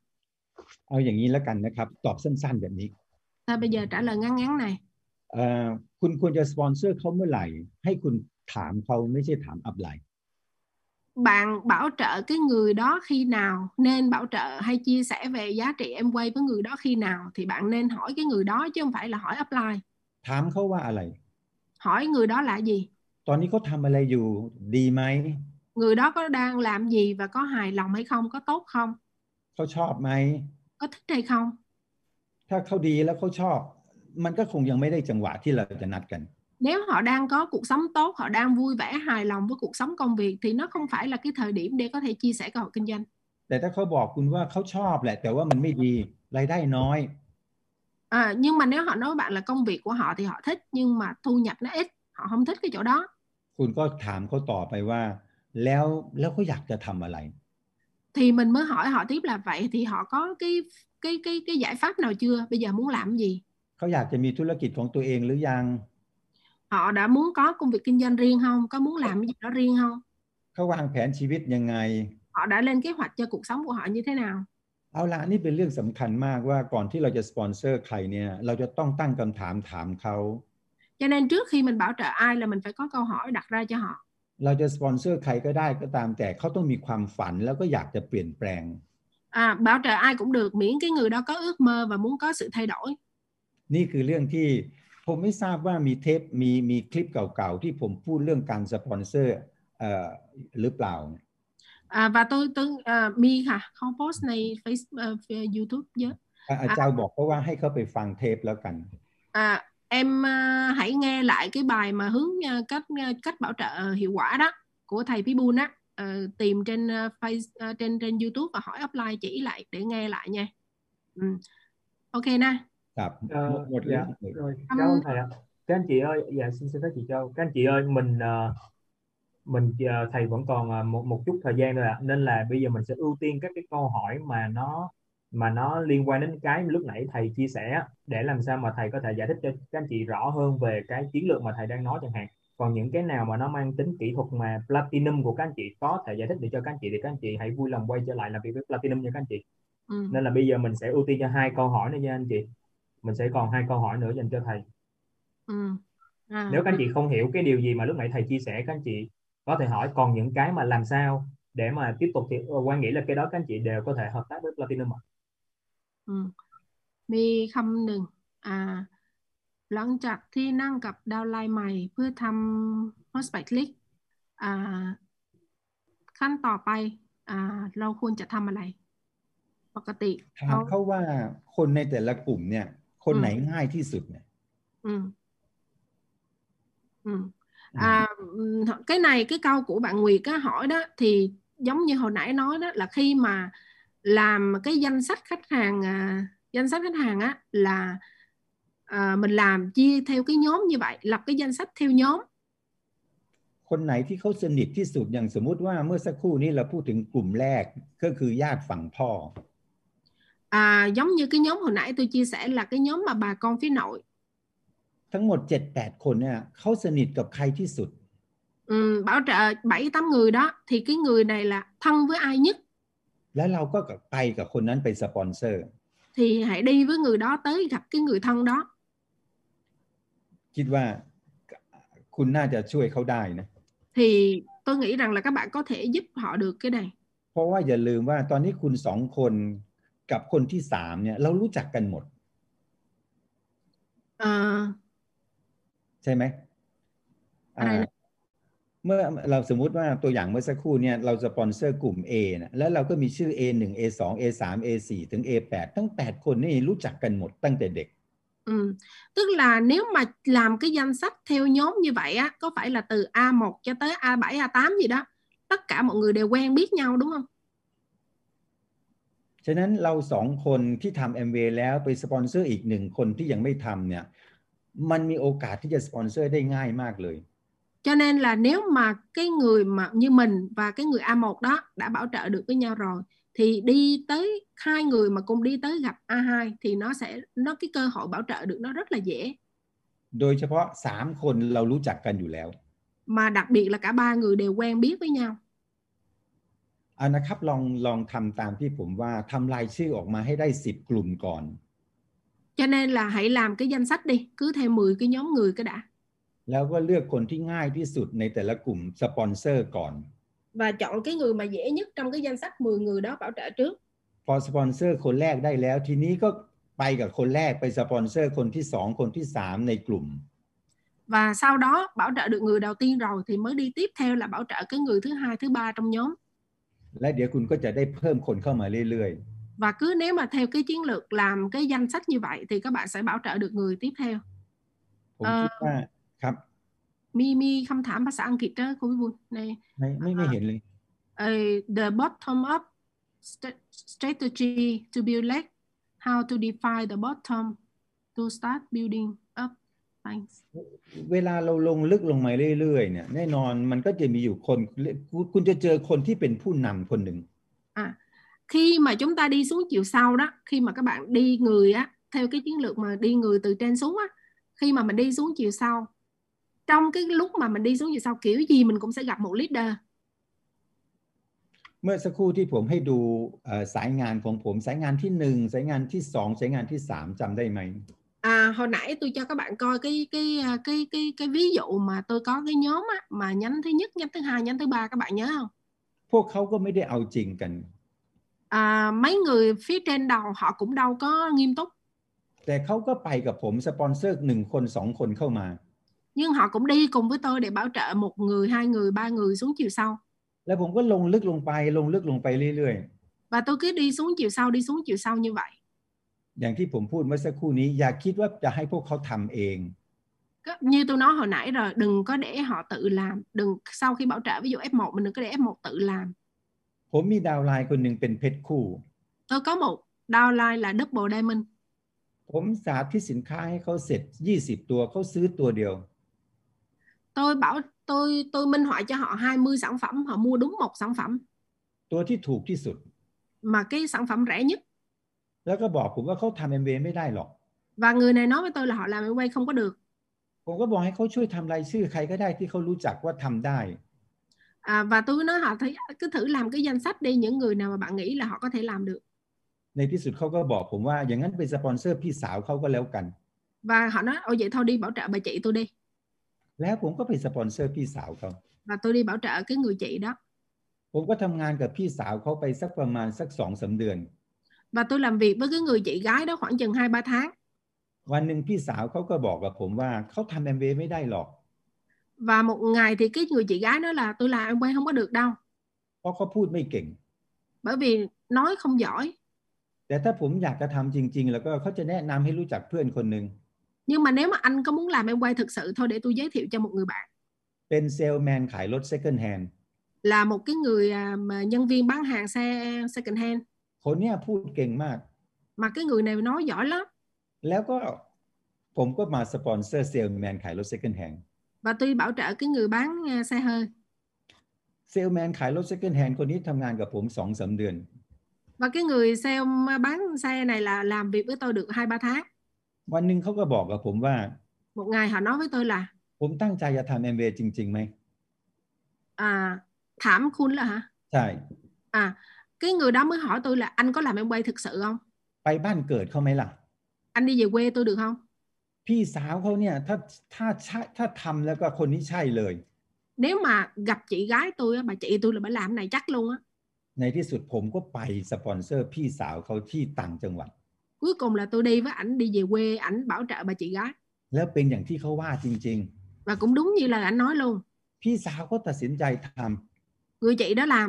C: เอาอย่างนี้แล้วกันนะครับ ตอบสั้น ๆ แบบนี้
B: Thôi bây giờ trả lời ngắn ngắn này.
C: เอ่อคุณควรจะสปอนเซอร์เขาเมื่อไหร่ ให้คุณถามเขาไม่ใช่ถามอัพไลน์
B: Bạn bảo trợ cái người đó khi nào nên bảo trợ hay chia sẻ về giá trị em quay với người đó khi nào thì bạn nên hỏi cái người đó chứ không phải là hỏi upline.
C: ถามเขาว่าอะไร
B: Hỏi người đó là gì?
C: ตอนนี้เขาทำอะไรอยู่ดีไหม
B: Người đó có đang làm gì và có hài lòng hay không, có tốt không,
C: เขาชอบไหม
B: có thích hay không.
C: ถ้าเขาดีแล้วเขาชอบ มันก็คงยังไม่ได้จังหวะที่เราจะนัดกัน
B: Nếu họ đang có cuộc sống tốt, họ đang vui vẻ, hài lòng với cuộc sống công việc thì nó không phải là cái thời điểm để có thể chia sẻ cơ hội kinh doanh.
C: แต่ถ้าเขาบอกคุณว่าเขาชอบแหละ แต่ว่ามันไม่ดีรายได้น้อย
B: À, nhưng mà nếu họ nói với bạn là công việc của họ thì họ thích nhưng mà thu nhập nó ít họ không thích cái chỗ đó
C: คุณก็ถามเขาต่อไปว่า แล้วแล้วเขาอยากจะทำอะไร
B: thì mình mới hỏi họ tiếp là vậy thì họ có cái cái cái cái giải pháp nào chưa bây giờ muốn làm gì
C: เขาอยากจะมีธุรกิจของตัวเองหรือยัง
B: họ đã muốn có công việc kinh doanh riêng không có muốn làm cái gì đó riêng không
C: เขาวางแผนชีวิตยังไง
B: họ đã lên kế hoạch cho cuộc sống của họ như thế nào
C: เอาละนี่เป็นเรื่องสำคัญมากว่าก่อนที่เราจะสปอนเซอร์ใครเนี่ย เราจะต้องตั้งคำถามถามเขา
B: cho nên trước khi mình bảo trợ ai là mình phải có câu hỏi đặt ra cho họ
C: เราจะสปอนเซอร์ใครก็ได้ก็ตามแต่เขาต้องมีความฝันแล้วก็อยากจะเปลี่ยนแปลง
B: à, bảo trợ ai cũng được miễn cái người đó có ước mơ và muốn có sự thay đổi
C: นี่คือเรื่องที่ผมไม่ทราบว่ามีเทปมีมีคลิปเก่าๆ ที่ผมพูดเรื่องการสปอนเซอร์เอ่อหรือเปล่า
B: à, và tôi tôi à, mi hả không post này Facebook à, YouTube nhớ
C: อ่ะอาจารย์บอกก็ว่าให้เขาไปฟังเทปแล้วกัน
B: À, em à, hãy nghe lại cái bài mà hướng à, cách à, cách bảo trợ hiệu quả đó của thầy Pibun á Ờ, tìm trên à, face à, trên trên YouTube và hỏi offline chỉ lại để nghe lại nha. Ừ. Ok nè.
C: ครับ
D: เอ่อ
C: หมดหมด
D: อ
C: เรื่
D: ยา
C: อก งเลย
D: rồi cảm ơn thầy ạ các anh chị ơi dạ xin xin phép chị châu các anh chị ơi mình ờ, mình ờ, thầy vẫn còn ờ, một một chút thời gian rồi ạ nên là bây giờ mình sẽ ưu tiên các cái câu hỏi mà nó mà nó liên quan đến cái lúc nãy thầy chia sẻ á, để làm sao mà thầy có thể giải thích cho các anh chị rõ hơn về cái chiến lược mà thầy đang nói chẳng hạn còn những cái nào mà nó mang tính kỹ thuật mà platinum của các anh chị có thể giải thích để cho các anh chị thì các anh chị hãy vui lòng quay trở lại làm việc với platinum nha các anh chị
B: Ừ.
D: nên là bây giờ mình sẽ ưu tiên cho hai câu hỏi nữa nha anh chị mình sẽ còn hai câu hỏi nữa dành cho thầy
B: Ừ. À,
D: nếu các anh chị không hiểu cái điều gì mà lúc nãy thầy chia sẻ các anh chị có thể hỏi còn những cái mà làm sao để mà tiếp tục thì ờ, quan nghĩ là cái đó các anh chị đều có thể hợp tác với platinum ạ
B: ừ. Mi À, คำหนึ่งอ่าหลังจากที่นั่งกับดาวน์ไลน์ใหม่เพื่อทำ prospect list อ่าขั้นต่อไปอ่าเราควรจะทำอะไร ปกติ
C: ถาม
B: เขา
C: เขาว่าคนในแต่ละกลุ่มเนี่ย คน
B: อืม
C: ไหนง่ายที่สุดเนี่ย
B: Ừ. Ừ.
C: Ừ.
B: À, ừm, cái này cái câu của bạn Nguyệt á, hỏi đó thì giống như hồi nãy nói đó là khi mà làm cái danh sách khách hàng à, danh sách khách hàng á là à, mình làm chia theo cái nhóm như vậy lập cái danh sách theo nhóm
C: คนไหนที่เขาสนิทที่สุดอย่างสมมุติว่าเมื่อสักครู่นี้เราพูดถึงกลุ่มแรกก็คือญาติฝั่งพ่อ
B: à, giống như cái nhóm hồi nãy tôi chia sẻ là cái nhóm mà bà con phía nội
C: ทั้งหมด 7-8 คนเนี่ยเขาสนิทกับใครที่สุด
B: ừ, bảo trợ bảy tám người đó thì cái người này là thân với ai nhất
C: แล้วเราก็กับไปกับคนนั้นไปสปอนเซอร์
B: thì hãy đi với người đó tới gặp cái người thân đó
C: คิดว่าคุณน่าจะช่วยเขาได้นะ
B: thì tôi nghĩ rằng là các bạn có thể giúp họ được cái này
C: เพราะว่าอย่าลืมว่าตอนนี้คุณสองคนกับคนที่สามเนี่ยเรารู้จักกันหมด
B: Ờ,
C: ใช่ไหม
B: อะไร
C: อ่า
B: นะ
C: เมื่อเราสมมุติว่าตัวอย่างเมื่อสักครู่เนี่ยเราสปอนเซอร์กลุ่ม A นะแล้วเราก็มีชื่อ A 1 A 2 A 3 A 4ถึง A 8ทั้ง 8 คนนี่รู้จักกันหมดตั้งแต่เด็ก
B: Ừ. Tức là nếu mà làm cái danh sách theo nhóm như vậy á, có phải là từ A1 cho tới A7, A8 gì đó, tất cả mọi người đều quen biết nhau đúng không?
C: ฉะนั้นเราสองคนที่ทำ MV แล้วไปสปอนเซอร์อีกหนึ่งคนที่ยังไม่ทำเนี่ยมันมีโอกาสที่จะสปอนเซอร์ได้ง่ายมากเลย
B: Cho nên là nếu mà cái người mà như mình và cái người A1 đó đã bảo trợ được với nhau rồi thì đi tới hai người mà cùng đi tới gặp A2 thì nó sẽ nó cái cơ hội bảo trợ được nó rất là dễ
C: โดยเฉพาะ 3 คนเรารู้จักกันอยู่แล้ว
B: mà đặc biệt là cả ba người đều quen biết với nhau.
C: เอานะครับลองลองทำตามที่ผมว่าทำรายชื่อออกมาให้ได้ 10 กลุ่มก่อน
B: Cho nên là hãy làm cái danh sách đi, cứ theo 10 cái nhóm người cái đã.
C: แล้วก็เลือกคนที่ง่ายที่สุดในแต่ละกลุ่มสปอนเซอร์ก่อน
B: và chọn cái người mà dễ nhất trong cái danh sách 10 người đó bảo trợ trước.
C: พอสปอนเซอร์คนแรกได้แล้ว ทีนี้ก็ไปกับคนแรกไปสปอนเซอร์คนที่ 2 คนที่ 3 ในกลุ่ม
B: Và sau đó bảo trợ được người đầu tiên rồi thì mới đi tiếp theo là bảo trợ cái người thứ hai, thứ ba trong nhóm.
C: และเดี๋ยวคุณก็จะได้เพิ่มคนเข้ามาเรื่อย
B: Và cứ nếu mà theo cái chiến lược làm cái danh sách như vậy thì các bạn sẽ bảo trợ được người tiếp theo.
C: ๆ ผม
B: เอ่อ
C: คิดว่าครับ
B: Mimi không thảm bà xã Anh Kiệt đó, cô Vui Vui. Này,
C: ไม่ไม่ไม่เห็นเลย
B: ờ, the bottom up st- strategy to build leg, how to define the bottom to start building up. Thanks.
C: เวลาเราลงลึกลงมาเรื่อยๆเนี่ยแน่นอนมันก็จะมีอยู่คนคุณคุณจะเจอคนที่เป็นผู้นำคนหนึ่ง
B: khi mà chúng ta đi xuống chiều sâu đó khi mà các bạn đi người á theo cái chiến lược mà đi người từ trên xuống á khi mà mình đi xuống chiều sâu trong cái lúc mà mình đi xuống chiều sâu kiểu gì mình cũng sẽ gặp một leader
C: เมื่อสักครู่ที่ผมให้ดูเอ่อสายงานของผมสายงานที่หนึ่งสายงานที่สองสายงานที่สามจำได้ไหม
B: à, hồi nãy tôi cho các bạn coi cái cái cái cái cái, cái ví dụ mà tôi có cái nhóm á mà nhánh thứ nhất nhánh thứ hai nhánh thứ ba các bạn nhớ không
C: พวกเขาก็ไม่ได้เอาจริงกัน
B: à, mấy người phía trên đầu họ cũng đâu có nghiêm túc
C: แต่เขาก็ไปกับผมสปอนเซอร์หนึ่งคนสองคนเข้ามา
B: nhưng họ cũng đi cùng với tôi để bảo trợ một người hai người ba người xuống chiều sâu
C: แล้วผมก็ลงลึกลงไปลงลึกลงไปเรื่อย
B: và tôi cứ đi xuống chiều sâu đi xuống chiều sâu như vậy
C: ๆ อย่างที่ผมพูดเมื่อสักครู่นี้อย่าคิดว่าจะให้พวกเขาทำเอง
B: Có- như tôi nói hồi nãy rồi đừng có để họ tự làm đừng sau khi bảo trợ ví dụ F1 mình đừng có để F1 tự làm
C: ผมมีดาวน์ไลน์คนหนึ่งเป็นเพชรคู่
B: tôi có một downline là double diamond
C: ผมสาธิตสินค้าให้เขาเสร็จ 20 ตัวเขาซื้อตัวเดียว
B: tôi bảo tôi tôi minh họa cho họ 20 sản phẩm họ mua đúng một sản phẩm
C: ตัวที่ถูกที่สุด
B: mà cái sản phẩm rẻ nhất
C: แล้วก็บอกผมว่าเขาทำเอ็มไม่ได้หรอก
B: và người này nói với tôi là họ làm quay không có được
C: ผมก็บอกให้เขาช่วยทำรายชื่อใครก็ได้ที่เขารู้จักว่าทำได้
B: à, và tôi nói họ thấy cứ thử làm cái danh sách đi những người nào mà bạn nghĩ là họ có thể làm được
C: ในที่สุดเขาก็บอกผมว่าอย่างนั้นเป็นสปอนเซอร์พี่สาวเขาก็แล้วกัน
B: và họ nói ôi vậy thôi đi bảo trợ bà chị tôi đi
C: แล้วผมก็เป็นสปอนเซอร์พี่สาวเขา
B: và tôi đi bảo trợ cái người chị đó
C: ผมก็ทำงานกับพี่สาวเขาไปสักประมาณสักสองสามเดือน
B: và tôi làm việc với cái người chị gái đó khoảng chừng hai ba tháng
C: วันหนึ่งพี่สาวเขาก็บอกกับผมว่าเขาทำเอ็มไม่ได้หรอก
B: và một ngày thì cái người chị gái nói là tôi làm em quay không có được đâu
C: เพราะเขาพูดไม่เก่ง
B: bởi vì nói không giỏi
C: แต่ถ้าผมอยากจะทำจริง ๆ แล้วก็เขาจะแนะนำให้รู้จักเพื่อนคนหนึ่ง
B: nhưng mà nếu mà anh có muốn làm em quay thực sự thôi để tôi giới thiệu cho một người bạn
C: เป็นเซลแมนขายรถ Second Hand
B: là một cái người à, mà nhân viên bán hàng xe second hand
C: คนเนี้ยพูดเก่งมาก
B: mà cái người này nói giỏi lắm
C: แล้วก็ผมก็มาสปอนเซอร์เซลแมนขายรถ Second Hand
B: và tôi bảo trợ cái người bán à, xe hơi
C: เซลแมนขายรถ Second Hand คนนี้ทำงานกับผมสองสาเดือน
B: và cái người sale mà bán xe này là làm việc với tôi được hai ba tháng
C: วันหนึ่งเขาก็บอกกับผมว่า
B: một ngày họ nói với tôi là
C: ผมตั้งใจจะทำ MV จริงๆไหม
B: à, thảm khun là hả
C: ใช่
B: à cái người đó mới hỏi tôi là anh có làm em quay thực sự không
C: ไปบ้านเกิดเขาไหมล่ะ
B: anh đi về quê tôi được không
C: พี่สาวเขาเนี่ยถ้าถ้าใช่ถ้าทำแล้วก็คนนี้ใช่เลย
B: nếu mà gặp chị gái tôi á, bà chị tôi là bà làm cái này chắc luôn á
C: ในที่สุดผมก็ไปสปอนเซอร์พี่สาวเขาที่ต่างจังหวัด
B: cuối cùng là tôi đi với ảnh đi về quê ảnh bảo trợ bà chị gái
C: แล้วเป็นอย่างที่เขาว่าจริง
B: và cũng đúng như là ảnh nói luôn
C: ๆ พี่สาวเขาตัดสินใจทำ
B: người chị đó làm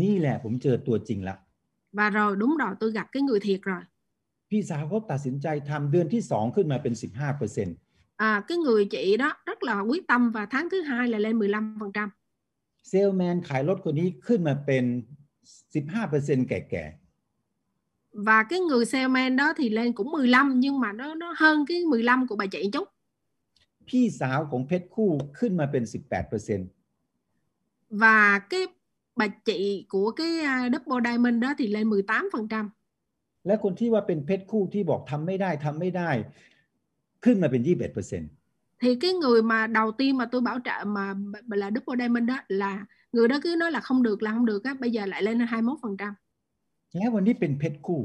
C: นี่แหละผมเจอตัวจริงละ
B: và rồi đúng rồi tôi gặp cái người thiệt rồi
C: พี่สาวเขาตัดสินใจทำเดือนที่สองขึ้นมาเป็นสิบห้าเปอร์เซ็น
B: à, cái người chị đó rất là quyết tâm và tháng thứ hai là lên 15%.
C: เซลแมนขายรถคนนี้ขึ้นมาเป็นสิบห้าเปอร์เซ็นแก่ๆ
B: Và cái người salesman đó thì lên cũng 15 nhưng mà nó nó hơn cái 15 của bà chị chút.
C: พี่สาวของเพชรคู่ขึ้นมาเป็น 18%
B: Và cái bà chị của cái à, double diamond đó thì lên 18%.
C: และคนที่ว่าเป็นเพชรคู่ที่บอกทำไม่ได้ทำไม่ได้ ขึ้นมาเป็น 21%
B: Thì cái người mà đầu tiên mà tôi bảo trợ mà b- b- là double diamond đó là người đó cứ nói là không được là không được á, bây giờ lại lên 21%.
C: และวันนี้เป็นเพชรคู่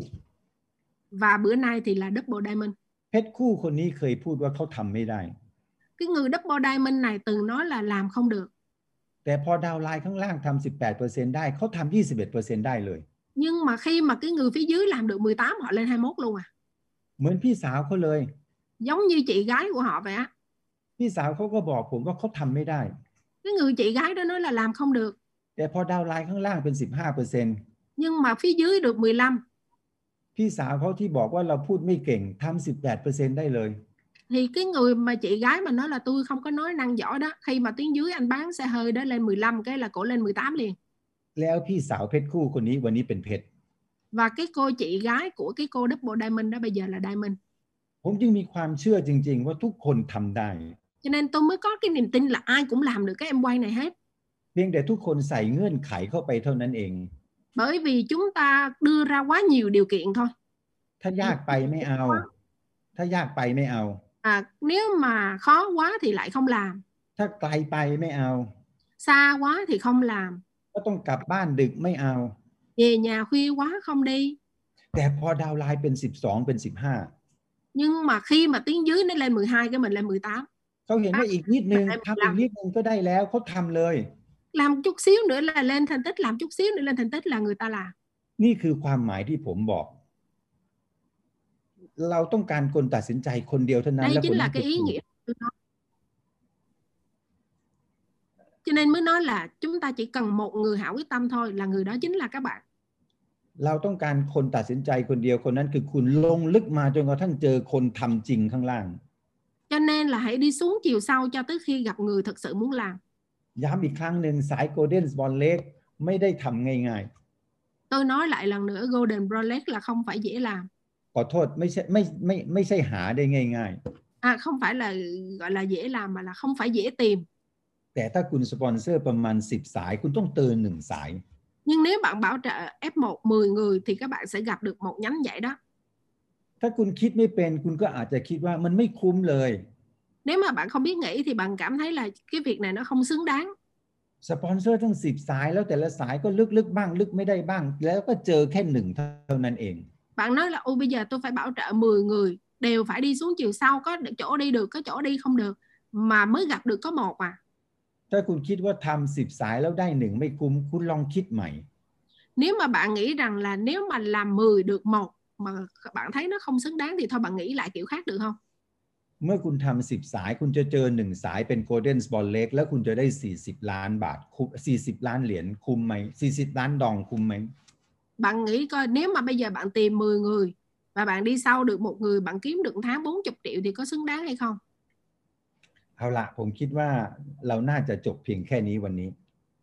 B: Và bữa nay thì là double diamond.
C: เพชรคู่คนนี้เคยพูดว่าเขาทำไม่ได้
B: Cái người double diamond này từng nói là làm không được.
C: แต่พอดาวน์ไลน์ข้างล่างทำ18%ได้เขาทำ21%ได้เลย
B: Nhưng mà khi mà cái người phía dưới làm được 18 họ lên 21 luôn à.
C: เหมือนพี่สาวเขาเลย
B: giống như chị gái của họ vậy á
C: พี่สาวเขาก็บอกผมว่าเขาทำไม่ได้
B: cái người chị gái đó nói là làm không được
C: แต่พอดาวน์ไลน์ข้างล่างเป็น 15%
B: nhưng mà phía dưới được 15
C: พี่สาวเขาที่บอกว่าเราพูดไม่เก่งทำ18%ได้เลย
B: thì cái người mà chị gái mà nói là tôi không có nói năng giỏi đó khi mà tiếng dưới anh bán xe hơi đó lên 15 cái là cổ lên 18 liền
C: แล้วพี่สาวเพชรคู่คนนี้วันนี้เป็นเพชร
B: và cái cô chị gái của cái cô double diamond đó bây giờ là diamond
C: ผมจึงมีความเชื่อจริง ๆ ว่าทุกคนทำได้
B: cho nên tôi mới có cái niềm tin là ai cũng làm được cái em quay này hết
C: เพียงแต่ทุกคนใส่เงื่อนไขเข้าไปเท่านั้นเอง
B: bởi vì chúng ta đưa ra quá nhiều điều kiện thôi
C: ถ้ายากไปไม่เอา ถ้ายากไปไม่เอา
B: à, nếu mà khó quá thì lại không làm
C: ถ้าไกลไปไม่เอา
B: xa quá thì không làm
C: ก็ต้องกลับบ้านดึกไม่เอา
B: về nhà khuya quá không đi
C: แต่พอดาวน์ไลน์เป็น 12 เป็น
B: nhưng mà khi mà tiếng dưới nó lên 12 cái mình lên 18
C: 15เขาเห็นว่าอีกนิดนึงทำอีกนิดนึงก็ได้แล้วเขาทำเลย
B: làm chút xíu nữa là lên thành tích làm chút xíu nữa lên thành tích là người ta làm
C: นี่คือความหมายที่ผมบอก เราต้องการคนตัดสินใจคนเดียวเท่านั้น
B: đây
C: และค
B: chính
C: น
B: là
C: นั้น
B: cái ý nghĩa tôi nói. cho nên mới nói là chúng ta chỉ cần một người hảo quyết tâm thôi là người đó chính là các bạn
C: เราต้องการคนตัดสินใจคนเดียวคนนั้นคือคุณลงลึกมาจนกระทั่งเจอคนทำจริงข้างล่าง
B: cho nên là hãy đi xuống chiều sâu cho tới khi gặp người thật sự muốn làm
C: ย้ำอีกครั้งหนึ่งสายโกลเด้นบอลเล็กไม่ได้ทำง่าย
B: tôi nói lại lần nữa golden bralette là không phải dễ làm
C: ๆ ขอโทษไม่ใช่ไม่ไม่ไม่ใช่หาได้ง่าย
B: à không phải là gọi là dễ làm mà là không phải dễ tìm
C: ๆ แต่ถ้าคุณสปอนเซอร์ประมาณ 10 สาย คุณต้องเตือนหนึ่งสาย
B: nhưng nếu bạn bảo trợ F1 10 người thì các bạn sẽ gặp được một nhánh vậy đó
C: ถ้าคุณคิดไม่เป็นคุณก็อาจจะคิดว่ามันไม่คุ้มเลย
B: nếu mà bạn không biết nghĩ thì bạn cảm thấy là cái việc này nó không xứng đáng
C: สปอนเซอร์ทั้ง 10 สายแล้วแต่ละสายก็ลึกๆบ้างลึกไม่ได้บ้าง แล้วก็เจอแค่หนึ่งเท่านั้นเอง
B: bạn nói là ô bây giờ tôi phải bảo trợ 10 người đều phải đi xuống chiều sau có được chỗ đi được có chỗ đi không được mà mới gặp được có một à
C: ถ้าคุณคิดว่าทำสิบสายแล้วได้หนึ่งไม่คุ้ม คุณลองคิดใหม่
B: nếu mà bạn nghĩ rằng là nếu mà làm 10 được một mà bạn thấy nó không xứng đáng thì thôi bạn nghĩ lại kiểu khác được không
C: เมื่อคุณทำสิบสายคุณจะเจอหนึ่งสายเป็นโกลเด้นบอลเล็กแล้วคุณจะได้ 40 ล้านบาทคุ้ม40 ล้านเหรียญคุ้มไหม 40 ล้านดองคุ้มไหม
B: bạn nghĩ coi nếu mà bây giờ bạn tìm 10 người và bạn đi sau được một người bạn kiếm được một tháng 40 triệu thì có xứng đáng hay không
C: เอาละผมคิดว่าเราน่าจะจบเพียงแค่นี้วันนี้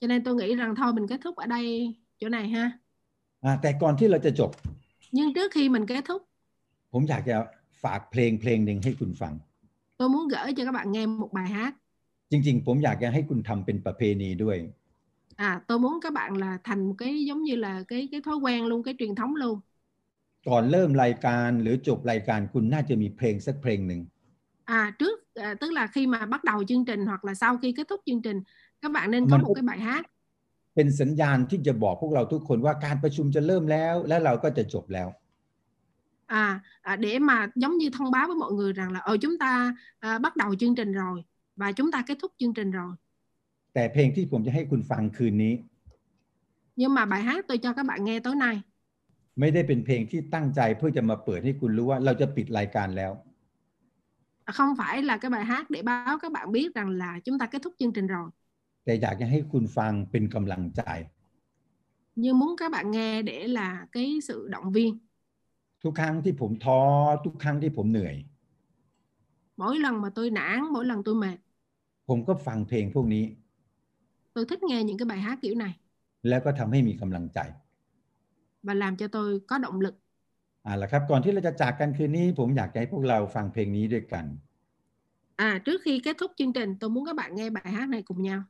B: cho nên tôi nghĩ rằng thôi mình kết thúc ở đây chỗ này ha
C: อ่าแต่ก่อนที่เราจะจบ
B: nhưng trước khi mình kết thúc
C: ผมอยากจะฝากเพลงเพลงหนึ่งให้คุณฟัง
B: tôi muốn gửi cho các bạn nghe một bài hát
C: จริง ๆ ผมอยากจะให้คุณทำเป็นประเพณีด้วย
B: à tôi muốn các bạn là thành một cái giống như là cái cái thói quen luôn cái truyền thống luôn
C: ก่อนเริ่มรายการหรือจบรายการคุณน่าจะมีเพลงสักเพลงหนึ่ง
B: à trước à, tức là khi mà bắt đầu chương trình hoặc là sau khi kết thúc chương trình các bạn nên có
C: Mình
B: một
C: cũng-
B: cái bài hát
C: เป็นสัญญาณที่จะบอกพวกเราทุกคนว่าการประชุมจะเริ่มแล้ว และเราก็จะจบแล้ว
B: à, à để mà giống như thông báo với mọi người rằng là ờ chúng ta à, bắt đầu chương trình rồi và chúng ta kết thúc chương trình rồi
C: แต่เพลงที่ผมจะให้คุณฟังคืนนี้
B: nhưng mà bài hát tôi cho các bạn nghe tối nay
C: ไม่ได้เป็นเพลงที่ตั้งใจเพื่อจะมาเปิดให้คุณรู้ว่าเราจะปิดรายการแล้ว
B: à, không phải là cái bài hát để báo các bạn biết rằng là chúng ta kết thúc chương trình rồi
C: แต่อยากจะให้คุณฟังเป็นกำลังใจ
B: nhưng muốn các bạn nghe để là cái sự động viên
C: ทุกครั้งที่ผมท้อทุกครั้งที่ผมเหนื่อย
B: mỗi lần mà tôi nản mỗi lần tôi mệt
C: ผมก็ฟังเพลงพวกนี้
B: tôi thích nghe những cái bài hát kiểu này
C: แล้วก็ทำให้มีกำลังใจ
B: và làm cho tôi có động lực
C: เอ่าละครับก่อนที่เราจะจากกันคืนนี้ ผมอยากจะให้พวกเราฟังเพลงนี้ด้วยกัน
B: à trước khi kết thúc chương trình tôi muốn các bạn nghe bài hát này cùng nhau